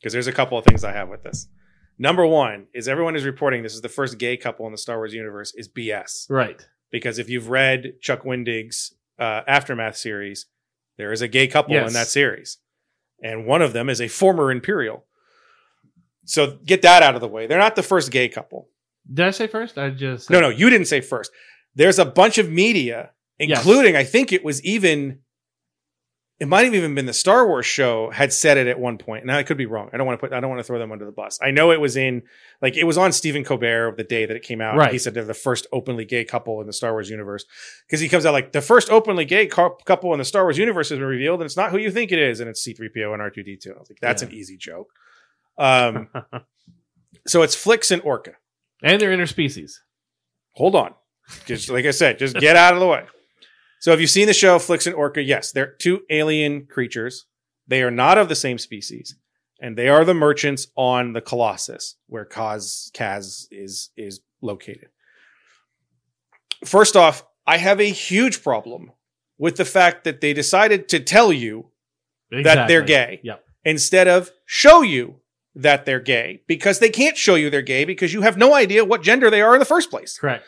Speaker 9: Because there's a couple of things I have with this. Number one is everyone is reporting this is the first gay couple in the Star Wars universe is BS.
Speaker 6: Right.
Speaker 9: Because if you've read Chuck Wendig's uh, Aftermath series, there is a gay couple
Speaker 6: Yes.
Speaker 9: in that series. And one of them is a former Imperial. So get that out of the way. They're not the first gay couple.
Speaker 6: Did I say first? I just
Speaker 9: No, no, you didn't say first. There's a bunch of media,
Speaker 6: Yes.
Speaker 9: including I think it was even it might have even been the Star Wars show had said it at one point. Now I could be wrong. I don't want to put I don't want to throw them under the bus. I know it was in like it was on Stephen Colbert the day that it came out.
Speaker 6: Right.
Speaker 9: He said they're the first openly gay couple in the Star Wars universe because he comes out like the first openly gay cou- couple in the Star Wars universe has been revealed, and it's not who you think it is, and it's C-3PO and R2D2. And I was like, that's an easy joke.
Speaker 6: [laughs]
Speaker 9: Um, so it's Flicks and Orca
Speaker 6: And they're interspecies.
Speaker 9: hold on. Just like I said, just get out of the way. So, have you seen the show Flicks and Orca? Yes, they're two alien creatures. They are not of the same species, and they are the merchants on the Colossus, where Kaz Kaz is is located. First off, I have a huge problem with the fact that they decided to tell you that they're
Speaker 6: Exactly.
Speaker 9: gay
Speaker 6: Yep.
Speaker 9: instead of show you that they're gay because they can't show you they're gay because you have no idea what gender they are in the first place
Speaker 6: Correct.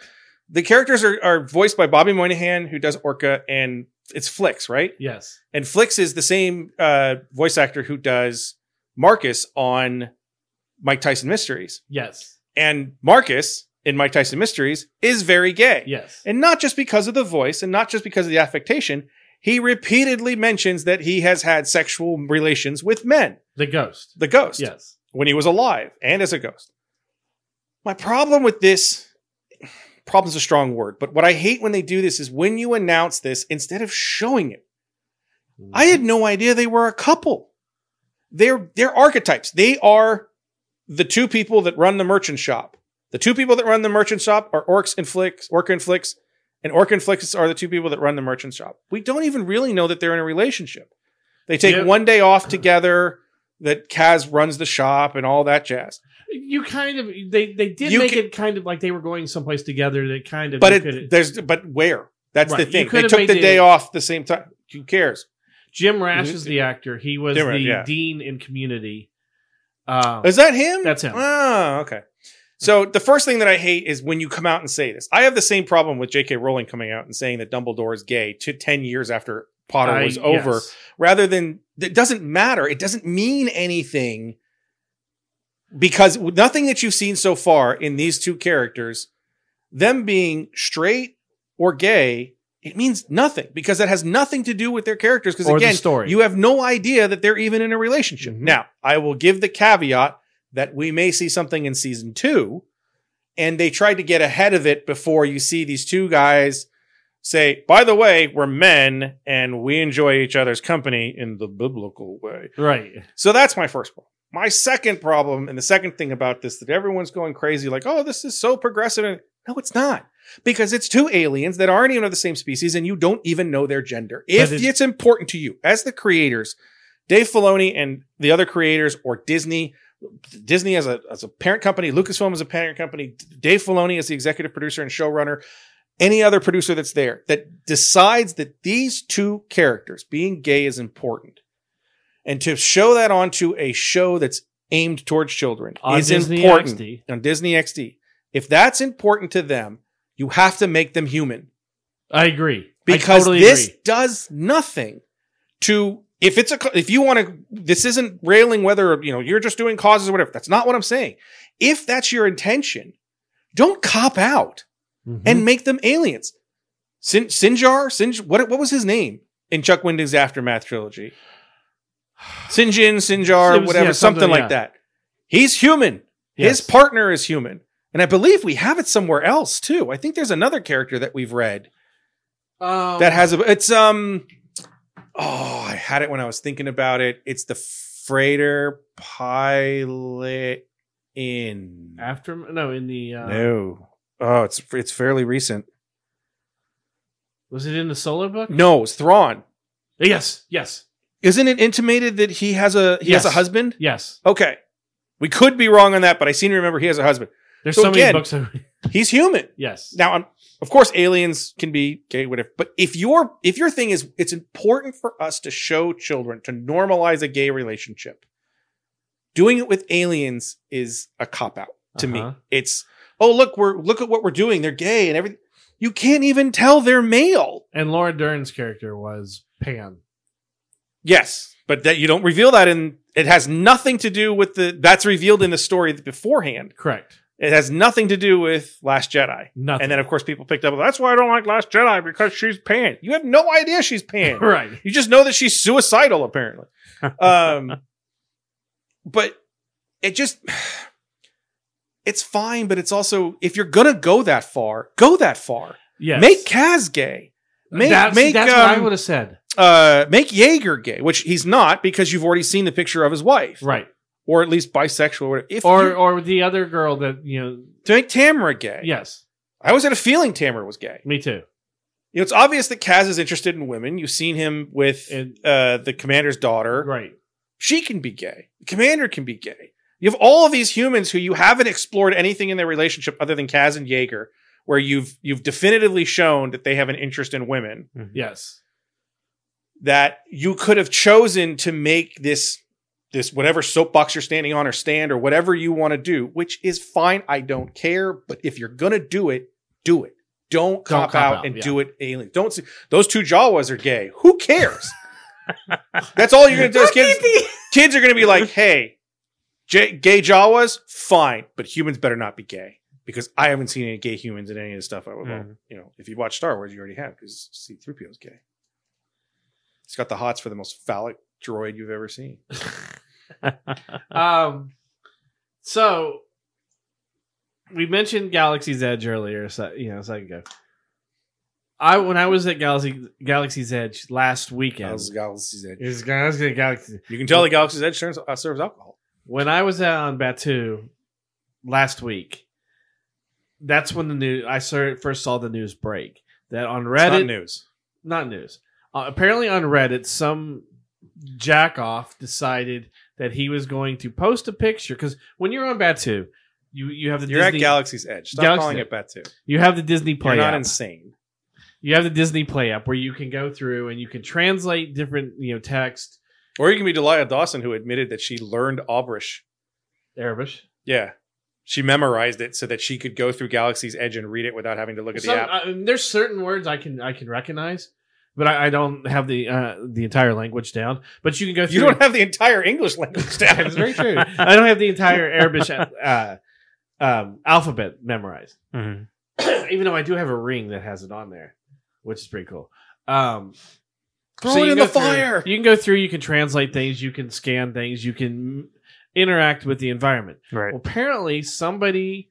Speaker 9: the characters are, are voiced by Bobby Moynihan, who does Orca, and it's Flicks, right?
Speaker 6: Yes.
Speaker 9: And Flicks is the same uh, voice actor who does Marcus on Mike Tyson Mysteries.
Speaker 6: Yes.
Speaker 9: And Marcus in Mike Tyson Mysteries is very gay.
Speaker 6: Yes.
Speaker 9: And not just because of the voice and not just because of the affectation, he repeatedly mentions that he has had sexual relations with men,
Speaker 6: the ghost.
Speaker 9: the ghost
Speaker 6: Yes.
Speaker 9: when he was alive and as a ghost. My problem with this problem's a strong word, but what I hate when they do this is when you announce this instead of showing it. I had no idea they were a couple. They're they're archetypes. They are the two people that run the merchant shop. The two people that run the merchant shop are orcs and flicks, orca and flicks, and orca and flicks are the two people that run the merchant shop. We don't even really know that they're in a relationship. They take
Speaker 6: Yeah.
Speaker 9: one day off together that Kaz runs the shop and all that jazz.
Speaker 6: You kind of they they did
Speaker 9: You
Speaker 6: make
Speaker 9: can-
Speaker 6: it kind of like they were going someplace together. That kind of
Speaker 9: But
Speaker 6: you
Speaker 9: it,
Speaker 6: could-
Speaker 9: there's but where? That's
Speaker 6: Right.
Speaker 9: the
Speaker 6: You
Speaker 9: thing. They
Speaker 6: could've
Speaker 9: took the
Speaker 6: made
Speaker 9: day
Speaker 6: it-
Speaker 9: off the same time. Who cares?
Speaker 6: Jim Rash is the actor. He was
Speaker 9: Mm-hmm. Jim
Speaker 6: the
Speaker 9: Rash, yeah.
Speaker 6: dean in Community. Um,
Speaker 9: Is that him?
Speaker 6: That's him.
Speaker 9: Ah, okay. So the first thing that I hate is when you come out and say this. I have the same problem with J.K. Rowling coming out and saying that Dumbledore is gay to ten years after Potter
Speaker 6: I-
Speaker 9: was over.
Speaker 6: yes.
Speaker 9: Rather than it doesn't matter. It doesn't mean anything because nothing that you've seen so far in these two characters, them being straight or gay, it means nothing because it has nothing to do with their characters. Because
Speaker 6: Or the
Speaker 9: again,
Speaker 6: story.
Speaker 9: you have no idea that they're even in a relationship. Now, I will give the caveat that we may see something in season two, and they tried to get ahead of it before you see these two guys say, by the way, we're men and we enjoy each other's company in the biblical way.
Speaker 6: right.
Speaker 9: So that's my first problem. My second problem, and the second thing about this that everyone's going crazy, like, oh, this is so progressive. And no, it's not. Because it's two aliens that aren't even of the same species, and you don't even know their gender. If
Speaker 6: it-
Speaker 9: it's important to you, as the creators, Dave Filoni and the other creators or Disney, Disney as a as a parent company, Lucasfilm as a parent company, Dave Filoni as the executive producer and showrunner, any other producer that's there that decides that these two characters being gay is important, and to show that onto a show that's aimed towards children
Speaker 6: On
Speaker 9: is
Speaker 6: Disney
Speaker 9: important
Speaker 6: XD.
Speaker 9: on Disney XD. If that's important to them, you have to make them human
Speaker 6: I agree I
Speaker 9: because
Speaker 6: totally
Speaker 9: this
Speaker 6: agree.
Speaker 9: does nothing to if it's a co- if you want to this isn't railing whether you know you're just doing causes or whatever that's not what i'm saying if that's your intention don't cop out
Speaker 6: Mhm.
Speaker 9: and make them aliens Sin, sinjar sinj what, what was his name in chuck winton's aftermath
Speaker 6: [sighs]
Speaker 9: trilogy sinjin sinjar
Speaker 6: It was-
Speaker 9: whatever
Speaker 6: yeah,
Speaker 9: something,
Speaker 6: something,
Speaker 9: like
Speaker 6: yeah.
Speaker 9: that he's human
Speaker 6: Yes.
Speaker 9: his partner is human and i believe we have it somewhere else too i think there's another character that we've read
Speaker 10: Um,
Speaker 9: that has a it's um oh i had it when i was thinking about it it's the freighter pilot in
Speaker 6: after no in the uh,
Speaker 9: no oh it's it's fairly recent
Speaker 6: was it in the solo book?
Speaker 9: no it's thrawn
Speaker 6: Yes, yes,
Speaker 9: isn't it intimated that he has a he has
Speaker 6: Yes.
Speaker 9: a husband
Speaker 6: yes.
Speaker 9: okay we could be wrong on that but i seem to remember he has a husband
Speaker 6: There's
Speaker 9: So
Speaker 6: so
Speaker 9: again-
Speaker 6: many books. That,
Speaker 9: he's human
Speaker 6: yes,
Speaker 9: now i'm of course aliens can be gay whatever but if your if your thing is it's important for us to show children to normalize a gay relationship doing it with aliens is a cop out to me
Speaker 6: Uh-huh.
Speaker 9: it's oh look we're look at what we're doing they're gay and everything you can't even tell they're male
Speaker 6: and Laura Dern's character was Pan.
Speaker 9: yes but that you don't reveal that and it has nothing to do with the that's revealed in the story beforehand
Speaker 6: Correct.
Speaker 9: it has nothing to do with last jedi
Speaker 6: Nothing.
Speaker 9: And uh, then, of course, people picked up. That's why I don't like Last Jedi because she's pan. You have no idea she's
Speaker 6: [laughs] [laughs]
Speaker 9: pan.
Speaker 6: right.
Speaker 9: You just know that she's suicidal, apparently. Um, but it just, it's fine. But it's also, if you're gonna go that far, go that far.
Speaker 6: Yes.
Speaker 9: Make Kaz gay. Make
Speaker 6: that's,
Speaker 9: make
Speaker 6: that's what I
Speaker 9: um,
Speaker 6: would have said.
Speaker 9: uh, make Jaeger gay, which he's not because you've already seen the picture of his wife,
Speaker 6: Right.
Speaker 9: or at least bisexual, or whatever. If
Speaker 6: Or
Speaker 9: you-
Speaker 6: or the other girl that you know.
Speaker 9: to make Tamara gay,
Speaker 6: Yes.
Speaker 9: I always had a feeling Tamara was gay.
Speaker 6: Me too.
Speaker 9: You know, it's obvious that Kaz is interested in women. You've seen him with
Speaker 6: And-
Speaker 9: uh, the commander's daughter.
Speaker 6: Right.
Speaker 9: She can be gay. The commander can be gay. You have all of these humans who you haven't explored anything in their relationship other than Kaz and Jaeger, where you've you've definitively shown that they have an interest in women
Speaker 6: Yes.
Speaker 9: that you could have chosen to make this this whatever soapbox you're standing on or stand or whatever you want to do, which is fine. I don't care. But if you're gonna do it, do it. Don't cop,
Speaker 6: cop
Speaker 9: out,
Speaker 6: out,
Speaker 9: and
Speaker 6: yeah.
Speaker 9: do it alien. Don't see those two Jawas are gay. Who cares? [laughs] That's all you're gonna do is kids. kids are gonna be like, hey, J- gay Jawas, fine, but humans better not be gay. Because I haven't seen any gay humans in any of the stuff I would
Speaker 7: Mhm.
Speaker 9: you know, if you watch Star Wars, you already have because C3PO is gay. It's got the hots for the most phallic droid you've ever seen. [laughs]
Speaker 6: Um. So we mentioned Galaxy's Edge earlier, so, you know, a second ago. I when I was at Galaxy Galaxy's Edge last weekend.
Speaker 9: Galaxy's- Galaxy's Edge.
Speaker 6: Is Galaxy Galaxy
Speaker 9: You can tell the Galaxy's Edge serves, uh, serves alcohol.
Speaker 6: when I was out on Batu last week, that's when the news I saw, first saw the news break that on
Speaker 9: It's not
Speaker 6: Reddit,
Speaker 9: news.
Speaker 6: not news. Uh, apparently on Reddit, some jackoff decided that he was going to post a picture because when you're on Batu, you you have the
Speaker 9: You're
Speaker 6: Disney,
Speaker 9: at Galaxy's Edge. Stop
Speaker 6: Galaxy's
Speaker 9: calling
Speaker 6: Edge.
Speaker 9: it Batu.
Speaker 6: you have the Disney
Speaker 9: You're
Speaker 6: Play
Speaker 9: not
Speaker 6: app.
Speaker 9: insane.
Speaker 6: you have the Disney Play app where you can go through and you can translate different you know text
Speaker 9: Or you can be Delia Dawson, who admitted that she learned Abrish.
Speaker 6: Arabic.
Speaker 9: Yeah. She memorized it so that she could go through Galaxy's Edge and read it without having to look at
Speaker 6: Some-
Speaker 9: the app.
Speaker 6: I- and there's certain words I can I can recognize, but I, I don't have the uh, the entire language down. But you can go through.
Speaker 9: you don't have the entire English language down.
Speaker 6: That is very true. [laughs] I don't have the entire Arabic uh, um, alphabet memorized,
Speaker 7: Mhm.
Speaker 6: [clears throat] even though I do have a ring that has it on there, which is pretty cool. Um,
Speaker 9: Throw
Speaker 6: so
Speaker 9: it
Speaker 6: you
Speaker 9: in
Speaker 6: go
Speaker 9: the
Speaker 6: through-
Speaker 9: fire.
Speaker 6: you can go through. You can translate things. You can scan things. You can interact with the environment.
Speaker 7: Right.
Speaker 6: Well, apparently somebody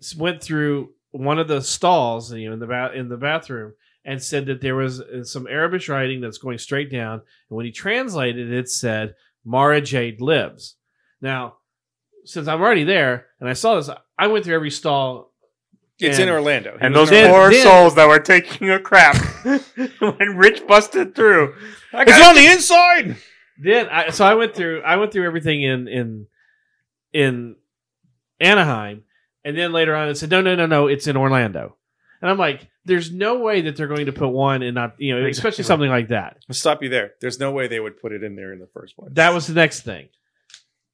Speaker 6: s- went through one of the stalls, you know, in the ba- in the bathroom, and said that there was uh, some Arabic writing that's going straight down. And when he translated, it, it said "Mara Jade lives." Now, since I'm already there and I saw this, I went through every stall.
Speaker 9: [laughs] It's in
Speaker 6: And-
Speaker 9: Orlando.
Speaker 7: And those
Speaker 6: Then-
Speaker 7: poor
Speaker 6: then-
Speaker 7: souls that were taking a
Speaker 6: [laughs]
Speaker 7: crap when Rich busted through.
Speaker 9: it's on the inside.
Speaker 6: Then, I, so I went through. I went through everything in in in Anaheim, and then later on it said, no, no, no, no, it's in Orlando. And I'm like, there's no way that they're going to put one and not, you know, especially
Speaker 7: Exactly.
Speaker 6: something like that.
Speaker 9: I'll stop you there. There's no way they would put it in there in the first place.
Speaker 6: That was the next thing.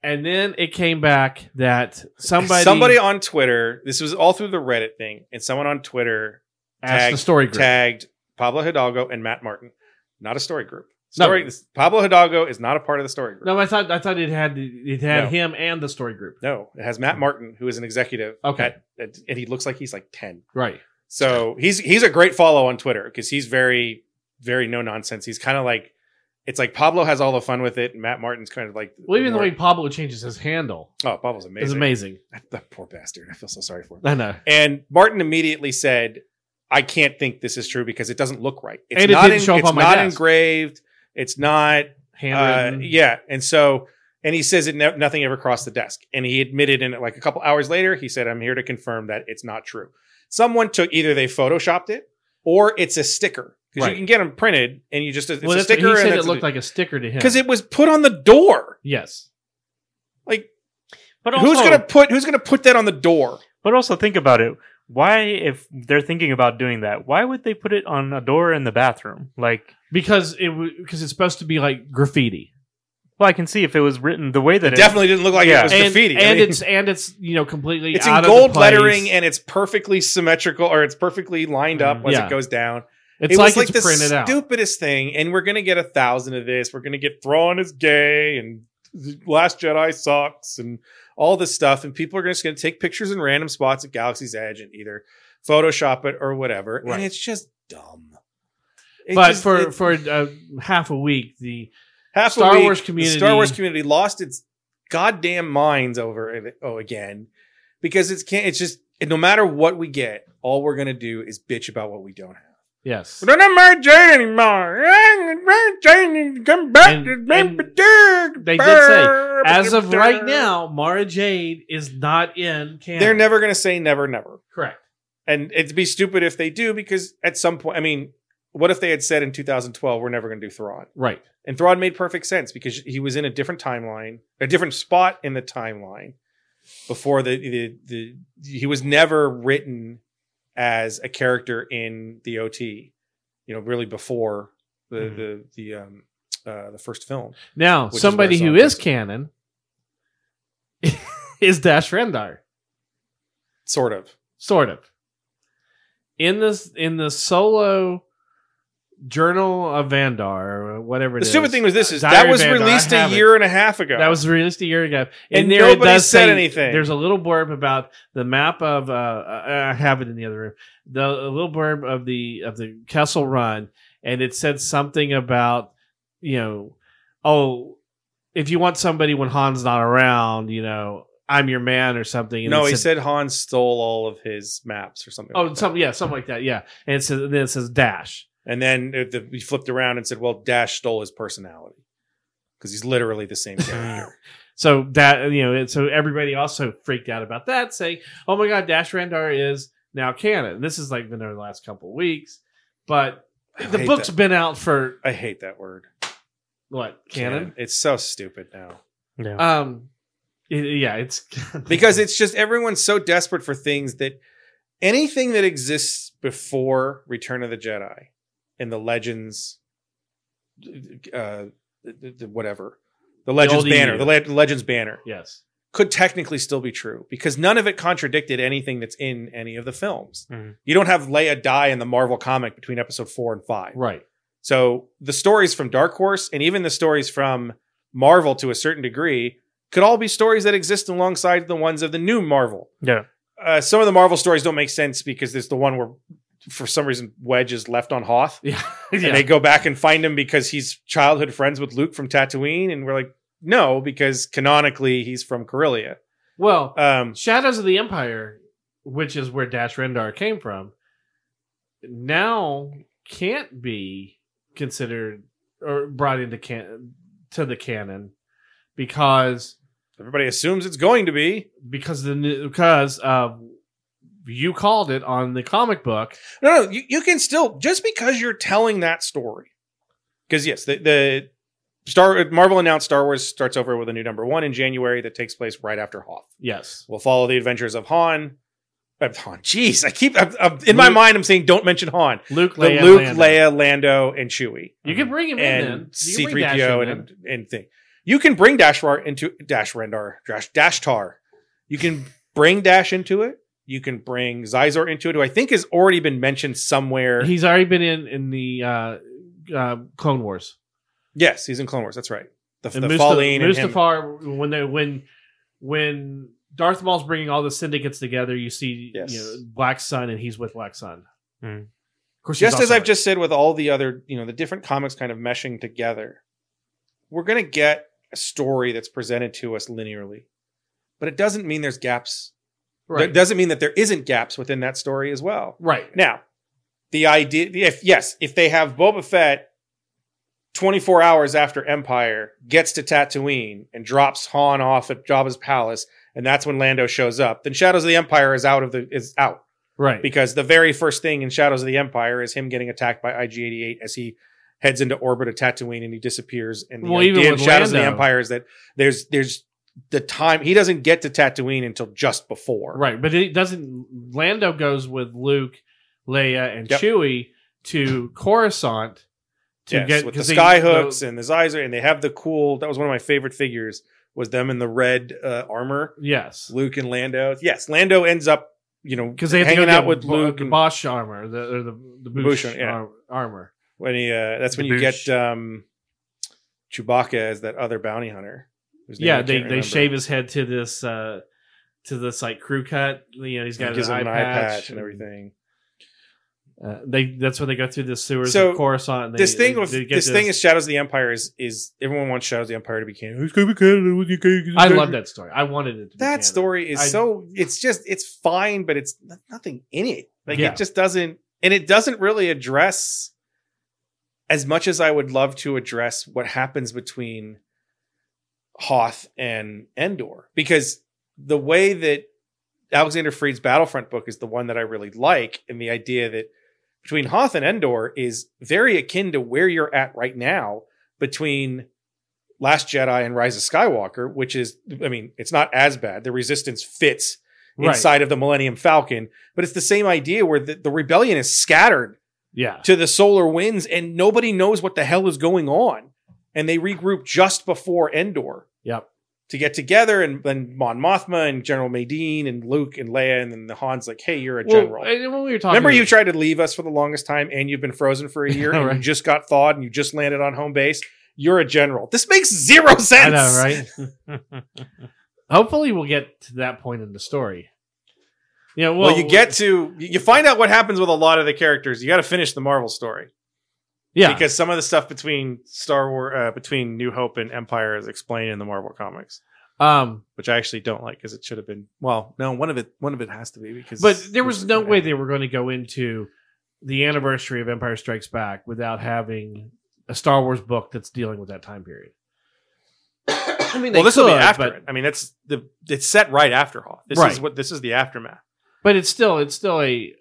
Speaker 6: And then it came back that somebody
Speaker 9: on Twitter. This was all through the Reddit thing, and someone on Twitter
Speaker 6: asked
Speaker 9: tag-
Speaker 6: the story group.
Speaker 9: tagged Pablo Hidalgo and Matt Martin. Not a story group.
Speaker 6: No.
Speaker 9: Story this- Pablo Hidalgo is not a part of the story group.
Speaker 6: No, I thought I thought it had it had
Speaker 9: No.
Speaker 6: him and the story group.
Speaker 9: No, it has Matt Martin, who is an executive.
Speaker 6: Okay.
Speaker 9: at- at- and he looks like he's like ten.
Speaker 6: Right.
Speaker 9: So he's he's a great follow on Twitter because he's very very no nonsense. He's kind of like it's like Pablo has all the fun with it, and Matt Martin's kind of like
Speaker 6: Well, even the
Speaker 9: more-
Speaker 6: way Pablo changes his handle
Speaker 9: oh Pablo's amazing. Uh,
Speaker 6: is amazing. [laughs]
Speaker 9: That poor bastard. I feel so sorry for him.
Speaker 6: I know.
Speaker 9: And Martin immediately said, "I can't think this is true because it doesn't look right. It's
Speaker 6: And it
Speaker 9: not
Speaker 6: didn't show up
Speaker 9: it's
Speaker 6: on my
Speaker 9: not
Speaker 6: desk.
Speaker 9: engraved. It's not uh,
Speaker 6: Handwritten.
Speaker 9: yeah." And so, and he says it ne- nothing ever crossed the desk. And he admitted in it like a couple hours later. He said, "I'm here to confirm that it's not true. Someone took either they photoshopped it or it's a sticker because
Speaker 6: Right.
Speaker 9: you can get them printed and you just it's
Speaker 6: well,
Speaker 9: a
Speaker 6: that's what-
Speaker 9: sticker."
Speaker 6: he said
Speaker 9: and
Speaker 6: it looked like a sticker to him
Speaker 9: because it was put on the door.
Speaker 6: Yes.
Speaker 9: Like
Speaker 7: But
Speaker 9: who's
Speaker 6: Oh.
Speaker 9: gonna put who's gonna put that on the door?
Speaker 7: But also think about it. Why, if they're thinking about doing that, why would they put it on a door in the bathroom? Like,
Speaker 6: Because it because it's supposed to be like graffiti.
Speaker 7: well, I can see if it was written the way that it,
Speaker 9: Definitely didn't look like
Speaker 7: Yeah.
Speaker 9: Oh, it was
Speaker 6: and,
Speaker 9: graffiti. I
Speaker 6: And
Speaker 9: mean-
Speaker 6: it's and it's you know completely
Speaker 9: it's
Speaker 6: out
Speaker 9: in
Speaker 6: of the
Speaker 9: gold
Speaker 6: place.
Speaker 9: lettering and it's perfectly symmetrical or it's perfectly lined up
Speaker 7: Mhm.
Speaker 9: once
Speaker 6: Mm, Yeah.
Speaker 9: it goes down.
Speaker 6: it's
Speaker 9: it
Speaker 6: like,
Speaker 9: was like
Speaker 6: it's
Speaker 9: the
Speaker 6: printed out.
Speaker 9: stupidest thing, and we're gonna get a thousand of this. We're gonna get Thrawn is gay and Last Jedi sucks and all this stuff, and people are just gonna take pictures in random spots at Galaxy's Edge and either Photoshop it or whatever,
Speaker 6: Right.
Speaker 9: and it's just dumb. It
Speaker 6: But
Speaker 9: just-
Speaker 6: for
Speaker 9: it-
Speaker 6: for uh, half a week, the
Speaker 9: half
Speaker 6: Star
Speaker 9: a week,
Speaker 6: Wars
Speaker 9: the
Speaker 6: community-
Speaker 9: Star Wars community lost its goddamn minds over it. Oh, again, because it's can't. It's just no matter what we get, all we're gonna do is bitch about what we don't have.
Speaker 6: yes,
Speaker 9: We're not married Jane anymore. Jane, come back.
Speaker 6: And- and they did say, as of right now, Mara Jade is not in canon.
Speaker 9: they're never gonna say never, never.
Speaker 6: correct.
Speaker 9: And it'd be stupid if they do because at some point, I mean, what if they had said in 2012 we're never gonna do Thrawn?
Speaker 6: Right.
Speaker 9: And Thrawn made perfect sense because he was in a different timeline, a different spot in the timeline before the the, the he was never written as a character in the OT, you know, really before the
Speaker 6: Mm-hmm.
Speaker 7: Mhm.
Speaker 9: the the um uh the first film.
Speaker 6: Now,
Speaker 9: Which is
Speaker 6: somebody
Speaker 9: where
Speaker 6: who
Speaker 9: Sokka's
Speaker 6: is canon [laughs] is Dash Rendar,
Speaker 9: Sort of.
Speaker 6: sort of. In this, in the solo journal of Vandar, or whatever it
Speaker 9: The
Speaker 6: is.
Speaker 9: stupid thing was this is
Speaker 6: Diary
Speaker 9: that
Speaker 6: of
Speaker 9: was
Speaker 6: Vandar, I
Speaker 9: released a
Speaker 6: have it.
Speaker 9: year and a half ago.
Speaker 6: That was released a year ago,
Speaker 9: And
Speaker 6: there it
Speaker 9: nobody
Speaker 6: does
Speaker 9: said
Speaker 6: say-
Speaker 9: anything.
Speaker 6: There's a little blurb about the map of. Uh, uh, I have it in the other room. The a little blurb of the of the Kessel Run, and it said something about you know, oh, if you want somebody when Han's not around, you know, I'm your man or something. And
Speaker 9: no,
Speaker 6: it
Speaker 9: he said Han stole all of his maps or something.
Speaker 6: Oh,
Speaker 9: like that.
Speaker 6: something, yeah, something like that, yeah. And it says, then it says dash.
Speaker 9: And then it, the, we flipped around and said, "Well, Dash stole his personality because he's literally
Speaker 6: [laughs]
Speaker 9: the same character."
Speaker 6: So that you know, it- so everybody also freaked out about that, saying, "Oh my God, Dash Randar is now canon." This is like been over the last couple of weeks, but the
Speaker 9: hate
Speaker 6: book's
Speaker 9: that.
Speaker 6: been out for
Speaker 9: I hate that word.
Speaker 6: what canon?
Speaker 9: It's so stupid now
Speaker 7: Yeah.
Speaker 6: Um, it- yeah, it's [laughs]
Speaker 9: because it's just everyone's so desperate for things that anything that exists before Return of the Jedi and the Legends, uh, the- the- the whatever, the Legends
Speaker 6: old
Speaker 9: banner,
Speaker 6: EU.
Speaker 9: the Le- Legends banner
Speaker 6: yes,
Speaker 9: could technically still be true because none of it contradicted anything that's in any of the films.
Speaker 7: Mhm.
Speaker 9: You don't have Leia die in the Marvel comic between episode four and five.
Speaker 6: right,
Speaker 9: So the stories from Dark Horse and even the stories from Marvel to a certain degree could all be stories that exist alongside the ones of the new Marvel.
Speaker 7: Yeah.
Speaker 9: Uh, some of the Marvel stories don't make sense because there's the one where, for some reason, Wedge is left on Hoth
Speaker 6: yeah,
Speaker 9: [laughs] and they go back and find him because he's childhood friends with Luke from Tatooine. And we're like, no, because canonically he's from Corellia.
Speaker 6: well,
Speaker 9: Um,
Speaker 6: Shadows of the Empire, which is where Dash Rendar came from, now can't be considered or brought into can to the canon because
Speaker 9: everybody assumes it's going to be.
Speaker 6: because the new- because uh, you called it on the comic book.
Speaker 9: No, no, you, you can still just because you're telling that story. Because yes, the, the Star Marvel announced Star Wars starts over with a new number one in January that takes place right after Hoth.
Speaker 6: Yes.
Speaker 9: We'll follow the adventures of Han. Uh, Han, jeez, I keep I'm, I'm- in my
Speaker 6: Luke-
Speaker 9: mind. I'm saying don't mention Han.
Speaker 6: Luke,
Speaker 9: The
Speaker 6: Leia,
Speaker 9: Luke,
Speaker 6: Lando.
Speaker 9: Leia, Lando, and Chewie,
Speaker 6: You can bring him in then.
Speaker 9: and
Speaker 6: You
Speaker 9: C
Speaker 6: can
Speaker 9: three
Speaker 6: bring Dash
Speaker 9: PO
Speaker 6: in
Speaker 9: and
Speaker 6: then.
Speaker 9: and thing. You can bring Dash Rar into Dash Rendar, Dash Dash Tar. You can bring Dash into it. You can bring Zizor into it, who I think has already been mentioned somewhere.
Speaker 6: He's already been in in the uh, uh, Clone Wars.
Speaker 9: yes, he's in Clone Wars. That's right. The, the
Speaker 6: And Musta-
Speaker 9: Fallen and him.
Speaker 6: Mustafar when they when when Darth Maul's bringing all the syndicates together, you see
Speaker 9: Yes.
Speaker 6: you know, Black Sun and he's with Black Sun.
Speaker 7: Mm.
Speaker 6: Of course, he's
Speaker 9: just as
Speaker 6: also
Speaker 9: I've
Speaker 6: in-
Speaker 9: just said with all the other, you know, the different comics kind of meshing together, we're going to get a story that's presented to us linearly. But it doesn't mean there's gaps.
Speaker 6: right,
Speaker 9: It doesn't mean that there isn't gaps within that story as well.
Speaker 6: right,
Speaker 9: Now, the idea, if yes, if they have Boba Fett 24 hours after Empire gets to Tatooine and drops Han off at Jabba's palace, and that's when Lando shows up, then Shadows of the Empire is out of the is out
Speaker 6: right.
Speaker 9: because the very first thing in Shadows of the Empire is him getting attacked by IG-88 as he heads into orbit of Tatooine and he disappears. And the
Speaker 6: Well, even
Speaker 9: idea in
Speaker 6: with
Speaker 9: Shadows of the
Speaker 6: Lando.
Speaker 9: Empire is that there's there's the time he doesn't get to Tatooine until just before.
Speaker 6: Right, but it doesn't. Lando goes with Luke, Leia, and
Speaker 9: Yep.
Speaker 6: Chewie
Speaker 9: [clears throat]
Speaker 6: to Coruscant to
Speaker 9: Yes,
Speaker 6: get
Speaker 9: with the
Speaker 6: 'cause they-
Speaker 9: sky hooks
Speaker 6: the-
Speaker 9: and the Zizer, and they have the cool. That was one of my favorite figures. Was them in the red uh, armor,
Speaker 6: yes,
Speaker 9: Luke and Lando. Yes, Lando ends up, you know,
Speaker 6: because they have
Speaker 9: hanging
Speaker 6: to go
Speaker 9: out
Speaker 6: get
Speaker 9: with
Speaker 6: Bo- uh,
Speaker 9: Luke
Speaker 6: the
Speaker 9: and
Speaker 6: Bosch armor, the or the the Boosh,
Speaker 9: Boosh, yeah.
Speaker 6: ar- armor.
Speaker 9: when he. Uh, that's when you
Speaker 7: Boosh.
Speaker 9: get um, Chewbacca as that other bounty hunter. whose name I
Speaker 6: yeah,
Speaker 9: can't
Speaker 6: they they
Speaker 9: remember.
Speaker 6: shave his head to this uh to this like crew cut. You know, he's got
Speaker 9: gives
Speaker 6: an,
Speaker 9: him
Speaker 6: eye
Speaker 9: an eye
Speaker 6: patch
Speaker 9: patch and everything.
Speaker 6: Uh, they that's when they go through the sewers
Speaker 9: So,
Speaker 6: of Coruscant. And they,
Speaker 9: this thing
Speaker 6: they-
Speaker 9: with
Speaker 6: they
Speaker 9: this,
Speaker 6: get
Speaker 9: thing is Shadows of the Empire is is everyone wants Shadows of the Empire to be canon. It's gonna be canon. it's gonna be canon.
Speaker 6: I love that story. I wanted it. to be
Speaker 9: That
Speaker 6: canon.
Speaker 9: story is
Speaker 6: I-
Speaker 9: so it's just it's fine, but it's n- nothing in it. Like
Speaker 6: Yeah.
Speaker 9: it just doesn't, and it doesn't really address as much as I would love to address what happens between Hoth and Endor because the way that Alexander Freed's Battlefront book is the one that I really like, and the idea that between Hoth and Endor is very akin to where you're at right now between Last Jedi and Rise of Skywalker, which is, I mean, it's not as bad. The Resistance fits
Speaker 6: Right.
Speaker 9: inside of the Millennium Falcon, but it's the same idea where the, the rebellion is scattered
Speaker 6: Yeah,
Speaker 9: to the solar winds and nobody knows what the hell is going on. And they regroup just before Endor
Speaker 6: yep.
Speaker 9: to get together, and then Mon Mothma and General Madine and Luke and Leia, and then the Han's like, "Hey, you're a general."
Speaker 6: Well, and when we were talking,
Speaker 9: Remember, you
Speaker 6: about-
Speaker 9: tried to leave us for the longest time, and you've been
Speaker 6: [laughs]
Speaker 9: frozen for a year, and you
Speaker 6: Right.
Speaker 9: just got thawed, and you just landed on home base. You're a general. This makes zero sense.
Speaker 6: I know, right? [laughs] Hopefully, we'll get to that point in the story. You know,
Speaker 9: Well, you get to you you find out what happens with a lot of the characters. You got to finish the Marvel story
Speaker 6: yeah,
Speaker 9: because some of the stuff between Star Wars, uh, between New Hope and Empire, is explained in the Marvel comics,
Speaker 6: um,
Speaker 9: which I actually don't like because it should have been. Well, no, one of it, one of it has to be because.
Speaker 6: but there was no way
Speaker 9: they.
Speaker 6: they were going to go into the anniversary of Empire Strikes Back without having a Star Wars book that's dealing with that time
Speaker 9: [coughs]
Speaker 6: period. I mean,
Speaker 9: well, this will be after
Speaker 6: but,
Speaker 9: it. I mean, that's the it's set right after Hoth. This is
Speaker 6: Right.
Speaker 9: what this is the aftermath.
Speaker 6: but it's still it's still a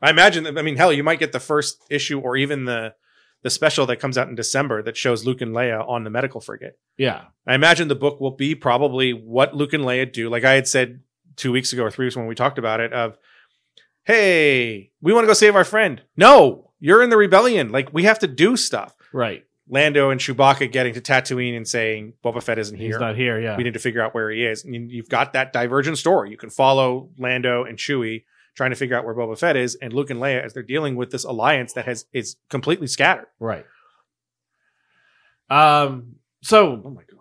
Speaker 9: I imagine that. I mean, hell, you might get the first issue or even the the special that comes out in December that shows Luke and Leia on the medical frigate.
Speaker 6: yeah
Speaker 9: I imagine the book will be probably what Luke and Leia do. Like I had said two weeks ago or three weeks when we talked about it, of hey, we want to go save our friend. No, you're in the rebellion. Like we have to do stuff.
Speaker 6: right.
Speaker 9: Lando and Chewbacca getting to Tatooine and saying Boba Fett isn't
Speaker 6: He's
Speaker 9: here.
Speaker 6: not here. Yeah,
Speaker 9: We need to figure out where he is. And you- you've got that divergent story. You can follow Lando and Chewie trying to figure out where Boba Fett is, and Luke and Leia as they're dealing with this alliance that has is completely scattered.
Speaker 6: right. Um. So, oh my god,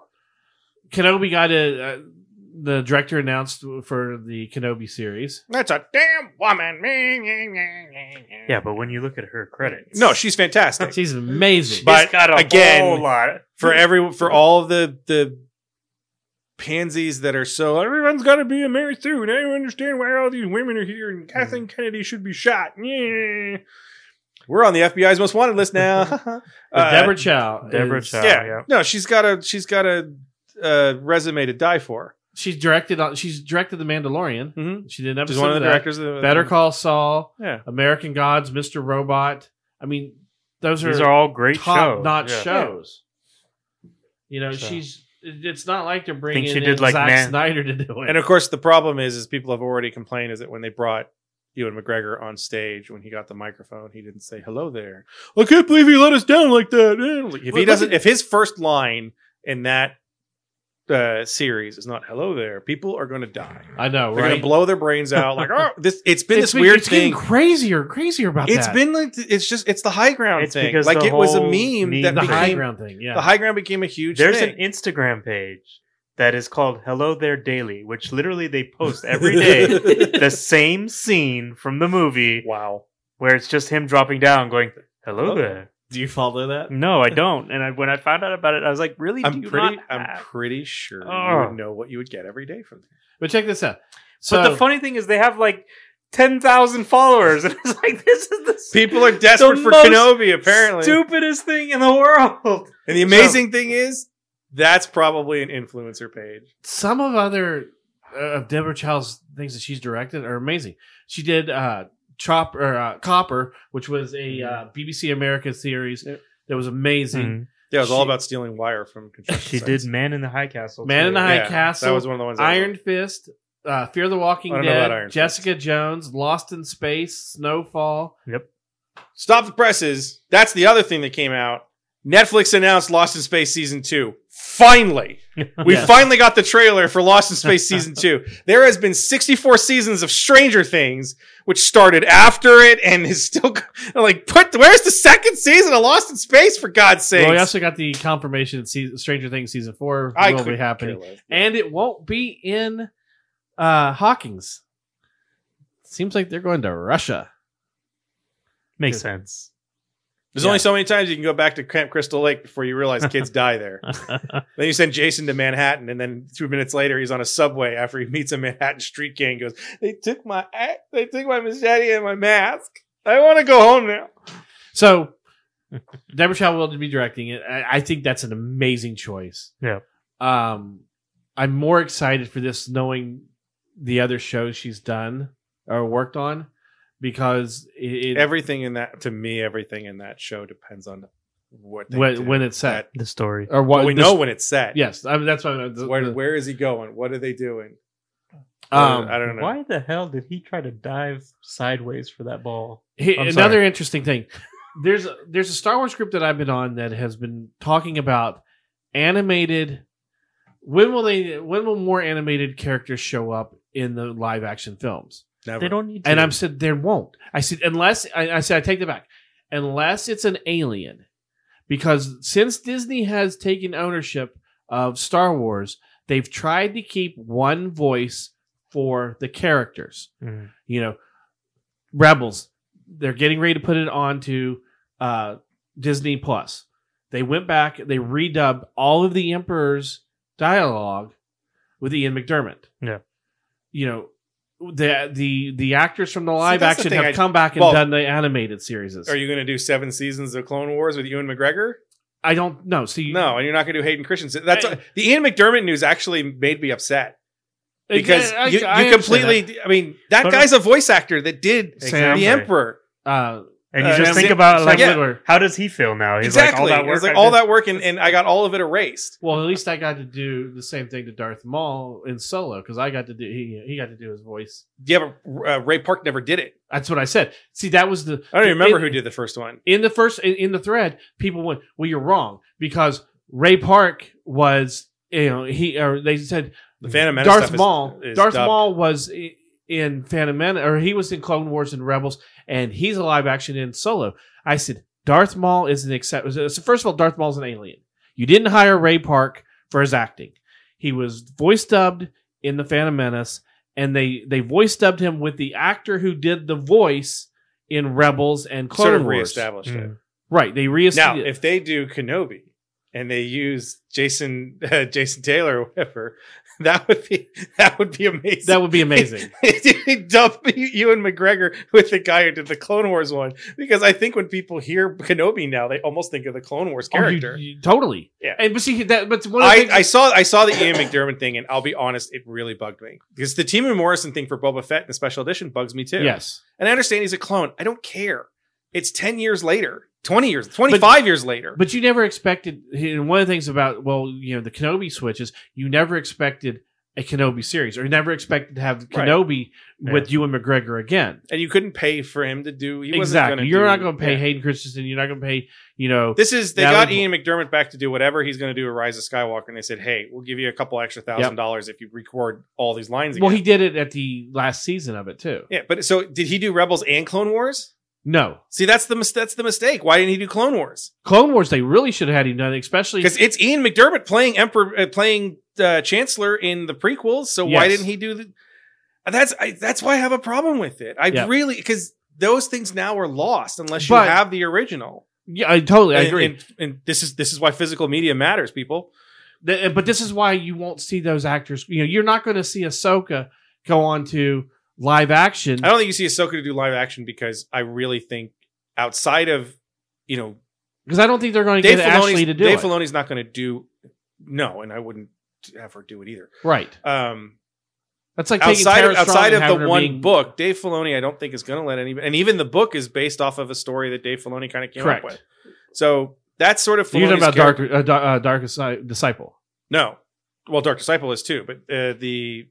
Speaker 6: Kenobi got a. Uh, the director announced for the Kenobi series.
Speaker 9: That's a damn woman.
Speaker 7: Yeah, but when you look at her credits,
Speaker 9: No, [laughs] she's fantastic.
Speaker 6: She's amazing.
Speaker 9: But
Speaker 7: got
Speaker 9: again-
Speaker 7: lot.
Speaker 9: for every for all of the the pansies that are so everyone's got to be a Mary Sue, and I don't understand why all these women are here, and Kathleen Kennedy should be shot. Yeah. We're on the FBI's most wanted list now. [laughs]
Speaker 6: But
Speaker 9: Uh,
Speaker 6: Deborah Chow.
Speaker 7: Deborah
Speaker 6: is-
Speaker 7: Chow.
Speaker 9: yeah.
Speaker 7: yeah.
Speaker 9: No, she's got a she's got a uh, resume to die for.
Speaker 6: She's directed on. She's directed The Mandalorian.
Speaker 9: Mm-hmm.
Speaker 6: She did an episode.
Speaker 9: She's one of the
Speaker 6: that.
Speaker 9: directors of
Speaker 6: Better Call Saul.
Speaker 9: Yeah.
Speaker 6: American Gods. Mr. Robot. I mean, those
Speaker 7: These
Speaker 6: are,
Speaker 7: are all great
Speaker 6: top
Speaker 7: shows.
Speaker 6: notch
Speaker 7: yeah.
Speaker 6: shows. You know,
Speaker 9: So.
Speaker 6: she's. it- It's not like they're bringing
Speaker 7: she
Speaker 6: in
Speaker 7: did like
Speaker 6: Zack
Speaker 7: Nan-
Speaker 6: Snyder to do it.
Speaker 9: And of course, the problem is, is people have already complained, is that when they brought Ewan McGregor on stage when he got the microphone, he didn't say hello there. I can't believe he let us down like that. Eh, like, If
Speaker 6: Well,
Speaker 9: he
Speaker 6: look
Speaker 9: doesn't,
Speaker 6: at-
Speaker 9: if his first line in that uh, series is not "hello there," people are going to die.
Speaker 6: I know,
Speaker 9: They're going
Speaker 6: right?
Speaker 9: to blow their brains out. Like, [laughs] oh, this. It's been
Speaker 6: it's
Speaker 9: this weird
Speaker 6: it's
Speaker 9: thing.
Speaker 6: getting crazier, and crazier about
Speaker 9: It's
Speaker 6: that.
Speaker 9: been like it's just it's the high ground
Speaker 7: It's
Speaker 9: thing.
Speaker 7: because
Speaker 9: Like
Speaker 7: the
Speaker 9: it was a
Speaker 7: whole
Speaker 9: meme,
Speaker 7: meme
Speaker 9: that
Speaker 6: the
Speaker 9: became,
Speaker 6: high ground thing. Yeah,
Speaker 9: The high ground became a huge
Speaker 7: There's
Speaker 9: thing.
Speaker 7: an Instagram page that is called Hello There Daily, which literally they post every day the same scene from the movie
Speaker 9: wow.
Speaker 7: where it's just him dropping down going,
Speaker 9: Oh,
Speaker 7: Hello there.
Speaker 6: do you follow that?
Speaker 7: No, I don't. And I, when I found out about it, I was like, really? do
Speaker 9: I'm
Speaker 7: you
Speaker 9: pretty.
Speaker 7: not
Speaker 9: I'm
Speaker 7: have-
Speaker 9: pretty sure you
Speaker 7: Oh.
Speaker 9: would know what you would get every day from that.
Speaker 6: But check this out. So
Speaker 7: But the funny thing is, they have like 10,000 followers. [laughs] And it's like, this is the
Speaker 9: People are desperate
Speaker 7: The
Speaker 9: for
Speaker 7: most
Speaker 9: Kenobi, apparently.
Speaker 7: stupidest thing in the
Speaker 9: [laughs]
Speaker 7: world.
Speaker 9: And the amazing thing is, that's probably an influencer page.
Speaker 6: some of other uh, of Deborah Child's things that she's directed are amazing. She did uh, Chop or uh, Copper, which was a uh, BBC America series
Speaker 9: Mm-hmm. Yep.
Speaker 6: that was amazing.
Speaker 9: Yeah, it was all
Speaker 6: She-
Speaker 9: about stealing wire from construction
Speaker 7: She
Speaker 9: sites.
Speaker 7: did Man in the High Castle.
Speaker 6: Man in the High Castle,
Speaker 9: Mm-hmm. That was one of the ones. I
Speaker 6: Iron
Speaker 9: liked.
Speaker 6: Fist, uh, Fear the Walking
Speaker 9: I don't know
Speaker 6: Dead,
Speaker 9: about Iron
Speaker 6: Jessica Jones, Lost in Space, Snowfall.
Speaker 9: Stop the presses. That's the other thing that came out. Netflix announced Lost in Space season two. Finally, we
Speaker 6: Yes.
Speaker 9: finally got the trailer for Lost in Space season two. There has been 64 seasons of Stranger Things, which started after it and is still like put. Where's the second season of Lost in Space? For God's sake!
Speaker 6: Well, we also got the confirmation that season, Stranger Things season four will be
Speaker 9: couldn't
Speaker 6: happening,
Speaker 9: care less.
Speaker 6: and it won't be in uh, Hawkins. Seems like they're going to Russia.
Speaker 7: Makes sense.
Speaker 9: There's only so many times you can go back to Camp Crystal Lake before you realize kids die there. Then you send Jason to Manhattan, and then two minutes later, he's on a subway after he meets a Manhattan street gang. and Goes, they took my, they took my machete and my mask. I want to go home now.
Speaker 6: So, [laughs] Deborah Chow will be directing it. I, I think that's an amazing choice.
Speaker 7: Yeah.
Speaker 6: Um, I'm more excited for this knowing the other shows she's done or worked on because it, it
Speaker 9: Everything in that, to me, everything in that show depends on what they
Speaker 6: when,
Speaker 9: did.
Speaker 6: when it's set
Speaker 9: That-
Speaker 7: The story.
Speaker 6: or what
Speaker 9: we
Speaker 6: this-
Speaker 9: know when it's set.
Speaker 6: Yes, I mean that's what I the-
Speaker 9: Where,
Speaker 6: the-
Speaker 9: where is he going? What are they doing?
Speaker 6: um,
Speaker 9: I don't know.
Speaker 7: Why the hell did he try to dive sideways for that ball?
Speaker 6: He,
Speaker 7: I'm
Speaker 6: another interesting thing. There's a, there's a Star Wars group that I've been on that has been talking about animated. When will they? When will more animated characters show up in the live action films?
Speaker 9: Never.
Speaker 7: They don't need to.
Speaker 6: And I'm said there won't. I said unless I, I said I take that back. Unless it's an alien, because since Disney has taken ownership of Star Wars, they've tried to keep one voice for the characters
Speaker 7: Mm.
Speaker 6: you know, Rebels. They're getting ready to put it on to uh, Disney Plus. They went back, they redubbed all of the Emperor's dialogue with Ian McDermott.
Speaker 7: Yeah.
Speaker 6: You know, the the the actors from the live
Speaker 9: that's the
Speaker 6: action
Speaker 9: thing
Speaker 6: have
Speaker 9: I-
Speaker 6: come back and
Speaker 9: well-
Speaker 6: done the animated series.
Speaker 9: Are you going to do seven seasons of Clone Wars with Ewan McGregor?
Speaker 6: I don't know. See,
Speaker 9: No, and you're not going to do Hayden Christensen. That's
Speaker 6: Hey.
Speaker 9: the Ian McDermott news actually made me upset
Speaker 6: I-
Speaker 9: because
Speaker 6: I-
Speaker 9: you,
Speaker 6: I understand uh,
Speaker 9: you completely. I mean, that
Speaker 7: But-
Speaker 9: guy's a voice actor that did
Speaker 7: Exactly.
Speaker 9: the Emperor.
Speaker 6: that. Uh,
Speaker 7: and you
Speaker 9: uh,
Speaker 7: just
Speaker 9: Sam-
Speaker 7: think about like,
Speaker 9: Sam
Speaker 6: Woodward.
Speaker 7: how does he feel now? He's
Speaker 9: exactly.
Speaker 7: like all that
Speaker 9: It was
Speaker 7: work.
Speaker 9: like
Speaker 7: I
Speaker 9: all
Speaker 7: did-
Speaker 9: that work, and, and I got all of it erased.
Speaker 6: Well, at least I got to do the same thing to Darth Maul in Solo because I got to do he, he got to do his voice.
Speaker 9: Yeah, but uh, Ray Park never did it.
Speaker 6: That's what I said. See, that was the
Speaker 9: I don't even remember
Speaker 6: it-
Speaker 9: who did the first one.
Speaker 6: in the first in, in the thread, people went, "Well, you're wrong because Ray Park was, you know, he or they said
Speaker 9: The Phantom Menace
Speaker 6: Mm. Darth
Speaker 9: stuff is-
Speaker 6: Maul.
Speaker 9: is
Speaker 6: Darth
Speaker 9: dubbed.
Speaker 6: Maul was i- in Phantom Menace, or he was in Clone Wars and Rebels, and he's a live action in Solo. I said Darth Maul is an except. So first of all, Darth Maul's an alien. You didn't hire Ray Park for his acting. He was voice dubbed in the Phantom Menace, and they they voice dubbed him with the actor who did the voice in Rebels and Clone
Speaker 9: sort of
Speaker 6: Wars. Mm.
Speaker 9: reestablished it.
Speaker 6: Right, they
Speaker 9: Now,
Speaker 6: reestablished.
Speaker 9: if they do Kenobi and they use Jason [laughs] uh, Jason Taylor or whatever, [laughs] that would be that would be amazing. [laughs]
Speaker 6: that would be amazing.
Speaker 9: Dump [laughs] Ewan McGregor with the guy who did the Clone Wars one because I think when people hear Kenobi now, they almost think of the Clone Wars
Speaker 6: Oh, you-
Speaker 9: character.
Speaker 6: you- totally.
Speaker 9: Yeah.
Speaker 6: And but see that but one of the
Speaker 9: I,
Speaker 6: things-
Speaker 9: I saw I saw the Ian McDermott thing, and I'll be honest, it really bugged me because the Team and Morrison thing for Boba Fett in the special edition bugs me too.
Speaker 6: yes.
Speaker 9: and I understand he's a clone. I don't care. It's 10 years later, 20 years, 25 years later.
Speaker 6: But you never expected. And one of the things about well, you know, the Kenobi switches, you never expected a Kenobi series, or you never expected to have
Speaker 9: Right.
Speaker 6: Kenobi with you and McGregor again.
Speaker 9: and you couldn't pay for him to do. He wasn't
Speaker 6: exactly.
Speaker 9: gonna
Speaker 6: You're
Speaker 9: do-
Speaker 6: not going to pay
Speaker 9: Yeah.
Speaker 6: Hayden Christensen. You're not going to pay. You know.
Speaker 9: This is they
Speaker 6: That
Speaker 9: got
Speaker 6: was-
Speaker 9: Ian McDermott back to do whatever he's going to do to Rise of Skywalker, and they said, "Hey, we'll give you a couple extra thousand
Speaker 6: Yep.
Speaker 9: dollars if you record all these lines." Again.
Speaker 6: well, he did it at the last season of it too.
Speaker 9: yeah, but so did he do Rebels and Clone Wars?
Speaker 6: No,
Speaker 9: See, that's the mis- that's the mistake. Why didn't he do Clone Wars?
Speaker 6: Clone Wars. They really should have had him done, it, especially
Speaker 9: Because it's Ian McDermott playing Emperor, uh, playing uh, Chancellor in the prequels. So why
Speaker 6: Yes.
Speaker 9: didn't he do the? That's I, that's why I have a problem with it. I
Speaker 6: Yeah.
Speaker 9: really because those things now are lost unless you
Speaker 6: But-
Speaker 9: have the original.
Speaker 6: Yeah, I totally I
Speaker 9: And-
Speaker 6: agree.
Speaker 9: And, and this is this is why physical media matters, people.
Speaker 6: Th- but this is why you won't see those actors. You know, you're not going to see Ahsoka go on to live action.
Speaker 9: I don't think you see Ahsoka to do live action because I really think outside of you know
Speaker 6: because I don't think they're going to
Speaker 9: Dave
Speaker 6: get Ashley
Speaker 9: Filoni's,
Speaker 6: to do
Speaker 9: Dave
Speaker 6: it.
Speaker 9: Filoni's not going to do no, and I wouldn't have her do it either.
Speaker 6: right.
Speaker 9: Um,
Speaker 6: That's like taking
Speaker 9: outside
Speaker 6: Tara
Speaker 9: of,
Speaker 6: Strong
Speaker 9: outside
Speaker 6: and
Speaker 9: of
Speaker 6: having
Speaker 9: the
Speaker 6: her
Speaker 9: one
Speaker 6: being-
Speaker 9: book, Dave Filoni, I don't think is going to let anybody. And even the book is based off of a story that Dave Filoni kind of came
Speaker 6: Correct.
Speaker 9: up with. So that's sort of
Speaker 6: You're talking
Speaker 9: Filoni's
Speaker 6: about
Speaker 9: character-
Speaker 6: Dark uh, Dar- uh, Dark Asci- Disciple.
Speaker 9: No, well, Dark Disciple is too, but uh, the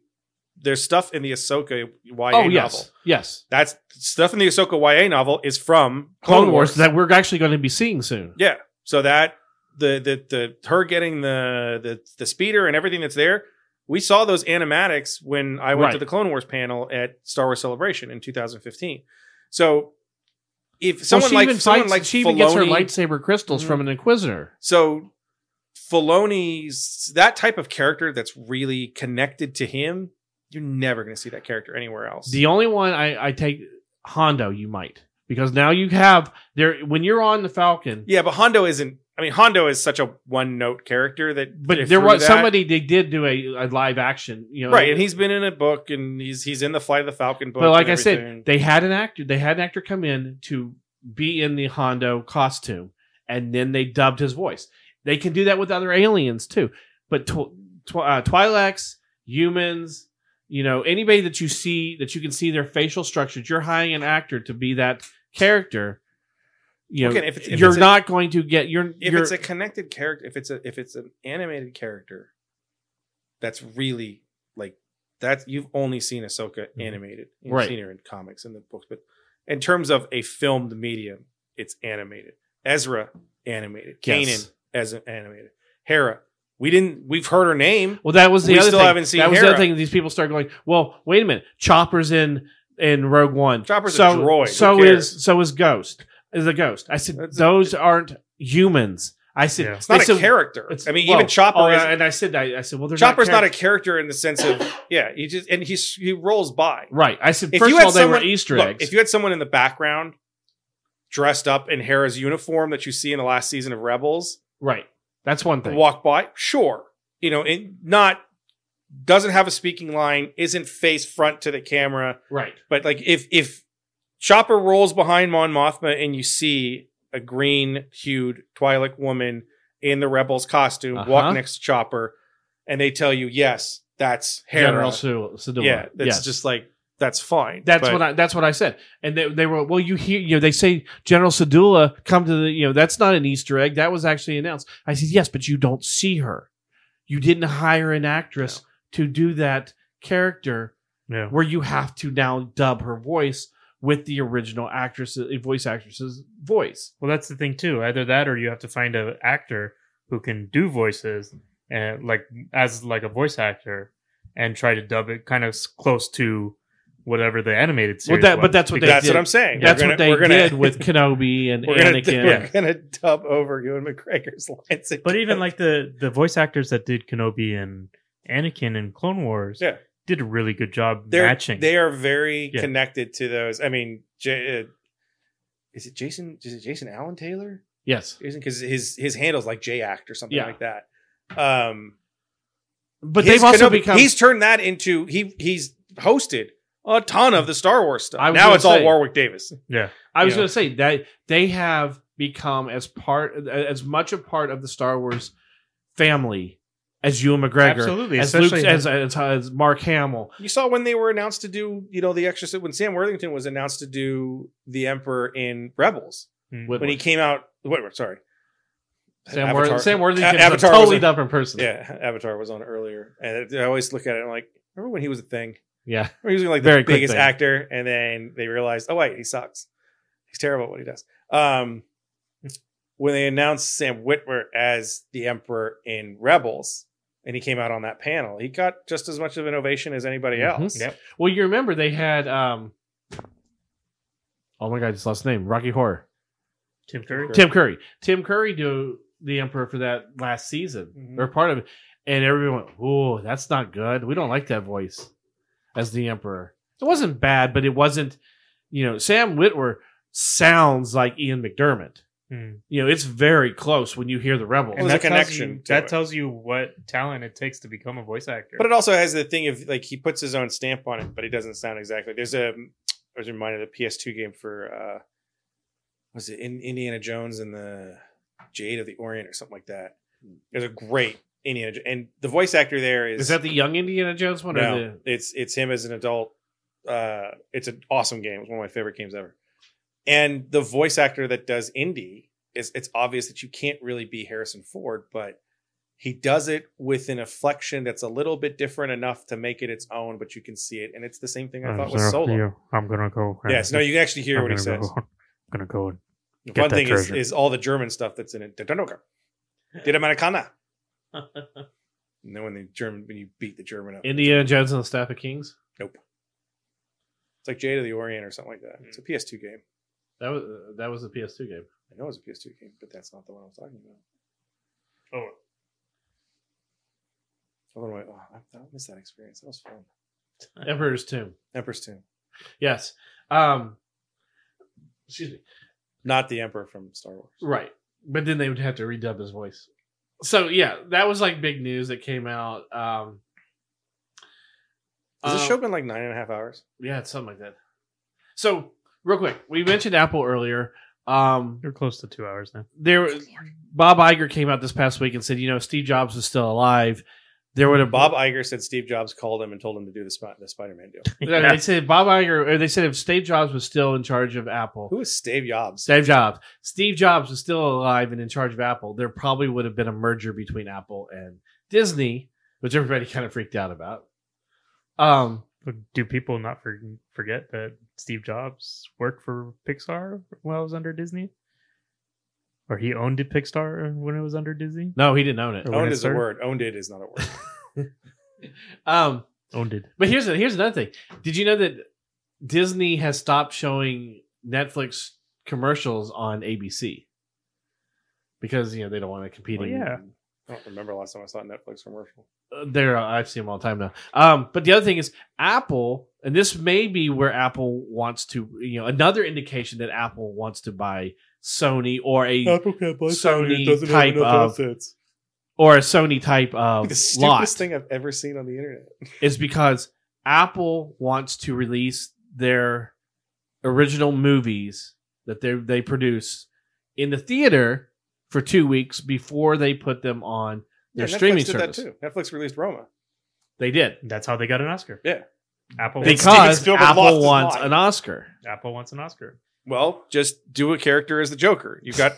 Speaker 9: there's stuff in the Ahsoka YA
Speaker 6: oh
Speaker 9: novel.
Speaker 6: yes, yes.
Speaker 9: That's stuff in the Ahsoka YA novel is from
Speaker 6: Clone Wars that we're actually going to be seeing soon.
Speaker 9: yeah. So that the the the her getting the the the speeder and everything that's there, we saw those animatics when I went to
Speaker 6: Right.
Speaker 9: the Clone Wars panel at Star Wars Celebration in 2015. So if
Speaker 6: Well,
Speaker 9: someone
Speaker 6: she
Speaker 9: like
Speaker 6: even
Speaker 9: someone
Speaker 6: fights-
Speaker 9: like
Speaker 6: she even gets her
Speaker 9: Filoni- Mm-hmm.
Speaker 6: lightsaber crystals from an Inquisitor.
Speaker 9: so Filoni's that type of character that's really connected to him, you're never going to see that character anywhere else.
Speaker 6: The only one I, I take Hondo, you might because now you have there when you're on the Falcon.
Speaker 9: yeah, but Hondo isn't. I mean, Hondo is such a one note character that.
Speaker 6: But
Speaker 9: if
Speaker 6: there
Speaker 9: through
Speaker 6: was
Speaker 9: that-
Speaker 6: somebody they did do a, a live action, you know,
Speaker 9: right, and he's been in a book, and he's he's in the Flight of the Falcon book.
Speaker 6: But like
Speaker 9: and
Speaker 6: I said,
Speaker 9: everything.
Speaker 6: they had an actor. They had an actor come in to be in the Hondo costume, and then they dubbed his voice. They can do that with other aliens too. But tw- tw- uh, Twi'leks, humans, you know, anybody that you see that you can see their facial structures, you're hiring an actor to be that character. You know,
Speaker 9: Again, if it's- if
Speaker 6: you're
Speaker 9: it's a-
Speaker 6: not going to get you're
Speaker 9: if
Speaker 6: you're
Speaker 9: it's a connected character, if it's a if it's an animated character, that's really like that's you've only seen Ahsoka animated, you've
Speaker 6: Mm-hmm. Right.
Speaker 9: seen her in comics and the books, but in terms of a filmed medium, it's animated. Ezra animated, Kanan
Speaker 6: Yes.
Speaker 9: as an animated, Hera. We didn't. We've heard her name.
Speaker 6: Well, that was the
Speaker 9: We
Speaker 6: other
Speaker 9: still
Speaker 6: thing.
Speaker 9: haven't seen
Speaker 6: that was the
Speaker 9: Hera.
Speaker 6: other thing. These people start going, "Well, wait a minute, Chopper's in in Rogue One.
Speaker 9: Chopper's a
Speaker 6: so,
Speaker 9: droid. Who
Speaker 6: So
Speaker 9: cares?
Speaker 6: is so is Ghost. Is a ghost. I said
Speaker 9: That's a-
Speaker 6: those aren't humans. I said
Speaker 7: Yeah.
Speaker 9: It's not
Speaker 6: they
Speaker 9: a
Speaker 6: said-
Speaker 9: character.
Speaker 6: it's-
Speaker 9: I mean,
Speaker 6: well,
Speaker 9: even Chopper.
Speaker 6: oh,
Speaker 9: is,
Speaker 6: and I said I, I said, well, they're
Speaker 9: Chopper's not,
Speaker 6: not
Speaker 9: a character in the sense of yeah. He just and he's he rolls by.
Speaker 6: right. I said
Speaker 9: If
Speaker 6: first
Speaker 9: you
Speaker 6: of
Speaker 9: had
Speaker 6: all, they were
Speaker 9: someone-
Speaker 6: Easter
Speaker 9: Look,
Speaker 6: eggs.
Speaker 9: if you had someone in the background dressed up in Hera's uniform that you see in the last season of Rebels
Speaker 6: right, that's one thing.
Speaker 9: walk by, sure. You know, it not doesn't have a speaking line, isn't face front to the camera,
Speaker 6: right,
Speaker 9: but like if if Chopper rolls behind Mon Mothma and you see a green hued Twi'lek woman in the Rebels costume
Speaker 6: Uh-huh.
Speaker 9: walk next to Chopper, and they tell you, yes, that's Hera.
Speaker 6: General Su- Sidora.
Speaker 9: yeah, that's
Speaker 6: Yes.
Speaker 9: just like that's fine.
Speaker 6: That's
Speaker 9: But-
Speaker 6: what I that's what I said. And they, they were well you hear you know they say General Sadula come to the you know that's not an easter egg that was actually announced. I said yes, but you don't see her. You didn't hire an actress to do that character
Speaker 7: Yeah.
Speaker 6: where you have to now dub her voice with the original actress uh, voice actress's voice.
Speaker 7: Well, that's the thing too. Either that, or you have to find an actor who can do voices, and like as like a voice actor, and try to dub it kind of s- close to whatever the animated
Speaker 6: Well,
Speaker 7: series.
Speaker 6: that- but
Speaker 7: was,
Speaker 6: that's what they
Speaker 7: because-
Speaker 9: that's what
Speaker 6: did.
Speaker 9: I'm saying.
Speaker 6: That's
Speaker 9: We're
Speaker 6: what
Speaker 9: gonna-
Speaker 6: they
Speaker 9: we're gonna-
Speaker 6: did with Kenobi and
Speaker 9: [laughs] we're gonna,
Speaker 6: Anakin.
Speaker 9: we're gonna dub over you and McGregor's [laughs] lines.
Speaker 7: But even
Speaker 9: again.
Speaker 7: like the the voice actors that did Kenobi and Anakin and Clone Wars,
Speaker 9: Yeah.
Speaker 7: did a really good job
Speaker 9: they're
Speaker 7: matching.
Speaker 9: they are very
Speaker 7: Yeah.
Speaker 9: connected to those. I mean, J- uh, is it Jason? Is it Jason Allen Taylor?
Speaker 6: Yes.
Speaker 9: Isn't because his his handle's like J Act or something
Speaker 6: Yeah.
Speaker 9: like that. Um,
Speaker 6: But
Speaker 9: his
Speaker 6: they've also
Speaker 9: Kenobi-
Speaker 6: become
Speaker 9: he's turned that into he he's hosted a ton of the Star Wars
Speaker 6: I
Speaker 9: stuff.
Speaker 6: was
Speaker 9: Now
Speaker 6: gonna
Speaker 9: it's all
Speaker 6: say-
Speaker 9: Warwick Davis.
Speaker 6: I was
Speaker 9: Yeah.
Speaker 6: going to say that they have become as part as much a part of the Star Wars family as Ewan McGregor,
Speaker 7: Absolutely,
Speaker 6: as Luke,
Speaker 7: especially-
Speaker 6: as, as, as Mark Hamill.
Speaker 9: You saw when they were announced to do, you know, the Exorcist when Sam Worthington was announced to do the Emperor in Rebels
Speaker 6: With
Speaker 9: when he came out. Wait, wait, sorry,
Speaker 6: Sam,
Speaker 9: Avatar-
Speaker 6: Worth- Sam Worthington
Speaker 9: A-
Speaker 6: is a
Speaker 9: Avatar was
Speaker 6: totally
Speaker 9: a-
Speaker 6: different person.
Speaker 9: yeah, Avatar was on earlier, and I always look at it and I'm like, remember when he was a thing?
Speaker 6: Yeah.
Speaker 9: Remember he was like the
Speaker 6: Very quick
Speaker 9: biggest
Speaker 6: thing.
Speaker 9: actor, and then they realized, oh wait, he sucks. He's terrible at what he does. Um, when they announced Sam Witwer as the Emperor in Rebels, and he came out on that panel, he got just as much of an ovation as anybody
Speaker 6: Mhm.
Speaker 9: else.
Speaker 7: Yep.
Speaker 6: Well, you remember they had um Oh my god, his last name, Rocky Horror.
Speaker 7: Tim Curry.
Speaker 6: Tim Curry. Tim Curry do the Emperor for that last season
Speaker 7: Mm-hmm.
Speaker 9: Mhm.
Speaker 6: or part of it. And everyone went, Oh, that's not good. We don't like that voice as the Emperor. It wasn't bad, but it wasn't, you know, Sam Witwer sounds like Ian McDermott.
Speaker 7: Mm.
Speaker 6: You know, it's very close when you hear the Rebels.
Speaker 9: Well, there's a
Speaker 7: tells
Speaker 9: connection
Speaker 7: you-
Speaker 9: to
Speaker 7: that
Speaker 9: it.
Speaker 7: tells you what talent it takes to become a voice actor.
Speaker 9: But it also has the thing of like he puts his own stamp on it, but it doesn't sound exactly. There's a I was reminded of the PS2 game for uh was it in Indiana Jones and the Jade of the Orient or something like that. There's a great Indiana Jo- and the voice actor there is
Speaker 6: Hmm. Is that the young Indiana Jones one or
Speaker 9: no,
Speaker 6: the
Speaker 9: it's it's him as an adult. Uh it's an awesome game. It's one of my favorite games ever. And the voice actor that does indie is it's obvious that you can't really be Harrison Ford, but he does it with an inflection that's a little bit different enough to make it its own, but you can see it. And it's the same thing I thought was solo.
Speaker 7: Uh, I'm gonna go.
Speaker 9: Yes, no, you can actually hear what he says.
Speaker 7: [laughs] I'm gonna go.
Speaker 9: The
Speaker 7: Get
Speaker 9: fun
Speaker 7: that
Speaker 9: thing is,
Speaker 7: treasure.
Speaker 9: is all the German stuff that's in it. Der Donnerker. Der Amerikaner. And then when the German when you beat the German up.
Speaker 6: Indiana Jones and the Staff of Kings?
Speaker 9: It's like Jade of the Orient or something like that. It's a PS2 game.
Speaker 6: That was that was a PS2 game.
Speaker 9: I know it's a PS2 game, but that's not the one I'm talking about.
Speaker 7: Oh,
Speaker 9: Oh, wait, oh, I, I missed that experience. That was fun.
Speaker 6: Emperor's Tomb.
Speaker 9: Emperor's Tomb,
Speaker 6: Yes. Um excuse me.
Speaker 9: not the Emperor from Star Wars.
Speaker 6: Right. But then they would have to redub his voice. So yeah, that was like big news that came out. Um
Speaker 9: Has
Speaker 3: Uh,
Speaker 6: um,
Speaker 9: this show been like nine and a half hours?
Speaker 6: Yeah, it's something like that. So real quick, we mentioned Apple earlier. Um
Speaker 7: you're close to two hours now.
Speaker 6: there Bob Iger came out this past week and said, you know, if Steve Jobs was still alive. There would have [laughs]
Speaker 9: Bob Iger said Steve Jobs called him and told him to do the, Sp- the
Speaker 3: [laughs]
Speaker 9: Spider-Man deal.
Speaker 6: No, They said Bob Iger. Or they said if Steve Jobs was still in charge of Apple,
Speaker 9: Who is Steve Jobs?
Speaker 6: Steve Jobs. Steve Jobs was still alive and in charge of Apple. There probably would have been a merger between Apple and Disney, which everybody [laughs] kind of freaked out about. Um,
Speaker 7: Do people not for, forget that Steve Jobs worked for Pixar while it was under Disney, or he owned it Pixar when it was under Disney?
Speaker 6: no, he didn't own it.
Speaker 7: Or when
Speaker 9: Owned
Speaker 7: it
Speaker 9: is a
Speaker 7: started?
Speaker 9: word. Owned it is not a word.
Speaker 6: Um,
Speaker 7: Owned it.
Speaker 6: but here's here's another thing. Did you know that Disney has stopped showing Netflix commercials on ABC because you know they don't want to compete.
Speaker 7: Well, yeah.
Speaker 9: I don't remember last time I saw a Netflix
Speaker 3: [laughs]
Speaker 9: commercial.
Speaker 6: there I've seen them all the time now. Um, but the other thing is Apple, and this may be where Apple wants to, you know, another indication that Apple wants to buy Sony or a
Speaker 3: Apple can't buy
Speaker 6: Sony
Speaker 3: Sony. It doesn't
Speaker 6: type
Speaker 3: have enough
Speaker 6: of-
Speaker 3: assets.
Speaker 6: or a Sony type of
Speaker 9: the stupidest
Speaker 6: lot
Speaker 9: thing I've ever seen on the internet.
Speaker 6: is because Apple wants to release their original movies that they they produce in the theater for two weeks before they put them on their streaming
Speaker 9: Netflix did
Speaker 6: service.
Speaker 9: that too. Netflix released Roma.
Speaker 6: They did
Speaker 7: That's how they got an Oscar.
Speaker 9: Yeah.
Speaker 7: Apple wants,
Speaker 6: because
Speaker 9: Spielberg lost
Speaker 6: Apple
Speaker 9: his
Speaker 6: wants
Speaker 9: mind.
Speaker 6: an Oscar.
Speaker 7: Apple wants an Oscar.
Speaker 9: Well,
Speaker 6: [laughs]
Speaker 9: just do a character as the Joker. You've got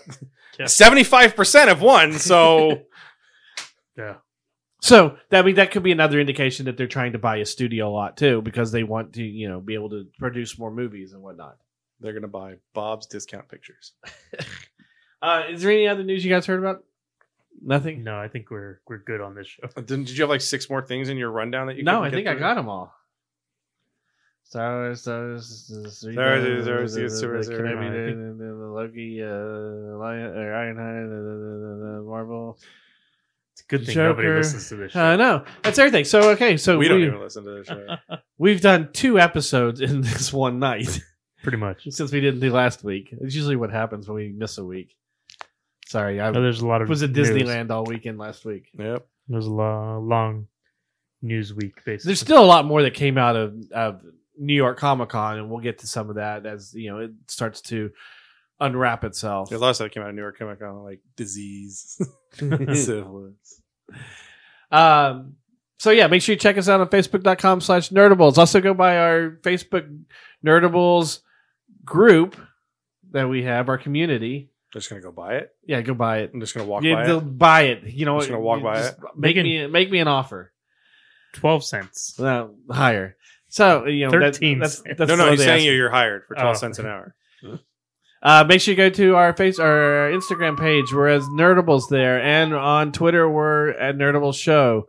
Speaker 7: Yeah.
Speaker 9: seventy-five percent of one, so
Speaker 6: So that I mean that could be another indication that they're trying to buy a studio lot too, because they want to you know be able to produce more movies and whatnot.
Speaker 9: they're gonna buy Bob's discount pictures.
Speaker 6: Uh, is there any other news you guys heard about? Nothing.
Speaker 7: No, I think we're we're good on this show.
Speaker 9: Didn't- Did you have like six more things in your rundown that you?
Speaker 6: No,
Speaker 9: couldn't
Speaker 6: I
Speaker 9: get
Speaker 6: think I
Speaker 9: through?
Speaker 6: got them all. Star Wars, Star Wars, uh, Star
Speaker 9: Star Wars,
Speaker 6: Wars,
Speaker 9: Star Wars, Star Wars, Star Wars,
Speaker 6: Kenobi,
Speaker 9: I think-
Speaker 6: uh, Loki, uh, Lion, or Ironhide, uh, uh, uh, Marvel.
Speaker 7: It's a good thing nobody
Speaker 6: Joker. Uh,
Speaker 7: listens to this show.
Speaker 6: I know that's everything. So okay, so
Speaker 9: We
Speaker 6: we
Speaker 9: don't even listen to
Speaker 6: [laughs]
Speaker 9: this show.
Speaker 6: we've done two episodes in this one night.
Speaker 7: Pretty much.
Speaker 6: since we didn't do last week. It's usually what happens when we miss a week. Sorry, I
Speaker 7: No, there's a lot of
Speaker 6: was at
Speaker 7: news.
Speaker 6: Disneyland all weekend last week.
Speaker 9: yep.
Speaker 7: There's a lo- long news week basically.
Speaker 6: There's still a lot more that came out of, of New York Comic Con, and we'll get to some of that as you know it starts to unwrap itself.
Speaker 9: uh, [laughs] There's a lot of stuff that came out of New York Comic Con, like disease, syphilis.
Speaker 6: Um, so yeah, make sure you check us out on Facebook.com slash nerdables. Also go by our Facebook nerdables group that we have, our community.
Speaker 9: I'm just gonna go buy it.
Speaker 6: Yeah, go buy it.
Speaker 9: I'm just gonna walk
Speaker 6: yeah,
Speaker 9: by
Speaker 6: they'll
Speaker 9: it.
Speaker 6: buy it. You know,
Speaker 9: I'm just gonna walk by
Speaker 6: just Make
Speaker 7: They can-
Speaker 6: me make me an offer.
Speaker 7: Twelve cents.
Speaker 6: Uh, higher. So you know, that-
Speaker 7: 13.
Speaker 6: that's, that's
Speaker 9: No, no,
Speaker 6: what
Speaker 9: he's
Speaker 6: they
Speaker 9: saying
Speaker 6: ask.
Speaker 9: you you're hired for twelve
Speaker 7: Oh.
Speaker 9: cents an hour.
Speaker 6: Uh, make sure you go to our face, our Instagram page. We're as Nerdables there, and on Twitter we're at Nerdables Show.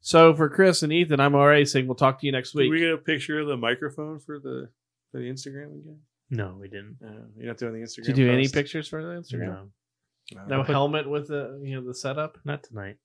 Speaker 6: So for Chris and Ethan, I'm RA saying we'll talk to you next
Speaker 9: Did
Speaker 6: week.
Speaker 9: we get a picture of the microphone for the for the Instagram again?
Speaker 7: No, we didn't.
Speaker 9: Uh, you're not doing the Instagram.
Speaker 6: Did you do any
Speaker 9: post?
Speaker 6: pictures for the Instagram?
Speaker 7: No,
Speaker 6: No, helmet with the you know the setup.
Speaker 7: not tonight.